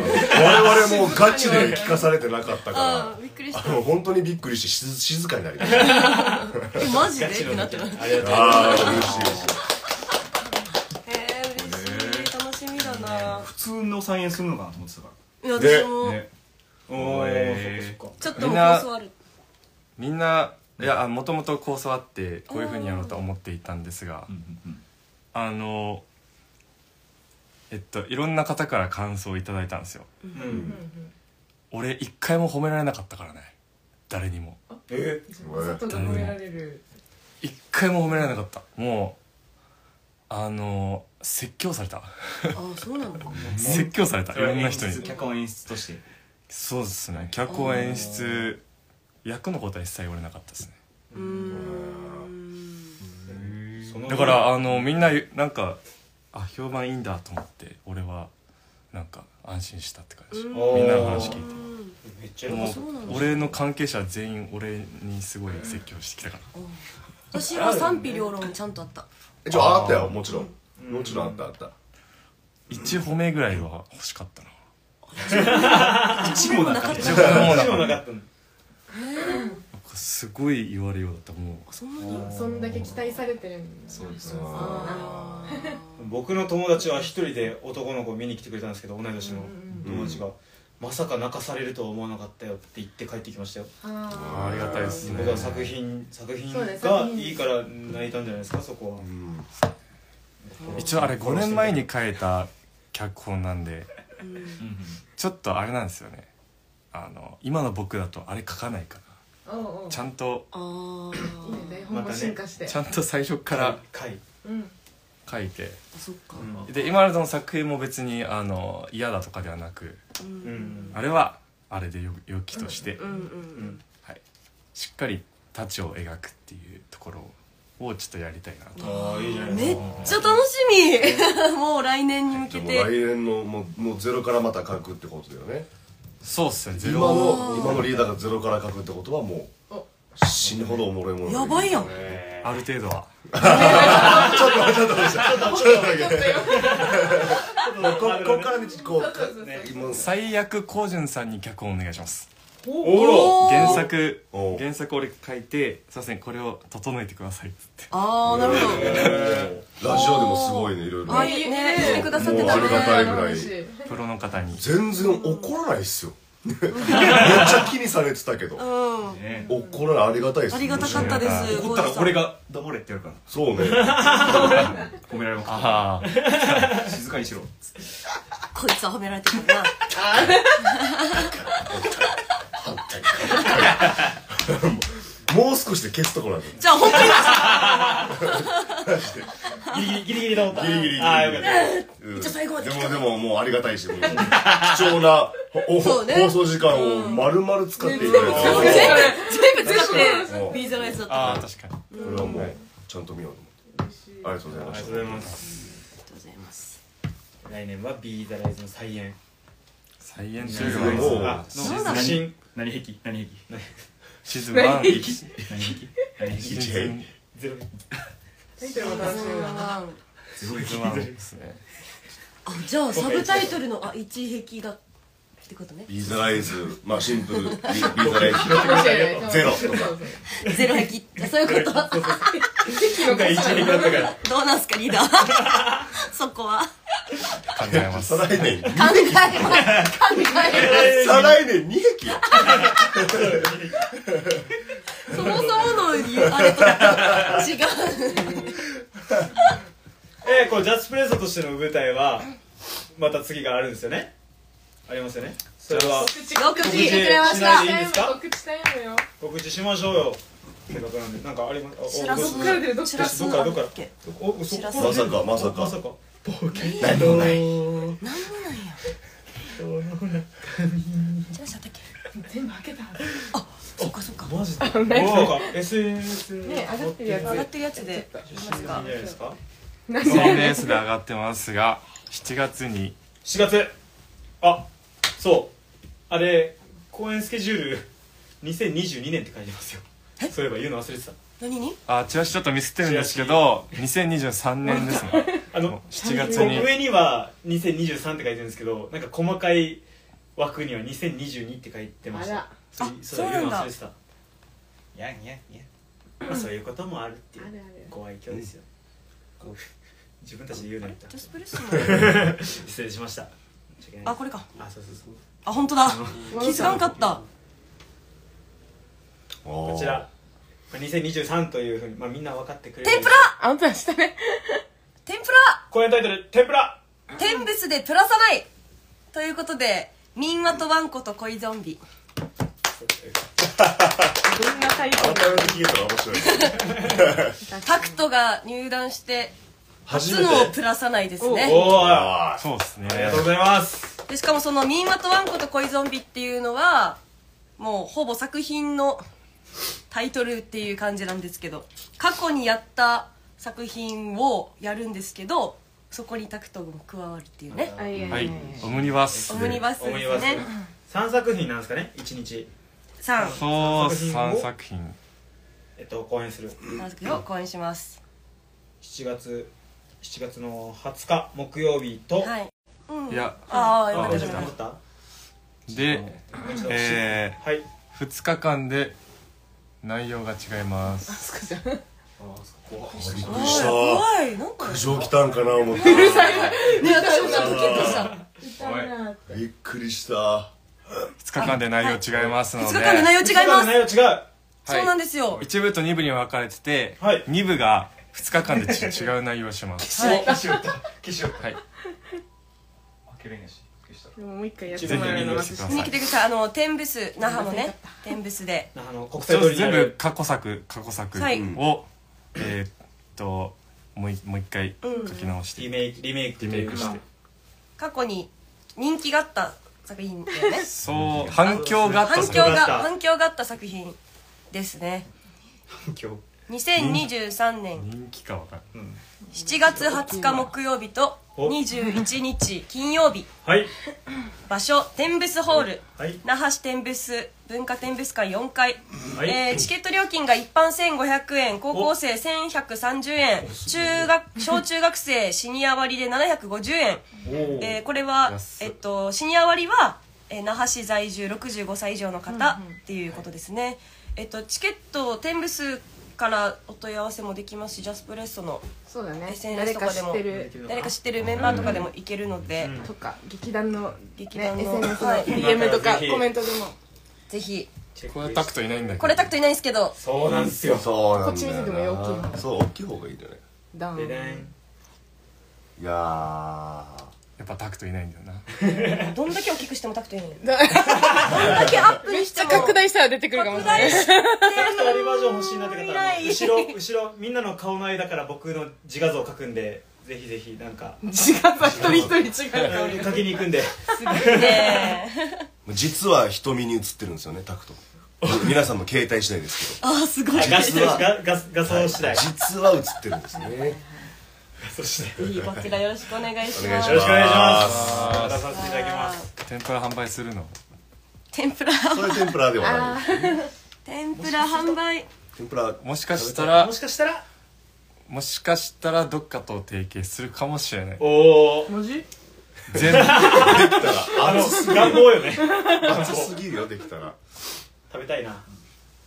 Speaker 2: 我々もガチで聞かされてなかった
Speaker 3: あ
Speaker 2: か
Speaker 3: ーびっくりし
Speaker 2: らあ
Speaker 3: た
Speaker 2: の本当にびっくりして静静かになりました
Speaker 3: えマジで
Speaker 4: ガ
Speaker 3: っ
Speaker 4: チの
Speaker 3: てなってます
Speaker 4: ありがとう
Speaker 2: ああ嬉しい嬉しい
Speaker 3: えー、嬉しい楽しみだな
Speaker 7: 普通の再演するのかなと思ってたか
Speaker 3: いや私も、
Speaker 7: ね
Speaker 4: おーそっ
Speaker 8: え
Speaker 4: かそっか
Speaker 3: ちょっともうん
Speaker 8: みな
Speaker 3: 放送ある
Speaker 8: みんないやもともと構想あってこういうふうにやろうと思っていたんですが
Speaker 7: ら、うんうん
Speaker 8: あのえっといろんな方から感想をいただいたんですよ
Speaker 4: うん
Speaker 8: 俺一回も褒められなかったからね誰にも
Speaker 4: え
Speaker 11: 外が褒められる
Speaker 8: 一回も褒められなかったもうあの説教された
Speaker 3: あーそうなのか
Speaker 8: 説教されたいろんな人に
Speaker 7: 脚本演出として
Speaker 8: そうですね脚本演出役のことは一切言われなかったですね
Speaker 3: うーん
Speaker 4: うん
Speaker 8: だからあのみんななんかあ評判いいんだと思って俺はなんか安心したって感じ
Speaker 3: うん
Speaker 8: みんなの話聞いて
Speaker 3: うん
Speaker 4: めっちゃ
Speaker 8: も
Speaker 4: 喜
Speaker 3: そうなん
Speaker 8: う
Speaker 3: だ
Speaker 8: 俺の関係者全員俺にすごい説教してきたから
Speaker 3: 私は賛否両論ちゃんとあった
Speaker 2: 一応あったよもちろんもちろんあったあった
Speaker 8: 1褒めぐらいは欲しかったな
Speaker 7: 一もなかっ
Speaker 8: 一褒めもな
Speaker 4: も
Speaker 8: か
Speaker 4: な
Speaker 8: っ
Speaker 4: かったの
Speaker 8: たすごい言われようだったもう
Speaker 3: あそんなに
Speaker 11: そんだけ期待されてるんだ
Speaker 7: そうですね
Speaker 3: あー
Speaker 4: 僕の友達は一人で男の子を見に来てくれたんですけど同い年の友達が、まさか泣かされるとは思わなかったよって言って帰ってきましたよ、
Speaker 11: あ
Speaker 8: ありがたいですね
Speaker 4: 僕は作品作品
Speaker 11: そうです
Speaker 4: がいいから泣いたんじゃないですかそこは、
Speaker 8: 一応あれ5年前に書いた脚本なんでちょっとあれなんですよねあの今の僕だとあれ書かないか
Speaker 11: あおうおう
Speaker 8: らちゃんと
Speaker 3: あー
Speaker 11: いいね台本も進化して
Speaker 8: ちゃんと最初から
Speaker 4: 回
Speaker 11: うん
Speaker 8: 書いて
Speaker 3: あそっか
Speaker 8: で今の作品も別にあの嫌だとかではなく
Speaker 3: うん
Speaker 4: うん、うん、
Speaker 8: あれはあれでよ良きとして、
Speaker 3: うんうん
Speaker 8: はい、しっかり太刀を描くっていうところをちょっとやりたいなと
Speaker 4: ああいいじゃないで
Speaker 3: め
Speaker 4: す
Speaker 3: っ
Speaker 4: か
Speaker 3: ちゃ楽しみ もう来年に向
Speaker 2: で
Speaker 3: け
Speaker 2: も
Speaker 3: て
Speaker 2: 来年のもうもうゼロからまた書くってことだよね
Speaker 8: そうっすよねゼ
Speaker 2: 今
Speaker 8: ロ
Speaker 2: の今のリーダーがゼロから書くってことはも
Speaker 11: お
Speaker 2: う死ぬほどおもろいもの
Speaker 3: やばいやん
Speaker 8: ある程度は
Speaker 2: もうここっからねこう
Speaker 11: そうそうそう
Speaker 2: 今
Speaker 8: 最悪コージュンさんに脚本お願いします
Speaker 1: お
Speaker 3: ー
Speaker 8: 原作
Speaker 2: お
Speaker 8: 原作俺書いて「すいませんこれを整えてくだ さい」っつって
Speaker 3: ああなるほど
Speaker 2: ラジオでもすごいねいろいろ
Speaker 3: ああいうね
Speaker 11: うん
Speaker 3: してくださって
Speaker 2: もうあ
Speaker 3: た
Speaker 2: りがたいぐ
Speaker 3: ね
Speaker 2: ら い
Speaker 11: い
Speaker 8: プロの方に
Speaker 2: 全然怒らないっ すよめっちゃ気にされてたけど
Speaker 3: うん
Speaker 7: ね
Speaker 2: 怒らないありがたいっす
Speaker 3: ありがたかったです
Speaker 7: 怒ったら俺
Speaker 3: が
Speaker 7: が黙れってやるか
Speaker 2: そうね
Speaker 7: ら褒められま
Speaker 8: ああ
Speaker 7: す静かにしろ
Speaker 3: こいつは褒められてるな
Speaker 2: もう少しで消すとこなんだ
Speaker 3: じゃあ本当に
Speaker 4: ギリギリギリギリと思った
Speaker 2: ギリギリギリ
Speaker 4: ああよかった
Speaker 2: うん
Speaker 3: じゃあ最後まで
Speaker 2: でもでももうありがたいしもう貴重なおお
Speaker 3: そうね
Speaker 2: 放送時間を丸々使っていただいた
Speaker 3: 全
Speaker 2: こ
Speaker 3: 部
Speaker 2: れ
Speaker 3: 全部使ってビーズのやつだったあ
Speaker 8: ああ確かにあ
Speaker 2: はもうちゃんと見ようと思ってありがとうございま
Speaker 4: あ
Speaker 2: し
Speaker 4: りがと
Speaker 2: た
Speaker 4: うございます
Speaker 3: りがとうございます
Speaker 4: 来年はビーザライズの再演
Speaker 8: 再演
Speaker 4: シ
Speaker 8: 終
Speaker 4: ーズン
Speaker 8: 了です
Speaker 2: お
Speaker 4: あ
Speaker 8: シーズン
Speaker 4: の
Speaker 8: 何
Speaker 4: 新何壁何壁何
Speaker 8: シーズン1
Speaker 4: 何壁何壁
Speaker 8: シーズン
Speaker 4: ゼロ
Speaker 11: タイトルも楽しみだな
Speaker 3: あ
Speaker 8: シーズン1ですね
Speaker 3: じゃあサブタイトルのあ一壁がってことね
Speaker 2: ビーザライズまあシンプル ビビーザライズ
Speaker 11: かもしれない
Speaker 2: ゼロ
Speaker 11: そうそうそう
Speaker 3: ゼロ壁ってそういうこと
Speaker 4: 今回一撃だったから
Speaker 3: どうなんすかリーダーそこは
Speaker 8: 考えます
Speaker 2: 再来年
Speaker 3: 考えます考え
Speaker 2: 再来年2匹よ
Speaker 3: ますそもそものあれと違う
Speaker 4: えー、こうジャズプレッソとしての舞台はまた次があるんですよねありますよねそれは
Speaker 11: 告知
Speaker 3: よく聞いてくれまし
Speaker 4: い
Speaker 3: た
Speaker 4: いですか
Speaker 11: 告知タイムよ
Speaker 4: 告知しましょうよせっかくなんでなんかありますあお
Speaker 3: しら
Speaker 4: どう
Speaker 3: す
Speaker 4: ぞ
Speaker 11: どっから出るどっ
Speaker 3: し
Speaker 11: からら
Speaker 3: すあるっけ
Speaker 4: おおそ
Speaker 3: しらす
Speaker 4: こ
Speaker 2: まさかまさか
Speaker 4: まさか冒険
Speaker 2: 何もない
Speaker 3: なんもないやじゃあしたっけ
Speaker 11: 全部開けた
Speaker 3: そっかそっか
Speaker 4: マジで
Speaker 11: のね
Speaker 4: なんか SNS
Speaker 11: ね上がってるやつ
Speaker 3: 上がってるやつで
Speaker 4: い
Speaker 3: ますか
Speaker 4: いんじゃないですか
Speaker 11: 何
Speaker 8: SNS で上がってますが7月に
Speaker 4: 4月あそうあれ公演スケジュール2022年って書いてますよそういえば言うの忘れてた
Speaker 3: 何に
Speaker 8: あチラシちょっとミスってるんですけど2023年ですね
Speaker 4: あの
Speaker 8: 7月
Speaker 4: こう
Speaker 8: に
Speaker 4: 上には2023って書いてるんですけどなんか細かい枠には2022って書いてまし
Speaker 11: あら
Speaker 4: たそ
Speaker 3: あ
Speaker 4: うそ
Speaker 3: そ
Speaker 4: う
Speaker 3: うなんだ
Speaker 4: 言うの忘れてたいやいやいや、まあ、そういうこともあるってい
Speaker 11: あるあ
Speaker 4: う
Speaker 11: る
Speaker 4: ご愛嬌ですよこう自分たちで言うなって
Speaker 3: ジャスプレッソの
Speaker 4: 失礼しました申し訳な
Speaker 3: あ
Speaker 4: い
Speaker 3: これか
Speaker 4: あそうそうそう
Speaker 3: あ本当だ気づかんかった
Speaker 2: こ
Speaker 4: こちらまあ2023というふうに、まあ、みんな分かってくれる
Speaker 3: 天ぷら
Speaker 11: あんたしたね
Speaker 3: 天ぷら
Speaker 4: 公演タイトル「天ぷら
Speaker 3: 天別でプラさないということで民話とワンコと恋ゾンビ」
Speaker 11: どんなタイト
Speaker 2: 改
Speaker 11: ル
Speaker 2: めて聞いたら面白い
Speaker 3: タクトが入団して
Speaker 2: 初
Speaker 3: 頭
Speaker 2: め
Speaker 3: 脳を
Speaker 2: て
Speaker 3: プラさないですね
Speaker 4: おおあ
Speaker 2: あ
Speaker 8: そうですね
Speaker 4: りがとうございます
Speaker 3: でしかもその「ミンマとワンコと恋ゾンビ」っていうのはもうほぼ作品のタイトルっていう感じなんですけど過去にやった作品をやるんですけどそこにタクトも加わるっていうね
Speaker 11: あいやいや
Speaker 8: はいい
Speaker 11: や
Speaker 8: オムニバス
Speaker 3: オムニバス
Speaker 4: オ
Speaker 3: で
Speaker 4: ムニ
Speaker 3: す
Speaker 4: バス
Speaker 3: ね
Speaker 4: 3作品なんですかね1日
Speaker 3: 3
Speaker 8: そう
Speaker 4: 三
Speaker 8: 3
Speaker 4: 作
Speaker 8: 作品
Speaker 4: えっと公演する
Speaker 3: 作品を公演します
Speaker 4: 7月7月の20日木曜日と、
Speaker 3: はい、うん、
Speaker 8: いや
Speaker 3: ああよ
Speaker 4: あ
Speaker 3: かった
Speaker 4: 大
Speaker 3: よ
Speaker 4: 丈
Speaker 3: かった
Speaker 4: 夫頑張った
Speaker 8: でえ
Speaker 4: はい
Speaker 8: ー、2日間で内容が違います
Speaker 11: すかじゃん
Speaker 2: びっく
Speaker 3: 怖
Speaker 2: り
Speaker 3: い
Speaker 2: した
Speaker 3: 怖いなんか
Speaker 2: 苦情来たんかな思って
Speaker 3: ね私もちょっとドキッとした
Speaker 2: びっくりした
Speaker 8: 2日間で内容違いますの
Speaker 3: 2
Speaker 8: で
Speaker 3: 日間で内容違います、
Speaker 4: 内容違う
Speaker 3: そうなんですよ、
Speaker 8: 1部と2部に分かれてて、
Speaker 4: はい
Speaker 8: 2部が2日間でち 違う内容をします
Speaker 3: はい
Speaker 7: 消しよった消しよっ
Speaker 8: はい
Speaker 7: た開けれんやし消した
Speaker 11: でももう一回やってもらえるの忘れて
Speaker 8: ぜ
Speaker 11: た
Speaker 3: 見に来てくださいあの天ブス那覇のね天ブスで
Speaker 4: あの国際
Speaker 8: そ
Speaker 4: 通
Speaker 8: うです
Speaker 4: りにあ
Speaker 8: 全部
Speaker 4: る
Speaker 8: 過去作過去作を、
Speaker 3: はい
Speaker 8: えーっともういもう一回書き直して、
Speaker 4: リメイクリメイク
Speaker 8: リメイクして、
Speaker 3: 過去に人気があった作品だよね
Speaker 8: そう反響があった
Speaker 3: 反
Speaker 8: 作
Speaker 3: 響
Speaker 8: 品
Speaker 3: が反響があった作品ですね
Speaker 4: 今日
Speaker 3: 2023年
Speaker 8: 人気かわかんない
Speaker 3: 7月20日木曜日と
Speaker 4: お
Speaker 3: 21日金曜日
Speaker 4: はい
Speaker 3: 場所天ブスホール
Speaker 4: はい
Speaker 3: 那覇市天ブス文化天ブス館4階、
Speaker 4: はい
Speaker 3: えーチケット料金が一般1500円高校生1130円中学 小中学生シニア割で750円
Speaker 4: おお
Speaker 3: えーこれは
Speaker 8: 安、い
Speaker 3: えっと、シニア割はえー那覇市在住65歳以上の方っていうことですね、えっとチケット天ブスからお問い合わせもできますしジャスプレッソの
Speaker 11: そうだね
Speaker 3: SNS
Speaker 11: 誰
Speaker 3: と
Speaker 11: か
Speaker 3: か
Speaker 11: 知
Speaker 3: でも
Speaker 11: ってる
Speaker 3: 誰か知ってるメンバーとかでもいけるので、
Speaker 11: とか劇団の,、ね、
Speaker 3: 劇団の
Speaker 11: SNS の
Speaker 3: はい
Speaker 11: DM とか
Speaker 4: ぜひ
Speaker 11: コメントでも
Speaker 3: ぜひ
Speaker 8: これタクトいないんだけど
Speaker 3: これタクトいないんですけど
Speaker 4: そうなんですよ
Speaker 2: そうな
Speaker 11: こ
Speaker 2: んだよな
Speaker 11: っち見せてもよ大きいの
Speaker 2: そう大きい方がいいんじゃない
Speaker 11: ダウン
Speaker 2: いやー
Speaker 8: やっぱタクトいないんだよな
Speaker 3: どんだけ大きくしてもタクトいない の
Speaker 11: だ
Speaker 3: どんだけアップにしても
Speaker 11: 拡大したら出てく るかもし
Speaker 3: 拡
Speaker 11: れない
Speaker 3: 大しても
Speaker 4: タクトありバージョン欲しいなって方
Speaker 3: い
Speaker 4: は
Speaker 3: ない
Speaker 4: 後ろ後ろみんなの顔の間から僕の自画像を描くんでぜひぜひなんか
Speaker 11: 違うさ一人一人違う顔に
Speaker 4: 描きに行く んで
Speaker 3: ねえ
Speaker 2: 実は瞳に映ってるんですよねタク ト皆さんの携帯次第ですけど
Speaker 3: あーすごい
Speaker 4: あ画質
Speaker 2: 実は
Speaker 4: 画画画像次第画
Speaker 2: 実は映ってるんです ね
Speaker 4: 像次第
Speaker 3: ぜひこちらよろしくお願いし
Speaker 2: お願
Speaker 3: ま
Speaker 2: い
Speaker 3: す
Speaker 2: し
Speaker 4: よろしくお願いし
Speaker 2: ま
Speaker 4: ますす出させていただきます
Speaker 8: 天ぷら販売するの
Speaker 3: 天ぷら
Speaker 2: それ天ぷらではない
Speaker 3: 天ぷら販売
Speaker 2: 天ぷら
Speaker 8: もしかしたら
Speaker 4: もしかしたら
Speaker 8: もしかしたらどっかと提携するかもしれない
Speaker 4: おお
Speaker 11: 文字
Speaker 8: 全部
Speaker 2: できたら熱すぎる
Speaker 4: 願望よね
Speaker 2: 熱すぎるよできたら
Speaker 4: 食べたいな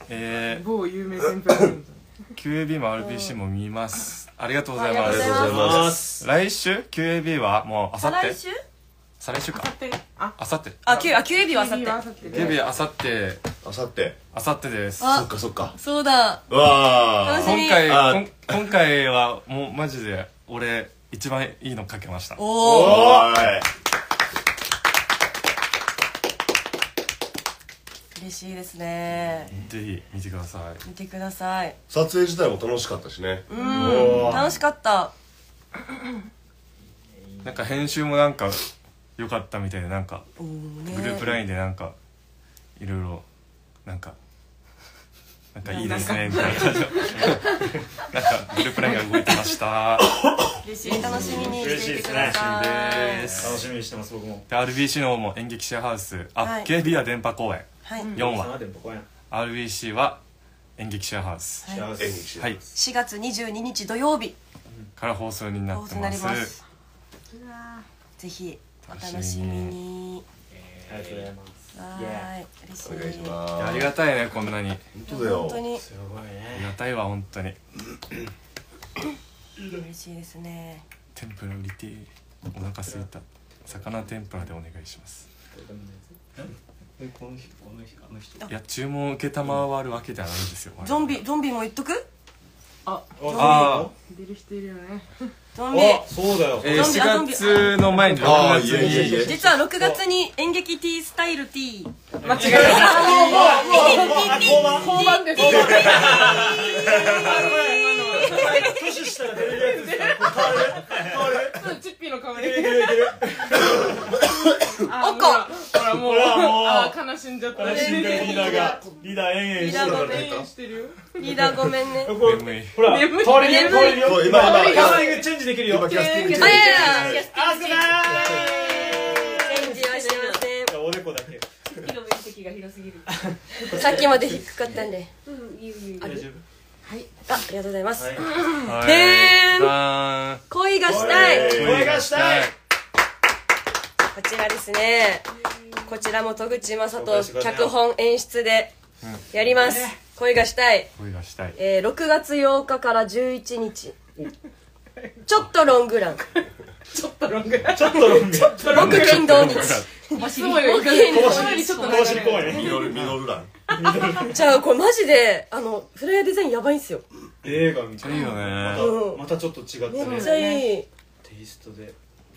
Speaker 8: えー
Speaker 11: 某有名先輩
Speaker 8: QAB も RBC も見ますありがとうござい
Speaker 3: あ
Speaker 8: ま
Speaker 3: りがとうございますす
Speaker 4: ます
Speaker 8: 来週 QAB はもうあさ
Speaker 3: 再
Speaker 8: っ
Speaker 3: 来
Speaker 8: て
Speaker 3: 週
Speaker 8: 再来週か
Speaker 11: あ
Speaker 8: あさって
Speaker 3: あきゅうあキュウエビはあさって
Speaker 11: デ
Speaker 8: QAB あさって
Speaker 2: あさって
Speaker 8: あさってです
Speaker 2: そっ
Speaker 3: あ
Speaker 2: かそっか
Speaker 3: そうだ
Speaker 2: うわ
Speaker 3: 楽し
Speaker 2: ー
Speaker 3: み
Speaker 8: 今回
Speaker 2: あ
Speaker 8: こん今回はもうマジで俺一番いいの書けました
Speaker 3: おお
Speaker 2: おーい
Speaker 3: 嬉しいですね
Speaker 8: ぜひ見てください
Speaker 3: 見てください
Speaker 2: 撮影自体も楽しかったしね
Speaker 3: うん楽しかった
Speaker 8: なんか編集もなんか良かったみたいでなんか
Speaker 3: おーね
Speaker 8: グループラインでなんかいろいろなんかなんかいいですねみたいな感じのなんかグループラインが動いてました
Speaker 3: 嬉しい楽しみに
Speaker 4: 嬉し
Speaker 3: し
Speaker 4: い
Speaker 3: ていて
Speaker 4: です
Speaker 3: く
Speaker 4: ね
Speaker 3: ださい
Speaker 4: 楽しみにしてます僕も
Speaker 8: で RBC の方も演劇シェアハウスあ、
Speaker 3: はい
Speaker 8: KB は電波公演
Speaker 3: はい
Speaker 8: 4
Speaker 4: そ
Speaker 8: 話
Speaker 4: の、後に僕は
Speaker 8: RBC は演劇シェアハウス
Speaker 4: 幸
Speaker 2: 演
Speaker 4: せ
Speaker 2: 劇して
Speaker 8: はい
Speaker 3: 4月22日土曜日
Speaker 8: から放送にな
Speaker 3: 放
Speaker 8: って
Speaker 3: 送にな
Speaker 8: ま
Speaker 3: り
Speaker 8: す
Speaker 3: ますぜひお楽しみに
Speaker 4: ありがとうございます
Speaker 3: わーい嬉しい
Speaker 2: お願いし
Speaker 8: いや
Speaker 2: ま
Speaker 8: あ
Speaker 2: す
Speaker 8: りがたいねこんなにあ
Speaker 2: 本当だよ
Speaker 3: 本当に
Speaker 4: すごいね
Speaker 8: りがたいわ本当に
Speaker 3: 嬉しいですね
Speaker 8: 天ぷら売りてえお腹すいた魚天ぷらでお願いします
Speaker 7: この人この人あの人
Speaker 8: いや注文を承るわけではないんですよ
Speaker 3: ゾンビゾンビも言っとく
Speaker 8: あ
Speaker 11: 出る人いるよね
Speaker 3: ゾンビ
Speaker 4: あそうだよ
Speaker 8: えー、
Speaker 3: ゾンビあゾン
Speaker 8: 4
Speaker 3: ビ
Speaker 8: 月の前に
Speaker 2: あ
Speaker 8: 6
Speaker 2: あ
Speaker 8: 月
Speaker 2: いえいえい
Speaker 8: に
Speaker 2: え
Speaker 3: 実は6月に演劇 T スタイル T
Speaker 11: 間違えた
Speaker 4: あ交番
Speaker 11: 交番です
Speaker 4: 挙手したら出るやつですか
Speaker 11: そうチッピーの顔
Speaker 4: 出る
Speaker 11: で
Speaker 4: 出る出る
Speaker 11: あ
Speaker 3: お
Speaker 11: ほ
Speaker 3: っこ
Speaker 11: らほらもう
Speaker 4: ほらもう
Speaker 11: あ悲しんじゃった
Speaker 4: 悲しんでるリーダーがリーダー延々し
Speaker 3: リ
Speaker 4: て
Speaker 3: ーダーが
Speaker 4: たから
Speaker 11: 全員してるよ
Speaker 3: リーダーごめん ね
Speaker 4: こう
Speaker 8: 眠い
Speaker 4: ほら通り
Speaker 11: 眠い
Speaker 4: に通りに
Speaker 2: こう
Speaker 4: 通りに
Speaker 2: 今今
Speaker 4: キャステ
Speaker 2: 今
Speaker 4: ィングチェンジできる
Speaker 2: 今
Speaker 4: よ
Speaker 2: キャスティング
Speaker 3: あ
Speaker 2: 中
Speaker 3: いやいやいや
Speaker 4: あす
Speaker 3: チェンジはしてません
Speaker 4: おでこだけ
Speaker 3: さっきまで低かったんで。
Speaker 4: 大丈夫
Speaker 3: あ、ありがとうございます。
Speaker 8: はい
Speaker 3: へー
Speaker 8: だ
Speaker 3: 恋がしたい。
Speaker 2: えー
Speaker 4: 声がしたい
Speaker 3: こちらですね。こちらも戸口雅
Speaker 4: 紹介し
Speaker 3: 人
Speaker 4: てください
Speaker 3: 脚本演出でやります。恋がしたい。
Speaker 8: ーん声がしたい
Speaker 3: えー、6月8日から11日。ちょっとロングラン。
Speaker 4: ちょっとロング
Speaker 3: 木金土日。
Speaker 11: いつもよりかなりちょっと
Speaker 4: 公式
Speaker 11: 長
Speaker 4: 公
Speaker 11: い
Speaker 4: 演
Speaker 2: ミドルミドルラン
Speaker 3: じゃあこれマジで、あの、フライヤーデザインやばいんすよ。
Speaker 4: 映画みたい
Speaker 8: いいよ
Speaker 4: な
Speaker 8: ね
Speaker 3: うん
Speaker 4: またまたちょっと違った
Speaker 3: め
Speaker 4: ね
Speaker 3: っちゃいい。
Speaker 4: テイストで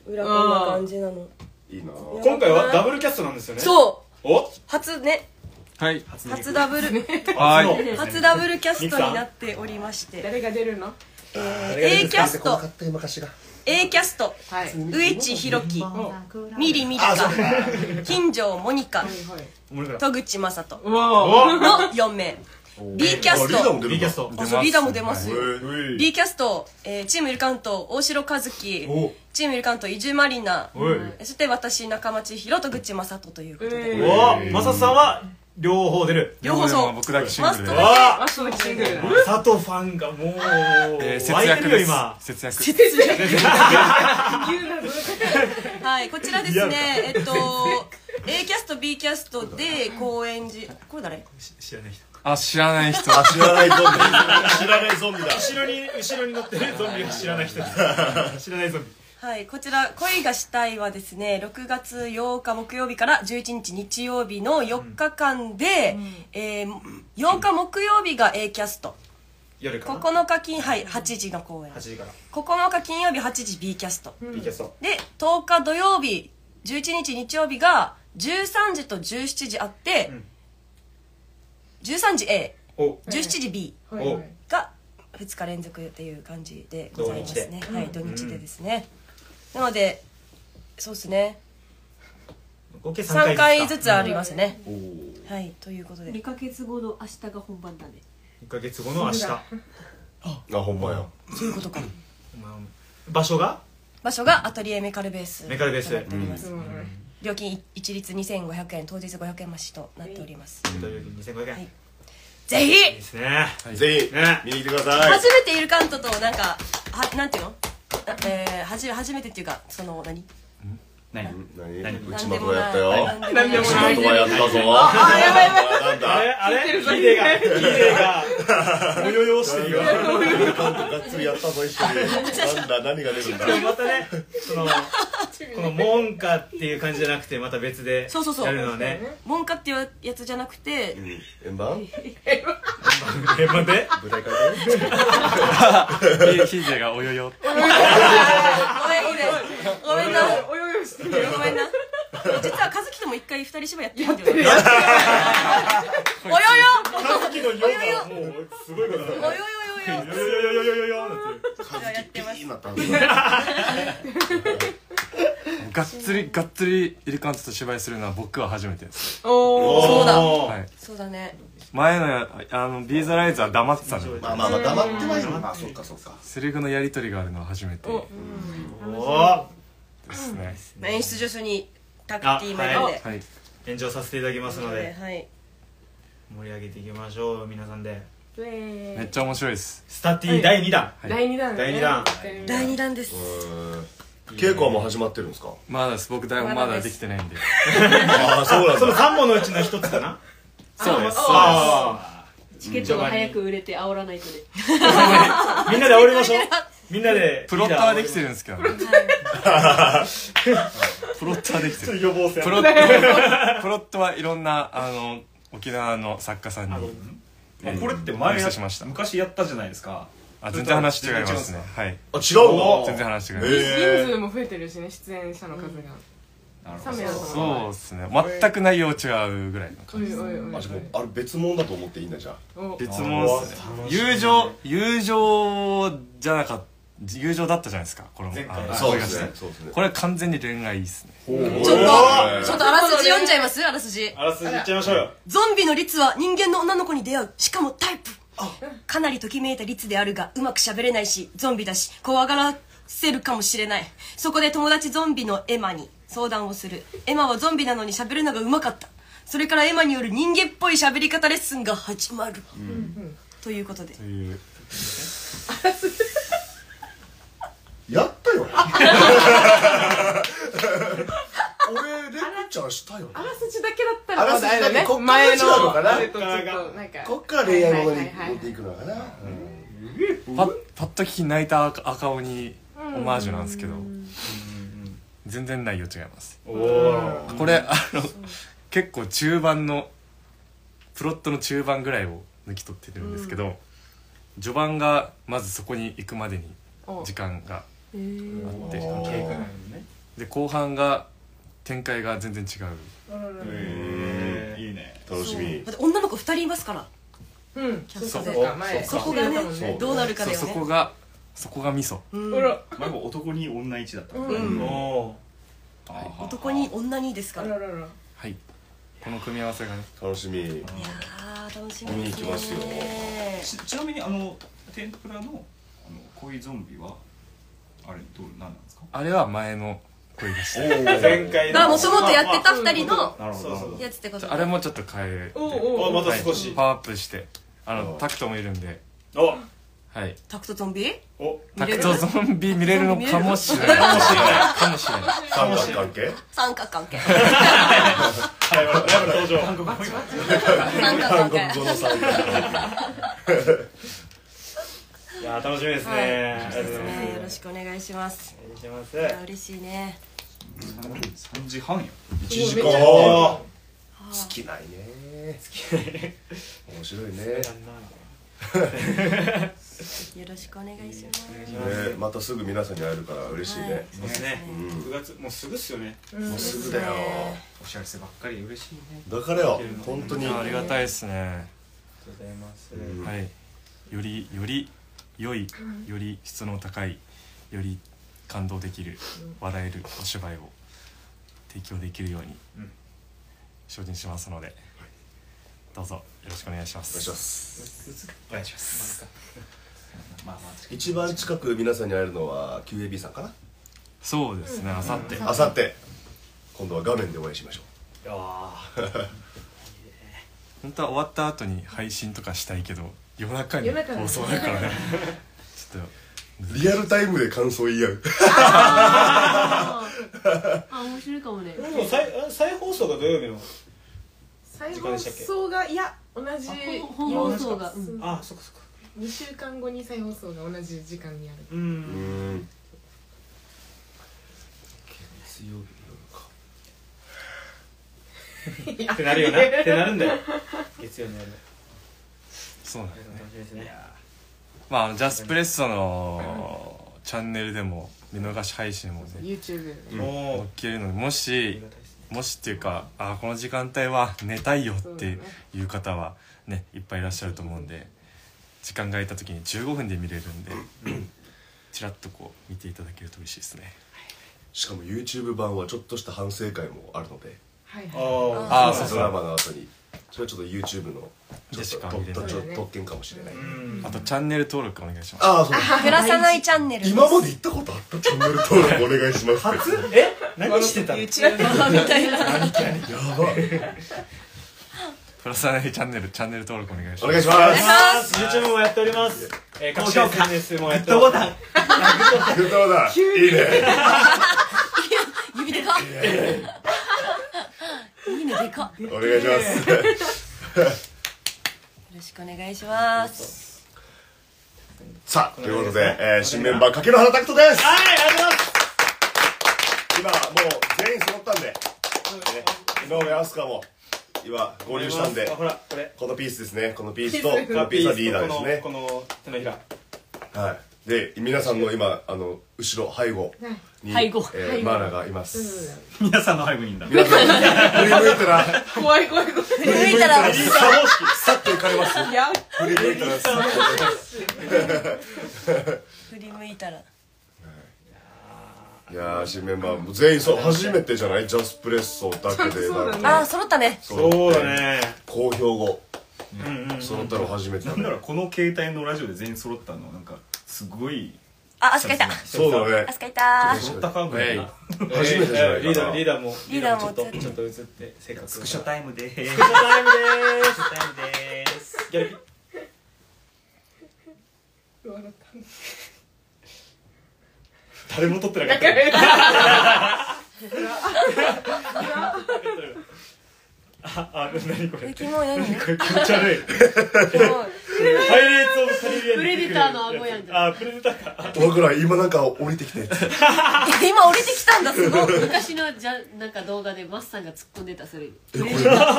Speaker 3: 裏こんな感じなの。
Speaker 2: いいなぁ
Speaker 4: 今回はダブルキャストなんですよねう
Speaker 3: そう
Speaker 4: お
Speaker 3: 初ね、
Speaker 8: はい
Speaker 3: 初ダブル、
Speaker 8: は
Speaker 4: 初
Speaker 8: い
Speaker 4: の
Speaker 3: 初ダブルキャストになっておりまして、
Speaker 11: 誰が出るの
Speaker 3: えー A キャスト、
Speaker 2: った今歌詞が
Speaker 3: A キャスト、
Speaker 11: はい
Speaker 3: 上地弘樹ミリミリカ金城モニカ戸口雅人
Speaker 11: うわ
Speaker 3: の4名 B キャス
Speaker 2: あリーダー
Speaker 3: ト
Speaker 2: も出る
Speaker 4: B
Speaker 2: ん
Speaker 4: キ
Speaker 2: だ
Speaker 4: ャスト
Speaker 3: あそうリーダーも出ます
Speaker 2: え
Speaker 3: よ
Speaker 2: ー
Speaker 3: B キャスト、えーチームイルカント大城和樹
Speaker 4: お
Speaker 3: チームイルカント伊集まりな
Speaker 4: おい
Speaker 3: そして私中町弘戸口雅人ということで、
Speaker 11: え
Speaker 4: おマサさんは両方出る
Speaker 3: 両方そう
Speaker 8: 僕だけシングルで
Speaker 3: マストだ
Speaker 4: わ
Speaker 11: マストのシングルだ
Speaker 4: あ佐藤ファンがもう
Speaker 8: えー節
Speaker 4: 湧いて
Speaker 8: 約
Speaker 4: るよ
Speaker 8: です
Speaker 4: 今
Speaker 8: 節約
Speaker 11: 言うな
Speaker 3: はいこちらですねえっと A キャスト B キャストで高円寺これ誰
Speaker 4: 知らない人
Speaker 8: あ知らない人
Speaker 2: あ知らないゾンビ知らないゾンビだ
Speaker 4: 後ろに後ろに乗ってるゾンビが知ら ない人です知らないゾンビ
Speaker 3: はいこちら「恋がしたい」はですね6月8日木曜日から11日日曜日の4日間で、えー8日木曜日が A キャスト
Speaker 4: 夜かな
Speaker 3: 9日金はい8時の公演
Speaker 4: 8時から
Speaker 3: 9日金曜日8時 B キャスト
Speaker 4: B キャスト
Speaker 3: で10日土曜日11日日曜日が13時と17時あって、
Speaker 4: うん
Speaker 3: 13時 A
Speaker 4: お
Speaker 3: 17時 B
Speaker 11: はいはい
Speaker 3: が2日連続っていう感じでございますね
Speaker 4: 土
Speaker 3: はい土日でですね、なのでそうですね
Speaker 4: 合計
Speaker 3: 3
Speaker 4: 3
Speaker 3: 回
Speaker 4: 回
Speaker 3: ず
Speaker 4: ずつ
Speaker 3: つありますね、
Speaker 2: おー
Speaker 3: はいということで
Speaker 12: 2ヶ月後の明日が本番だね
Speaker 4: 1ヶ月後の明日
Speaker 2: あほんまや
Speaker 3: そういうことか
Speaker 4: 場所が
Speaker 3: 場所がアトリエメカルベース
Speaker 4: メカルベース
Speaker 3: となっております、
Speaker 11: そうなんだ
Speaker 3: 料金一律2500円当日500円増しとなっております、
Speaker 4: 土曜日2500円
Speaker 3: はい
Speaker 4: い
Speaker 3: ぜひ
Speaker 4: いですね
Speaker 2: ぜひ
Speaker 4: ね
Speaker 2: 見に来てください
Speaker 3: 初めているカントとなんかはなんていうのあえー、はじ初めてっていうかその何
Speaker 6: 何
Speaker 2: 何
Speaker 4: 何
Speaker 2: 内窓やったよ
Speaker 11: なんでも
Speaker 2: 内
Speaker 11: ない
Speaker 2: 窓はやったぞあやばいやばいなん
Speaker 4: あれ
Speaker 2: だ
Speaker 4: あれ
Speaker 11: 聞いてるぞ
Speaker 4: ヒデがヒデがもよよしてるよ
Speaker 2: がっつりやったぞ一緒になんだ何が出るんだ
Speaker 4: またねそ のこの門下っていう感じじゃなくてまた別で
Speaker 3: そうそうそう
Speaker 4: やるのはね
Speaker 3: 文化っていうやつじゃなくて
Speaker 2: うん円盤
Speaker 4: 現場で
Speaker 2: 舞台変えて
Speaker 8: ヒデがおよよ
Speaker 3: ごめんごめんごめんな
Speaker 11: およよしてるよ
Speaker 3: ごめんな実は和樹とも一回二人芝居やってるんだよねおよよ
Speaker 4: 和樹のヨガもうすごいこと
Speaker 3: お
Speaker 4: だ
Speaker 3: よよよよ
Speaker 4: よよよよよよよよなんて
Speaker 3: やってます
Speaker 2: ピーなったんだ
Speaker 8: がっつりがっつりイルカントと芝居するのは僕は初めてです、
Speaker 11: おー
Speaker 3: そうだ
Speaker 8: はい、
Speaker 3: そうだね
Speaker 8: 前のやあのビーザライズは黙ってたの
Speaker 2: まあまあまあ黙ってないのまあそっかそっか
Speaker 8: セリフのやり取りがあるのは初めて
Speaker 4: お
Speaker 8: ですね
Speaker 3: 演出助手にタクティーもいるんで
Speaker 8: は
Speaker 4: ー
Speaker 8: い
Speaker 4: 炎上させていただきますので
Speaker 3: はい
Speaker 4: 盛り上げていきましょう皆さんで
Speaker 8: めっちゃ面白いです
Speaker 4: スタティ第2弾
Speaker 8: はい
Speaker 11: 第二弾
Speaker 4: 第二弾
Speaker 3: 第二弾です
Speaker 2: うーん稽古はもう始まってるんですか
Speaker 8: まだです僕台本まだできてないんで
Speaker 2: ああそうなん
Speaker 4: その
Speaker 2: だ
Speaker 4: 3本のうちの1つ かな
Speaker 8: そうです
Speaker 4: あ
Speaker 12: チケットが早く売れて煽らないとね
Speaker 4: あみんなで煽りまし ょうみんなで
Speaker 8: プロットはできてるんですけどねプロットはできてる
Speaker 4: 予防線
Speaker 8: プロットプロットはいろんなあの沖縄の作家さんに
Speaker 7: まあこれって
Speaker 8: お
Speaker 7: 前
Speaker 8: 見
Speaker 7: や
Speaker 8: せしました
Speaker 7: 昔やったじゃないですか
Speaker 8: あ全然話違いますねはい
Speaker 2: あ違うの
Speaker 8: 全然話違います
Speaker 2: え
Speaker 11: 人数も増えてるしね出演者の数が3名だと思
Speaker 8: そうですね全く内容違うぐらいの
Speaker 11: おいおいおい
Speaker 2: あじゃあもうあれ別物だと思っていいんだじゃあ
Speaker 11: お
Speaker 8: 別物っすね友情友情じゃなかった友情だったじゃないですかこれも
Speaker 4: 前回
Speaker 8: あの
Speaker 2: そうで
Speaker 8: こ
Speaker 2: す
Speaker 8: れ
Speaker 2: ね
Speaker 8: が
Speaker 2: そうですね
Speaker 8: これは完全に恋愛ですね
Speaker 3: ちょっとちょっとあらすじ読んじゃいますあらすじ
Speaker 4: あらすじいっちゃいましょうよ
Speaker 3: ゾンビの律は人間の女の子に出会うしかもタイプかなりときめいた律であるがうまく喋れないしゾンビだし怖がらせるかもしれないそこで友達ゾンビのエマに相談をするエマはゾンビなのに喋るのがうまかったそれからエマによる人間っぽい喋り方レッスンが始まる、ということで
Speaker 8: という
Speaker 2: やったよね俺レクチャーしたよね
Speaker 11: あらすじだけだったら
Speaker 2: あらすじだけ
Speaker 11: まだよ前
Speaker 2: こっから違うのかな
Speaker 11: あれとちょっとなんか
Speaker 2: こっから恋愛ものに
Speaker 11: はいはいはい
Speaker 2: 持っていくのかなうん
Speaker 8: パッパッと聞き泣いた赤赤鬼オマージュなんですけど全然内容違います
Speaker 4: おお
Speaker 8: これあの結構中盤のプロットの中盤ぐらいを抜き取ってるんですけど序盤がまずそこに行くまでに
Speaker 11: お
Speaker 8: 時間が
Speaker 11: えー
Speaker 8: あってで後半が展開が全然違う
Speaker 7: いいね
Speaker 2: 楽しみ
Speaker 3: だって女の子2人いますから
Speaker 11: うん
Speaker 3: キャスト
Speaker 11: そ
Speaker 3: で
Speaker 11: うか前
Speaker 3: そこがね
Speaker 11: そうだもん
Speaker 3: どうなるか
Speaker 8: そ
Speaker 3: だ
Speaker 8: う
Speaker 3: よ
Speaker 8: そ
Speaker 3: ね
Speaker 8: こがそこがミソ
Speaker 3: うん
Speaker 11: ほら
Speaker 7: 前も男に女一だった
Speaker 11: うん
Speaker 3: うん
Speaker 4: お
Speaker 3: 男に女にですか
Speaker 11: あ
Speaker 3: らいや
Speaker 11: ららら
Speaker 8: はいこの組み合わせがね
Speaker 2: 楽しみ
Speaker 3: ー楽しみですね
Speaker 2: 見に行きますよ
Speaker 7: ちちなみにあの天ぷらのあの恋ゾンビはあれどう何なんですか
Speaker 8: あれは前の恋でした
Speaker 4: 前回
Speaker 3: まあも
Speaker 4: の
Speaker 3: ともとやってた2人の
Speaker 7: なる
Speaker 4: そうそう
Speaker 3: やつってこと
Speaker 8: あれもちょっと変えて
Speaker 11: おうおう
Speaker 4: おまた少
Speaker 8: はい
Speaker 4: し
Speaker 8: パワーアップしてあのタクトもいるんで
Speaker 4: お
Speaker 8: はい
Speaker 3: タクトゾンビ
Speaker 4: お
Speaker 8: タクトゾンビ見れるのかもしれない
Speaker 3: かもしれない
Speaker 8: かもしれな
Speaker 2: 三角関
Speaker 8: い
Speaker 2: 係
Speaker 3: 三角関係
Speaker 4: はいライブ登場韓国
Speaker 3: 三角
Speaker 2: 韓
Speaker 3: 関
Speaker 2: 国
Speaker 3: 係
Speaker 2: 語の三角関係
Speaker 4: いやー楽しみですね、ありがとうございます、
Speaker 3: ねよろしくお願いします
Speaker 4: お願いします
Speaker 3: いや嬉しいね
Speaker 7: 3時半よ
Speaker 2: 一時間
Speaker 4: お
Speaker 2: 好
Speaker 4: ー
Speaker 2: きないね面白いね
Speaker 3: よろしくお願いします
Speaker 2: ねまたすぐ皆さんに会えるから嬉しいね
Speaker 4: そうですね、
Speaker 2: ん
Speaker 4: 9月もうすぐっすよね
Speaker 2: もうすぐだよ
Speaker 6: お知らせばっかり嬉しいね
Speaker 2: だからよ本当
Speaker 8: い
Speaker 2: に
Speaker 8: やありがたいですね
Speaker 4: ありがとうございます、
Speaker 8: はいよりより良いより質の高いより感動できる笑えるお芝居を提供できるように
Speaker 4: うん
Speaker 8: 精進しますのでどうぞよろしくお願いしま
Speaker 2: お願いし
Speaker 8: す
Speaker 2: ます
Speaker 6: お願いしますまあまあ
Speaker 2: 一番近く皆さんに会えるのは QAB さんかな
Speaker 8: そうですねあさって
Speaker 2: あさって今度は画面でお会いしましょ
Speaker 4: いやー
Speaker 8: 本当は終わった後に配信とかしたいけど夜中に
Speaker 11: 夜中だね
Speaker 8: 放送だからねちょっと
Speaker 2: うリアルタイムで感想言い合う
Speaker 12: あーあ面白いかもね
Speaker 4: でも再再放送が土曜日の
Speaker 11: 再
Speaker 4: 時間
Speaker 11: 放
Speaker 4: でしたっけ
Speaker 11: 送がいや同じ
Speaker 12: あ本放送がうん
Speaker 4: あそっかそっか
Speaker 11: 2週間後に再放送が同じ時間にある
Speaker 4: う
Speaker 2: うんーん
Speaker 4: ってなるよなってなるんだよ月曜の夜
Speaker 8: そうなんですね
Speaker 4: 楽しみですね
Speaker 8: まああのジャスプレッソのチャンネルでも見逃し配信もね
Speaker 11: YouTube で
Speaker 2: うん
Speaker 4: も
Speaker 8: 載っ
Speaker 4: う
Speaker 8: けるのでも
Speaker 4: あり
Speaker 8: し
Speaker 4: がたいですね
Speaker 8: もしっていうかあこの時間帯は寝たいよっていう方はねいっぱいいらっしゃると思うんで時間が空いた時に15分で見れるんでちらっとこう見ていただけると嬉しいですね
Speaker 2: しかも YouTube 版はちょっとした反省会もあるので
Speaker 11: はい
Speaker 4: あ
Speaker 11: はい
Speaker 4: ー
Speaker 8: ああそう
Speaker 2: ド
Speaker 8: そ
Speaker 2: ラ
Speaker 8: う
Speaker 2: マの後にそれはちょっと YouTube のちょ
Speaker 8: でし
Speaker 2: っ
Speaker 8: か
Speaker 2: と
Speaker 8: 見れない
Speaker 2: とちょっと特権かもしれない
Speaker 4: うん
Speaker 8: あとチャンネル登録お願いします
Speaker 2: ああそうだ
Speaker 3: 減らさないチャンネルです
Speaker 2: 今まで言ったことあったチャンネル登録お願いしますってや
Speaker 4: え何してたの
Speaker 3: YouTuber みたいな
Speaker 2: ば
Speaker 8: プラスアナイチャンネルチャンネル登録お願いし
Speaker 2: お
Speaker 8: ま
Speaker 2: 願い
Speaker 8: す
Speaker 2: します
Speaker 4: YouTube もやっておりますえー各種 SNS もやっております
Speaker 7: タン
Speaker 2: グッドボタンいいね
Speaker 3: 指でかっいいねでかっよ
Speaker 2: お願いします
Speaker 3: ろしくお願いします
Speaker 2: さあということで、えー新メンバー柿の花拓人です
Speaker 4: はいありがとうございま
Speaker 2: 今も
Speaker 4: す
Speaker 2: う全員揃ったんで、ね、井上飛鳥も今合流したんで
Speaker 4: あほらこれ
Speaker 2: このピースですねこのピースとこのピースはリーダーですね
Speaker 4: このこの手のひら
Speaker 2: はいで皆さんの今あの後ろ背後に、
Speaker 12: 背後
Speaker 2: えーマーナがいます
Speaker 6: 皆さんの背後にいんだ
Speaker 2: 皆さん振り向いたら
Speaker 11: 怖い怖い怖い
Speaker 3: 振り向いたら
Speaker 2: さっと行かれます
Speaker 11: いや
Speaker 2: 振り向いたらさっと行かれます
Speaker 3: 振り向いたら
Speaker 2: いやー新メンバーも全員そう初めてじゃないジャスプレッソだけで
Speaker 11: そうだね
Speaker 3: ああ揃ったね
Speaker 4: そうだね
Speaker 2: 好評後
Speaker 4: うんうん
Speaker 2: その太郎初めてだ
Speaker 7: なんだろ
Speaker 2: ね
Speaker 7: うこの携帯のラジオで全員揃ったのなんかすごい
Speaker 3: あアスカいた
Speaker 2: そうだね
Speaker 3: アスカいた
Speaker 7: 揃った感
Speaker 8: えい
Speaker 7: が
Speaker 2: 初めてじゃないかな
Speaker 4: リーダーリーダーも
Speaker 3: リーダーも
Speaker 4: ちょっとちょっと映ってせっかく
Speaker 7: スクショタイムでーす
Speaker 4: スクショタイムでーす
Speaker 7: スクショタイムでーす
Speaker 4: ギャルピ
Speaker 11: 笑った
Speaker 4: 誰も撮ってなかったあ、あ、なにこれ
Speaker 3: えキモい何
Speaker 4: これ気持ち悪い
Speaker 3: キモい
Speaker 4: パイレーツ・オブ・カリビアンに出て
Speaker 12: プレ
Speaker 4: く
Speaker 12: デ
Speaker 4: る
Speaker 12: ターの顎やんじゃん
Speaker 4: あ、プレデターか
Speaker 2: 僕ら今なんか降りてきたやつ
Speaker 3: 今降りてきたんだすごい
Speaker 12: 昔のじゃなんか動画でマスさんが突っ込んでたそれに
Speaker 2: えこ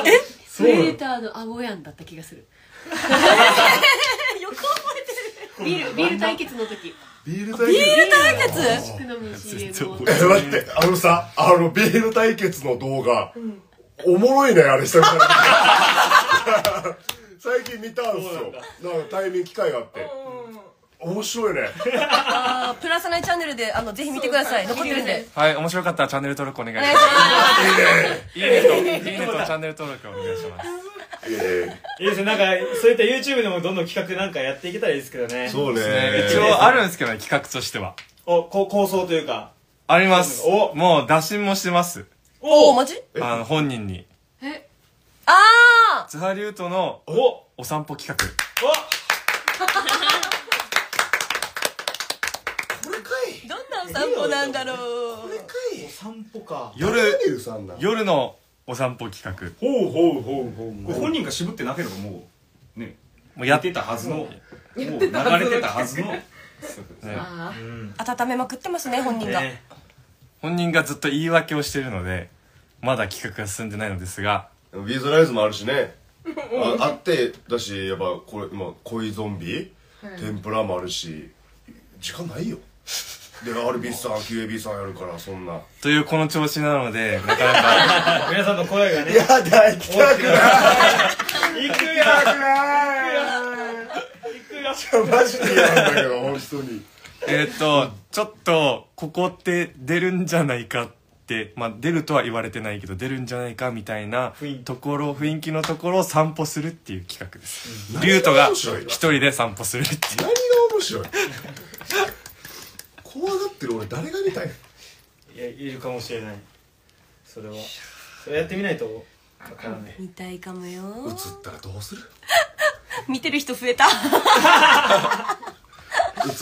Speaker 2: れ
Speaker 12: プレデターの顎やんだった気がする
Speaker 3: よく
Speaker 12: 覚えてるビールビール対決の時
Speaker 2: ビール対決
Speaker 3: 対決
Speaker 12: 宿儺の CM を
Speaker 2: え待ってあのさあのビール対決の動画、おもろいねあれ久々に最近見たんですよなんか対面機会があって面白いね
Speaker 3: あープラスナイチャンネルであのぜひ見てください残ってるんで
Speaker 8: はい面白かったらチャンネル登録お願い
Speaker 3: お
Speaker 8: し
Speaker 3: 願い
Speaker 8: ま
Speaker 3: し
Speaker 8: す
Speaker 3: ます
Speaker 8: いいねといいねとチャンネル登録お願いし ます
Speaker 2: え
Speaker 4: いいですね、なんかそういった YouTube でもどんどん企画なんかやっていけたらいいですけどね
Speaker 2: えそうね
Speaker 8: ね一応あるんですけどね企画としては
Speaker 4: お、こう構想というか
Speaker 8: あります
Speaker 4: お
Speaker 8: もう打診もしてます
Speaker 3: おおマジ
Speaker 8: あの本人に
Speaker 12: え
Speaker 3: ああ
Speaker 8: 津波竜斗の
Speaker 4: おお
Speaker 8: お散歩企画
Speaker 3: どんなお散歩なんだろう
Speaker 4: お散歩か
Speaker 8: 夜
Speaker 2: ルさんだ
Speaker 8: 夜のお散歩企画
Speaker 1: ほうほうほうほう
Speaker 7: これ本人が渋ってなければもうね
Speaker 8: もう
Speaker 7: や
Speaker 8: や
Speaker 7: っ
Speaker 8: ってて
Speaker 7: たはずのもう流
Speaker 11: やっ
Speaker 7: れ
Speaker 11: てたはずの
Speaker 7: てたはずの
Speaker 8: ね
Speaker 11: あ
Speaker 3: 温めまくってますね本人が、
Speaker 8: ね本人がずっと言い訳をしているのでまだ企画が進んでないのですが
Speaker 2: でもビーズライズもあるしねああってだしやっぱこれ今恋ゾンビ、天ぷらもあるし時間ないよで RB さん QAB さんやるからそんな
Speaker 8: というこの調子なのでなかな か
Speaker 4: 皆さんの声がね
Speaker 2: だ行きたく
Speaker 4: 行くよ
Speaker 2: マジで嫌なんだけど本当に
Speaker 8: えーっとちょっとここって出るんじゃないかって、まあ、出るとは言われてないけど出るんじゃないかみたいな
Speaker 4: 雰囲気
Speaker 8: ところ雰囲気のところを散歩するっていう企画です、リュウトが
Speaker 2: 面白いわ
Speaker 8: 一人で散歩するっていう
Speaker 2: 何が面白い怖がってる俺誰が見たい
Speaker 4: いやいるかもしれないそれはそれやってみないとわからない
Speaker 3: 見たいかもよ
Speaker 2: 映ったらどうする
Speaker 3: 見てる人増えた
Speaker 2: 映っ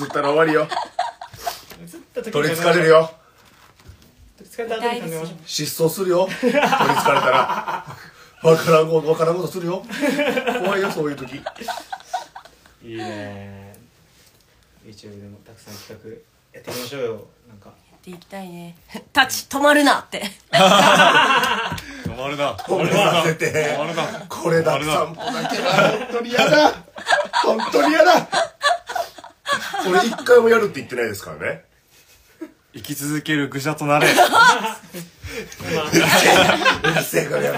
Speaker 2: たら終わりよ取り
Speaker 4: つ
Speaker 2: つかれるよ
Speaker 4: 取りつかれた後に考えましょう
Speaker 2: 失踪するよ取りつかれたらわからんことわからんことするよ怖いよそういう時
Speaker 4: いいね YouTube でもたくさん企画やってみましょうよなんか
Speaker 3: っていきたいね立ち止まるなって
Speaker 8: 止まるな
Speaker 2: 止めさせて
Speaker 8: 止まるな
Speaker 2: これだ散歩だけは本当に嫌だ本当に嫌だ俺一回もやるって言ってないですから ね
Speaker 8: 生き続ける愚者とな れ
Speaker 2: うるせえこれは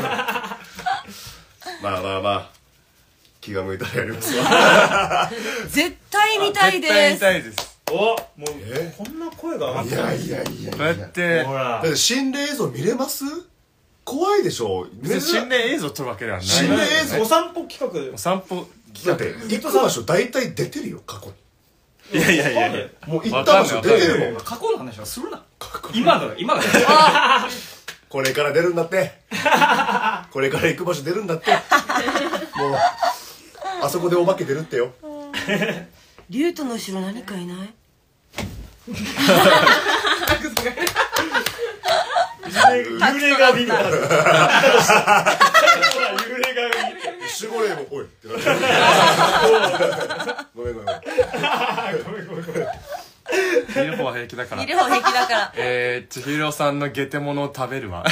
Speaker 2: まあまあまあ気が向いたらやりますよ
Speaker 3: 絶対見たい
Speaker 8: 絶
Speaker 3: で
Speaker 8: 対見
Speaker 3: す
Speaker 8: たいです
Speaker 4: おも
Speaker 2: え
Speaker 4: うこんな声が上がっ
Speaker 2: い
Speaker 4: て
Speaker 2: やいやいやい
Speaker 8: こうや
Speaker 2: や
Speaker 8: って
Speaker 4: ほら
Speaker 2: だって心霊映像見れます怖いでしょ
Speaker 8: 別に心霊映像撮るわけではない
Speaker 2: 心霊映像
Speaker 4: お散歩企画
Speaker 8: お散歩
Speaker 2: だって行く場所大体出てるよ過去に
Speaker 8: いやいやいやいや
Speaker 2: もう行った場所出てるもん
Speaker 7: 過去の話はするな今だ今だ
Speaker 2: これから出るんだってこれから行く場所出るんだってもうあそこでお化け出るってよ
Speaker 3: 竜との後ろ何かいない
Speaker 4: 幽霊がビビったはずほら幽霊がビビっ
Speaker 2: 一緒これもおいってなって ごめんごめん
Speaker 8: 見る方は平気だから
Speaker 3: いる方平気だから
Speaker 8: えー、千尋さんのゲテモノを食べるわ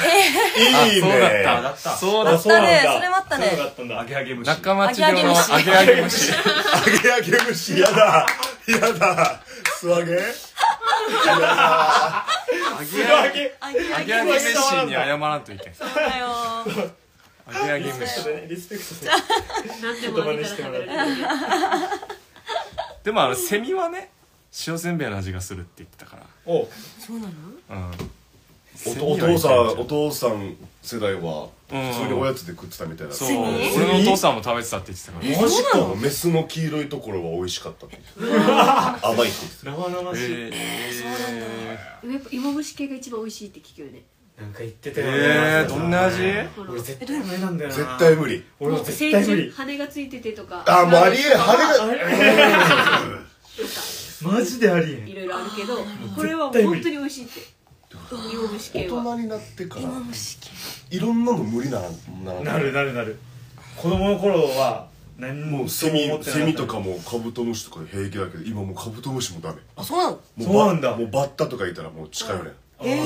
Speaker 2: いい
Speaker 8: そうだっ
Speaker 2: ね
Speaker 8: た
Speaker 7: だった
Speaker 8: そう
Speaker 4: た
Speaker 8: だ
Speaker 4: あそうなんだ
Speaker 3: それもあったね
Speaker 4: そうだったんだ
Speaker 7: アゲアゲ虫
Speaker 8: 仲間千尋の
Speaker 3: 揚
Speaker 8: 揚
Speaker 3: げ
Speaker 8: げ
Speaker 3: 揚
Speaker 8: 揚げ虫
Speaker 2: 揚げ揚げ虫やだやだ素揚げやだ
Speaker 4: 素揚げ
Speaker 3: あげ
Speaker 8: 揚げ揚げ飯に謝らんといけん
Speaker 3: そうだよー
Speaker 8: 揚げ揚げ飯
Speaker 4: リスペクトで
Speaker 12: 何でもあげたら食べれる
Speaker 8: でもあのセミはね塩せんべいの味がするって言ってたか
Speaker 4: お
Speaker 3: そうなの
Speaker 8: らうん
Speaker 2: お
Speaker 8: セミ
Speaker 2: お
Speaker 8: はいい
Speaker 2: 父
Speaker 8: んじ
Speaker 2: さ
Speaker 8: ゃ
Speaker 2: ん
Speaker 8: ない
Speaker 2: お父さん世代は普通におやつで食ってたみたいな
Speaker 8: そう
Speaker 3: セミ
Speaker 8: 俺のお父さんも食べてたって言ってたから
Speaker 2: マジかメスの黄色いところは美味しかったって甘いって言ってた
Speaker 4: 生々しい
Speaker 8: えー
Speaker 12: やっぱ芋虫系が一番美味しいって聞くよね
Speaker 4: なんか言ってたよね
Speaker 8: えーどんな味
Speaker 12: ほら
Speaker 4: 俺絶対無理なんだよな
Speaker 2: 絶対無理
Speaker 4: 俺も絶
Speaker 12: 成
Speaker 4: 対無
Speaker 12: 虫
Speaker 4: 理
Speaker 12: 羽がついててとか
Speaker 2: あもうありえない
Speaker 12: 羽
Speaker 2: 羽が
Speaker 4: マジでありえん
Speaker 12: いろいろあるけどこれはもう本当に美味しいって芋虫
Speaker 2: 大
Speaker 12: 系は
Speaker 2: 人になってからいろんなの無理なな
Speaker 4: なるなるなる子供の頃は何
Speaker 2: も
Speaker 4: も
Speaker 2: うセミセミとか
Speaker 4: も
Speaker 2: もカブトムシとか平気だけど今もうカブトムシもダメ
Speaker 3: あそうなの
Speaker 2: も
Speaker 4: そうなんだ
Speaker 2: ばもうバッタとかいたらもう近寄れん
Speaker 3: え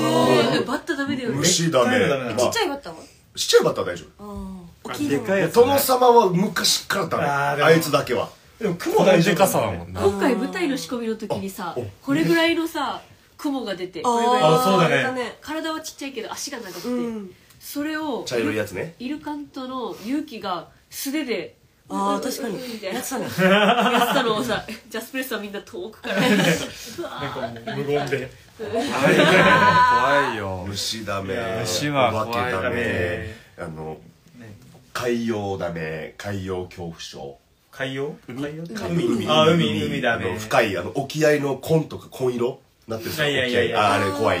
Speaker 3: ー、バッタダメだよねちっ
Speaker 2: 虫ダメ
Speaker 4: 絶対ダメだな
Speaker 2: まあ
Speaker 3: ちゃいバッタも
Speaker 2: ちっちゃいバッタは大丈夫
Speaker 3: あー
Speaker 4: でかいやつ
Speaker 2: 殿様は昔からダメ
Speaker 4: あーでも
Speaker 2: あいつだけは
Speaker 4: でも雲
Speaker 8: この
Speaker 4: 大丈
Speaker 8: で
Speaker 4: 夫
Speaker 8: かさだもんな
Speaker 12: 今回舞台の仕込みの時にさこれぐらいのさ雲が出てこれぐらい
Speaker 4: あ
Speaker 12: の
Speaker 4: ーそうだね
Speaker 12: 体はちっちゃいけど足が長くて、
Speaker 3: うん
Speaker 12: それを
Speaker 2: 茶色いやつね
Speaker 12: イルカントの勇気が素手で
Speaker 3: あー確かに
Speaker 12: みた
Speaker 3: や
Speaker 12: いなや
Speaker 3: ってたね
Speaker 12: ったのをさジャスプレスはみんな遠くから
Speaker 4: なんかもう無言で
Speaker 8: 怖いよ
Speaker 2: 虫ダメ
Speaker 4: いや
Speaker 8: 虫は
Speaker 2: お化けダ
Speaker 8: 怖い
Speaker 2: メ
Speaker 8: ね
Speaker 2: あの
Speaker 4: ね
Speaker 2: 海洋ダメ海洋恐怖症
Speaker 4: 海洋海洋
Speaker 2: 海
Speaker 4: あ海海だ
Speaker 2: あの
Speaker 4: ね
Speaker 2: 深いあの沖合の紺とか紺色なってるさ
Speaker 4: いやいやいやい
Speaker 2: 沖
Speaker 4: や
Speaker 2: 合ああれ怖い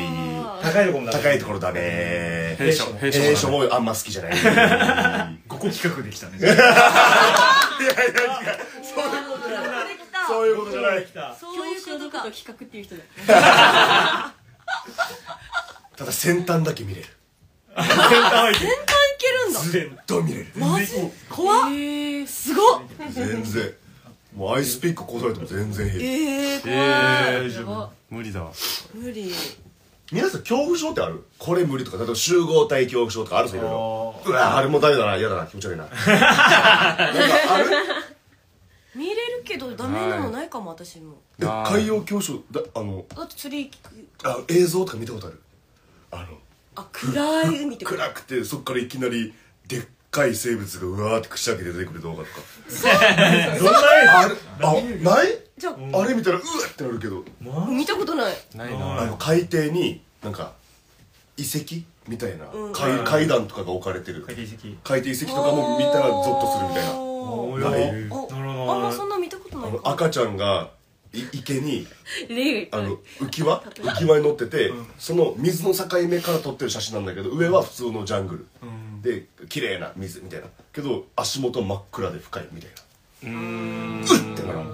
Speaker 4: 高いとこもだ
Speaker 2: 高いところダメ
Speaker 8: 兵所
Speaker 2: え
Speaker 8: 兵
Speaker 2: ー、
Speaker 8: 所
Speaker 2: 所もあんま好きじゃない。
Speaker 7: ここ企画できたね
Speaker 3: あーできた
Speaker 2: そういうことじゃない。
Speaker 4: 来た
Speaker 3: そういう
Speaker 12: 想像とか企画っていう人だ
Speaker 2: ただ先端だけ見れる
Speaker 3: 全体いけるんだ
Speaker 2: 全と見れる
Speaker 3: マジ怖っすごっ
Speaker 2: 全然もうアイスピックこされても全然平気
Speaker 3: ええ
Speaker 8: え
Speaker 3: 怖
Speaker 8: ー
Speaker 3: いやば
Speaker 8: 無理だわ
Speaker 3: 無理
Speaker 2: 皆さん恐怖症ってあるこれ無理とか例えば集合体恐怖症とかあるぞいろいろうわあれもダメだな嫌だな気持ち 悪いななんかある
Speaker 3: 見れるけどダメなのないかも私も
Speaker 2: え海洋恐怖症だあの
Speaker 3: あと釣り行く
Speaker 2: あ映像とか見たことあるあの
Speaker 3: あ暗い海ってこと
Speaker 2: 暗くてそっからいきなりでっかい生物がうわーって口開けて出てくる動画とか
Speaker 4: どんな
Speaker 2: あるあない
Speaker 3: じゃ
Speaker 2: あれ見たらうわってなるけど
Speaker 3: あ見たことない
Speaker 8: ない
Speaker 2: あ
Speaker 8: な
Speaker 2: の海底になんか遺跡みたいな、
Speaker 3: うん
Speaker 2: 階階段とかが置かれてる
Speaker 4: 解析器
Speaker 2: 海底遺跡とかも見たらゾッとするみたいな
Speaker 3: お
Speaker 2: な
Speaker 8: る
Speaker 2: い
Speaker 3: ーお
Speaker 8: なる
Speaker 3: あんまそ
Speaker 8: ほ
Speaker 3: んな見たことな
Speaker 2: あ
Speaker 3: い
Speaker 2: の
Speaker 3: かも
Speaker 2: 赤ちゃんがい池に
Speaker 12: 例
Speaker 2: あ の浮き輪浮き輪に乗ってて、その水の境目から撮ってる写真なんだけど上は普通のジャングル、で綺麗な水みたいなけど足元真っ暗で深いみたいなうっってなら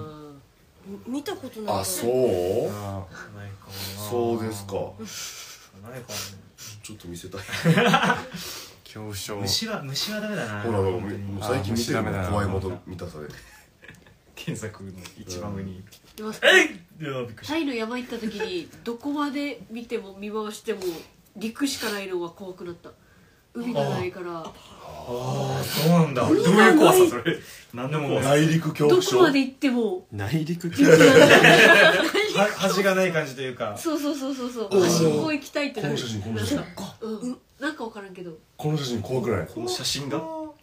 Speaker 3: 見たことない
Speaker 2: あそうそうですか
Speaker 4: ないか
Speaker 2: ちょっと見せたい
Speaker 8: ど恐怖症
Speaker 4: 虫は虫はダメだな
Speaker 2: ほらもう最近見てる
Speaker 8: あ虫ダメだ
Speaker 2: の
Speaker 8: な
Speaker 2: 怖いもの満たされる
Speaker 4: 検索の一番上に
Speaker 12: でも
Speaker 4: いやびっくりし
Speaker 12: タイの山行った時にどこまで見ても見回しても陸しかないのが怖くなった海がないから
Speaker 4: たそうなんだどう
Speaker 12: ない
Speaker 4: いう怖さそれ何でも怖さ
Speaker 2: 内陸恐
Speaker 12: ど
Speaker 2: 怖
Speaker 12: こ
Speaker 2: 症
Speaker 12: まで行っても
Speaker 8: 内陸
Speaker 12: 陸がない
Speaker 4: は端がない感じというか
Speaker 12: そうそうそうそうそう端っこ行きたいってなる
Speaker 2: この写真この写真
Speaker 12: なんかうんなんか分からんけど
Speaker 2: この写真怖くない
Speaker 4: この写真がこ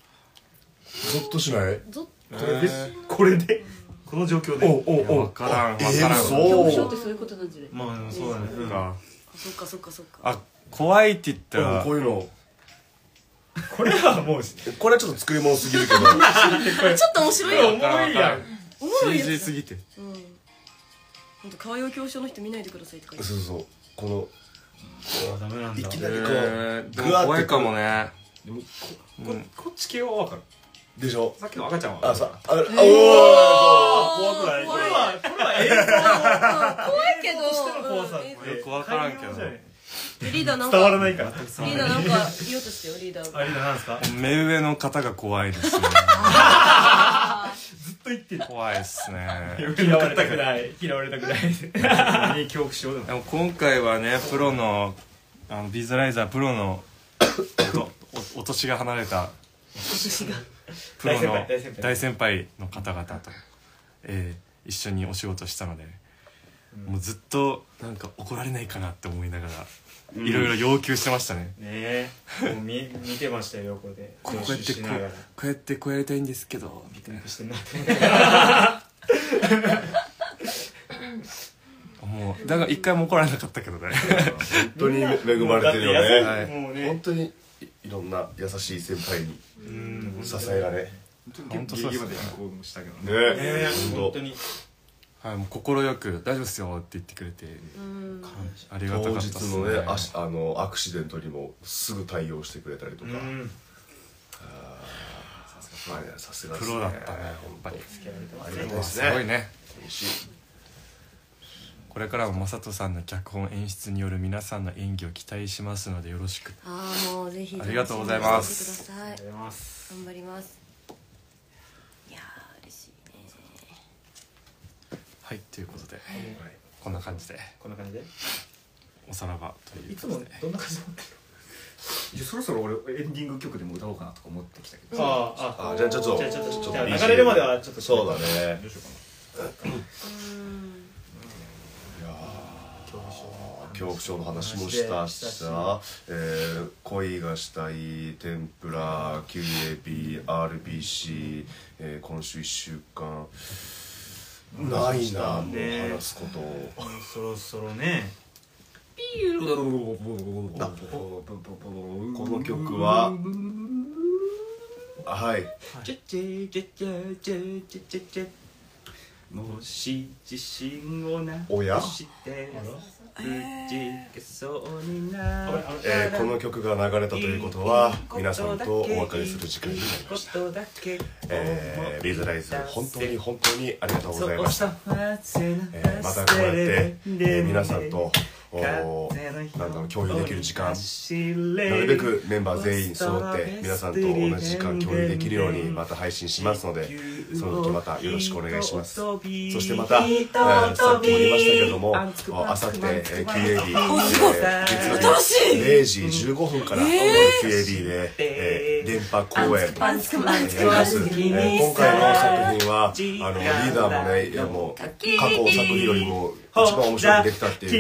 Speaker 2: ゾッとしない
Speaker 12: ぞ
Speaker 4: れでこれでこの状況
Speaker 2: お
Speaker 4: で
Speaker 2: うおうお
Speaker 8: わからんわ
Speaker 2: え
Speaker 8: からん
Speaker 12: 恐怖
Speaker 2: ー、
Speaker 12: 症っ
Speaker 2: そ
Speaker 12: てそういうことなんじゃない
Speaker 4: まあでもそうだね
Speaker 8: なんか
Speaker 3: そっかそっかそっか
Speaker 8: あ怖いって言った
Speaker 2: う
Speaker 8: ら
Speaker 2: こういうの
Speaker 4: これはもう
Speaker 2: これはちょっと作り物すぎる けど
Speaker 3: ちょっと面白いよ
Speaker 4: おもろいやん
Speaker 3: おもろいや
Speaker 8: CG
Speaker 3: つ
Speaker 8: すぎて
Speaker 3: うんほんと川洋恐怖症の人見ないでくださいって書いてある
Speaker 2: そうそうこの
Speaker 4: ダメなん
Speaker 2: い
Speaker 4: だ
Speaker 2: き
Speaker 8: え
Speaker 2: なりこう、
Speaker 8: ーでも
Speaker 2: ぐわって
Speaker 8: 怖いかもね
Speaker 7: でもこここっち系は分かる
Speaker 2: でしょ
Speaker 7: さっきの赤ちゃんは
Speaker 2: あさあれ、あ
Speaker 3: 怖くない
Speaker 4: こ
Speaker 3: 怖
Speaker 4: れ
Speaker 3: い
Speaker 4: はこれは映
Speaker 3: けど
Speaker 4: 像としての怖さ
Speaker 3: うん
Speaker 8: よくわからんけど
Speaker 3: リーダーなん
Speaker 4: 伝わ
Speaker 3: から
Speaker 4: ないから
Speaker 3: リーダーなんか言おうとしてよリーダー
Speaker 4: あれだなんですか
Speaker 8: 目上の方が怖 いですね
Speaker 4: ずっと言ってる
Speaker 8: 怖いっ すね
Speaker 4: 嫌われたくない嫌われたくないに恐怖症でも
Speaker 8: でも今回はねプロのあのビズライザープロのおおお年が離れたプ
Speaker 4: 大
Speaker 8: ロの
Speaker 4: 先輩大先輩
Speaker 8: 大先輩の方々と、えー一緒にお仕事したので、もうずっとなんか怒られないかなって思いながらいろいろ要求してましたね、
Speaker 4: ねえもう見見てましたよ横で
Speaker 8: こうやってこうこうやってこうやりたいんですけどみたいな
Speaker 4: してんな
Speaker 8: もうだから一回も怒られなかったけ どね
Speaker 2: 本当に恵まれてるよ
Speaker 8: だって
Speaker 2: ね
Speaker 8: 優しい
Speaker 4: も
Speaker 2: 本
Speaker 4: うね
Speaker 2: 当にいいろんな優しい先輩に
Speaker 4: うん
Speaker 2: 支えられね
Speaker 8: 本当そうですね
Speaker 7: 行動したけどね
Speaker 4: え本
Speaker 2: 本
Speaker 4: 当に
Speaker 8: はいもう快く「大丈夫っすよ」って言ってくれてありが
Speaker 2: 当当
Speaker 8: たかっ
Speaker 2: 日
Speaker 8: たっす
Speaker 2: のねあしあのアクシデントにもすぐ対応してくれたりと
Speaker 4: う
Speaker 2: か、
Speaker 4: ん
Speaker 2: あれさすがです
Speaker 8: プ
Speaker 2: ね
Speaker 8: ロだったね本当に
Speaker 2: ありがたいです
Speaker 8: す
Speaker 2: ね
Speaker 8: ごいね
Speaker 2: 嬉しい
Speaker 8: これからも雅人さんの脚本演出による皆さんの演技を期待しますのでよろしく
Speaker 3: ああもうぜひ
Speaker 8: ありがとうございま
Speaker 3: 楽
Speaker 8: す
Speaker 3: しみにしてください
Speaker 4: 出ます
Speaker 3: 頑張りますいやー嬉しいね
Speaker 8: はいということで、こんな感じで
Speaker 4: こんな感じで
Speaker 8: おさらばという
Speaker 7: い
Speaker 8: こ
Speaker 7: つ
Speaker 8: と
Speaker 7: も
Speaker 8: で
Speaker 7: どんな感じだったいやそろそろ俺エンディング曲でも歌おうかなとか思ってきたけど
Speaker 4: あああ
Speaker 2: あじゃあちょっと
Speaker 4: じゃあちょっと
Speaker 2: ちょっ
Speaker 4: じゃあ
Speaker 2: と
Speaker 4: 流れるまではちょっと
Speaker 2: そうだね
Speaker 7: どうしようかな
Speaker 2: 恐怖症の話もしたしさ、えー恋がしたい天ぷら QAPRBC、えー今週1週間ないなもう話すこと
Speaker 4: うんそろそろね
Speaker 2: この曲ははい
Speaker 7: もし自信をな
Speaker 2: おや
Speaker 7: くして打ち消そうになる
Speaker 2: えーこの曲が流れたということは皆さんとお別れする時間になりました
Speaker 7: ことだけ
Speaker 2: えー、ビーズライズ本当に本当にありがとうございました、えーま
Speaker 7: ま
Speaker 2: たこうやって、えー皆さんとおーなんだろう共有できる時間なるべくメンバー全員揃って皆さんと同じ時間共有できるようにまた配信しますのでその時またよろしくお願いしますそしてまた、えーさっきも言いましたけれどもおあさって QAD
Speaker 3: 楽しい
Speaker 2: 0時15分から QAD で、えー連覇公演
Speaker 3: パンツクマ
Speaker 2: や
Speaker 3: ン
Speaker 2: ります、えー今回の作品はあのリーダーもねいやもう過去の作品よりも一番面白くできたっていうふ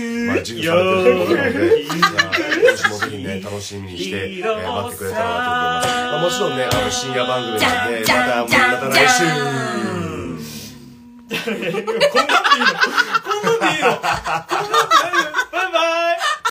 Speaker 2: うに、まあ、自負されてると思うので、じゃあ、私もぜひね、楽しみにして、えー待ってくれたらなと思います。まあ、もちろんね、あの深夜番組なんで、また、また来週。
Speaker 4: こんなんでいいのこんなんでいいのこんなんで何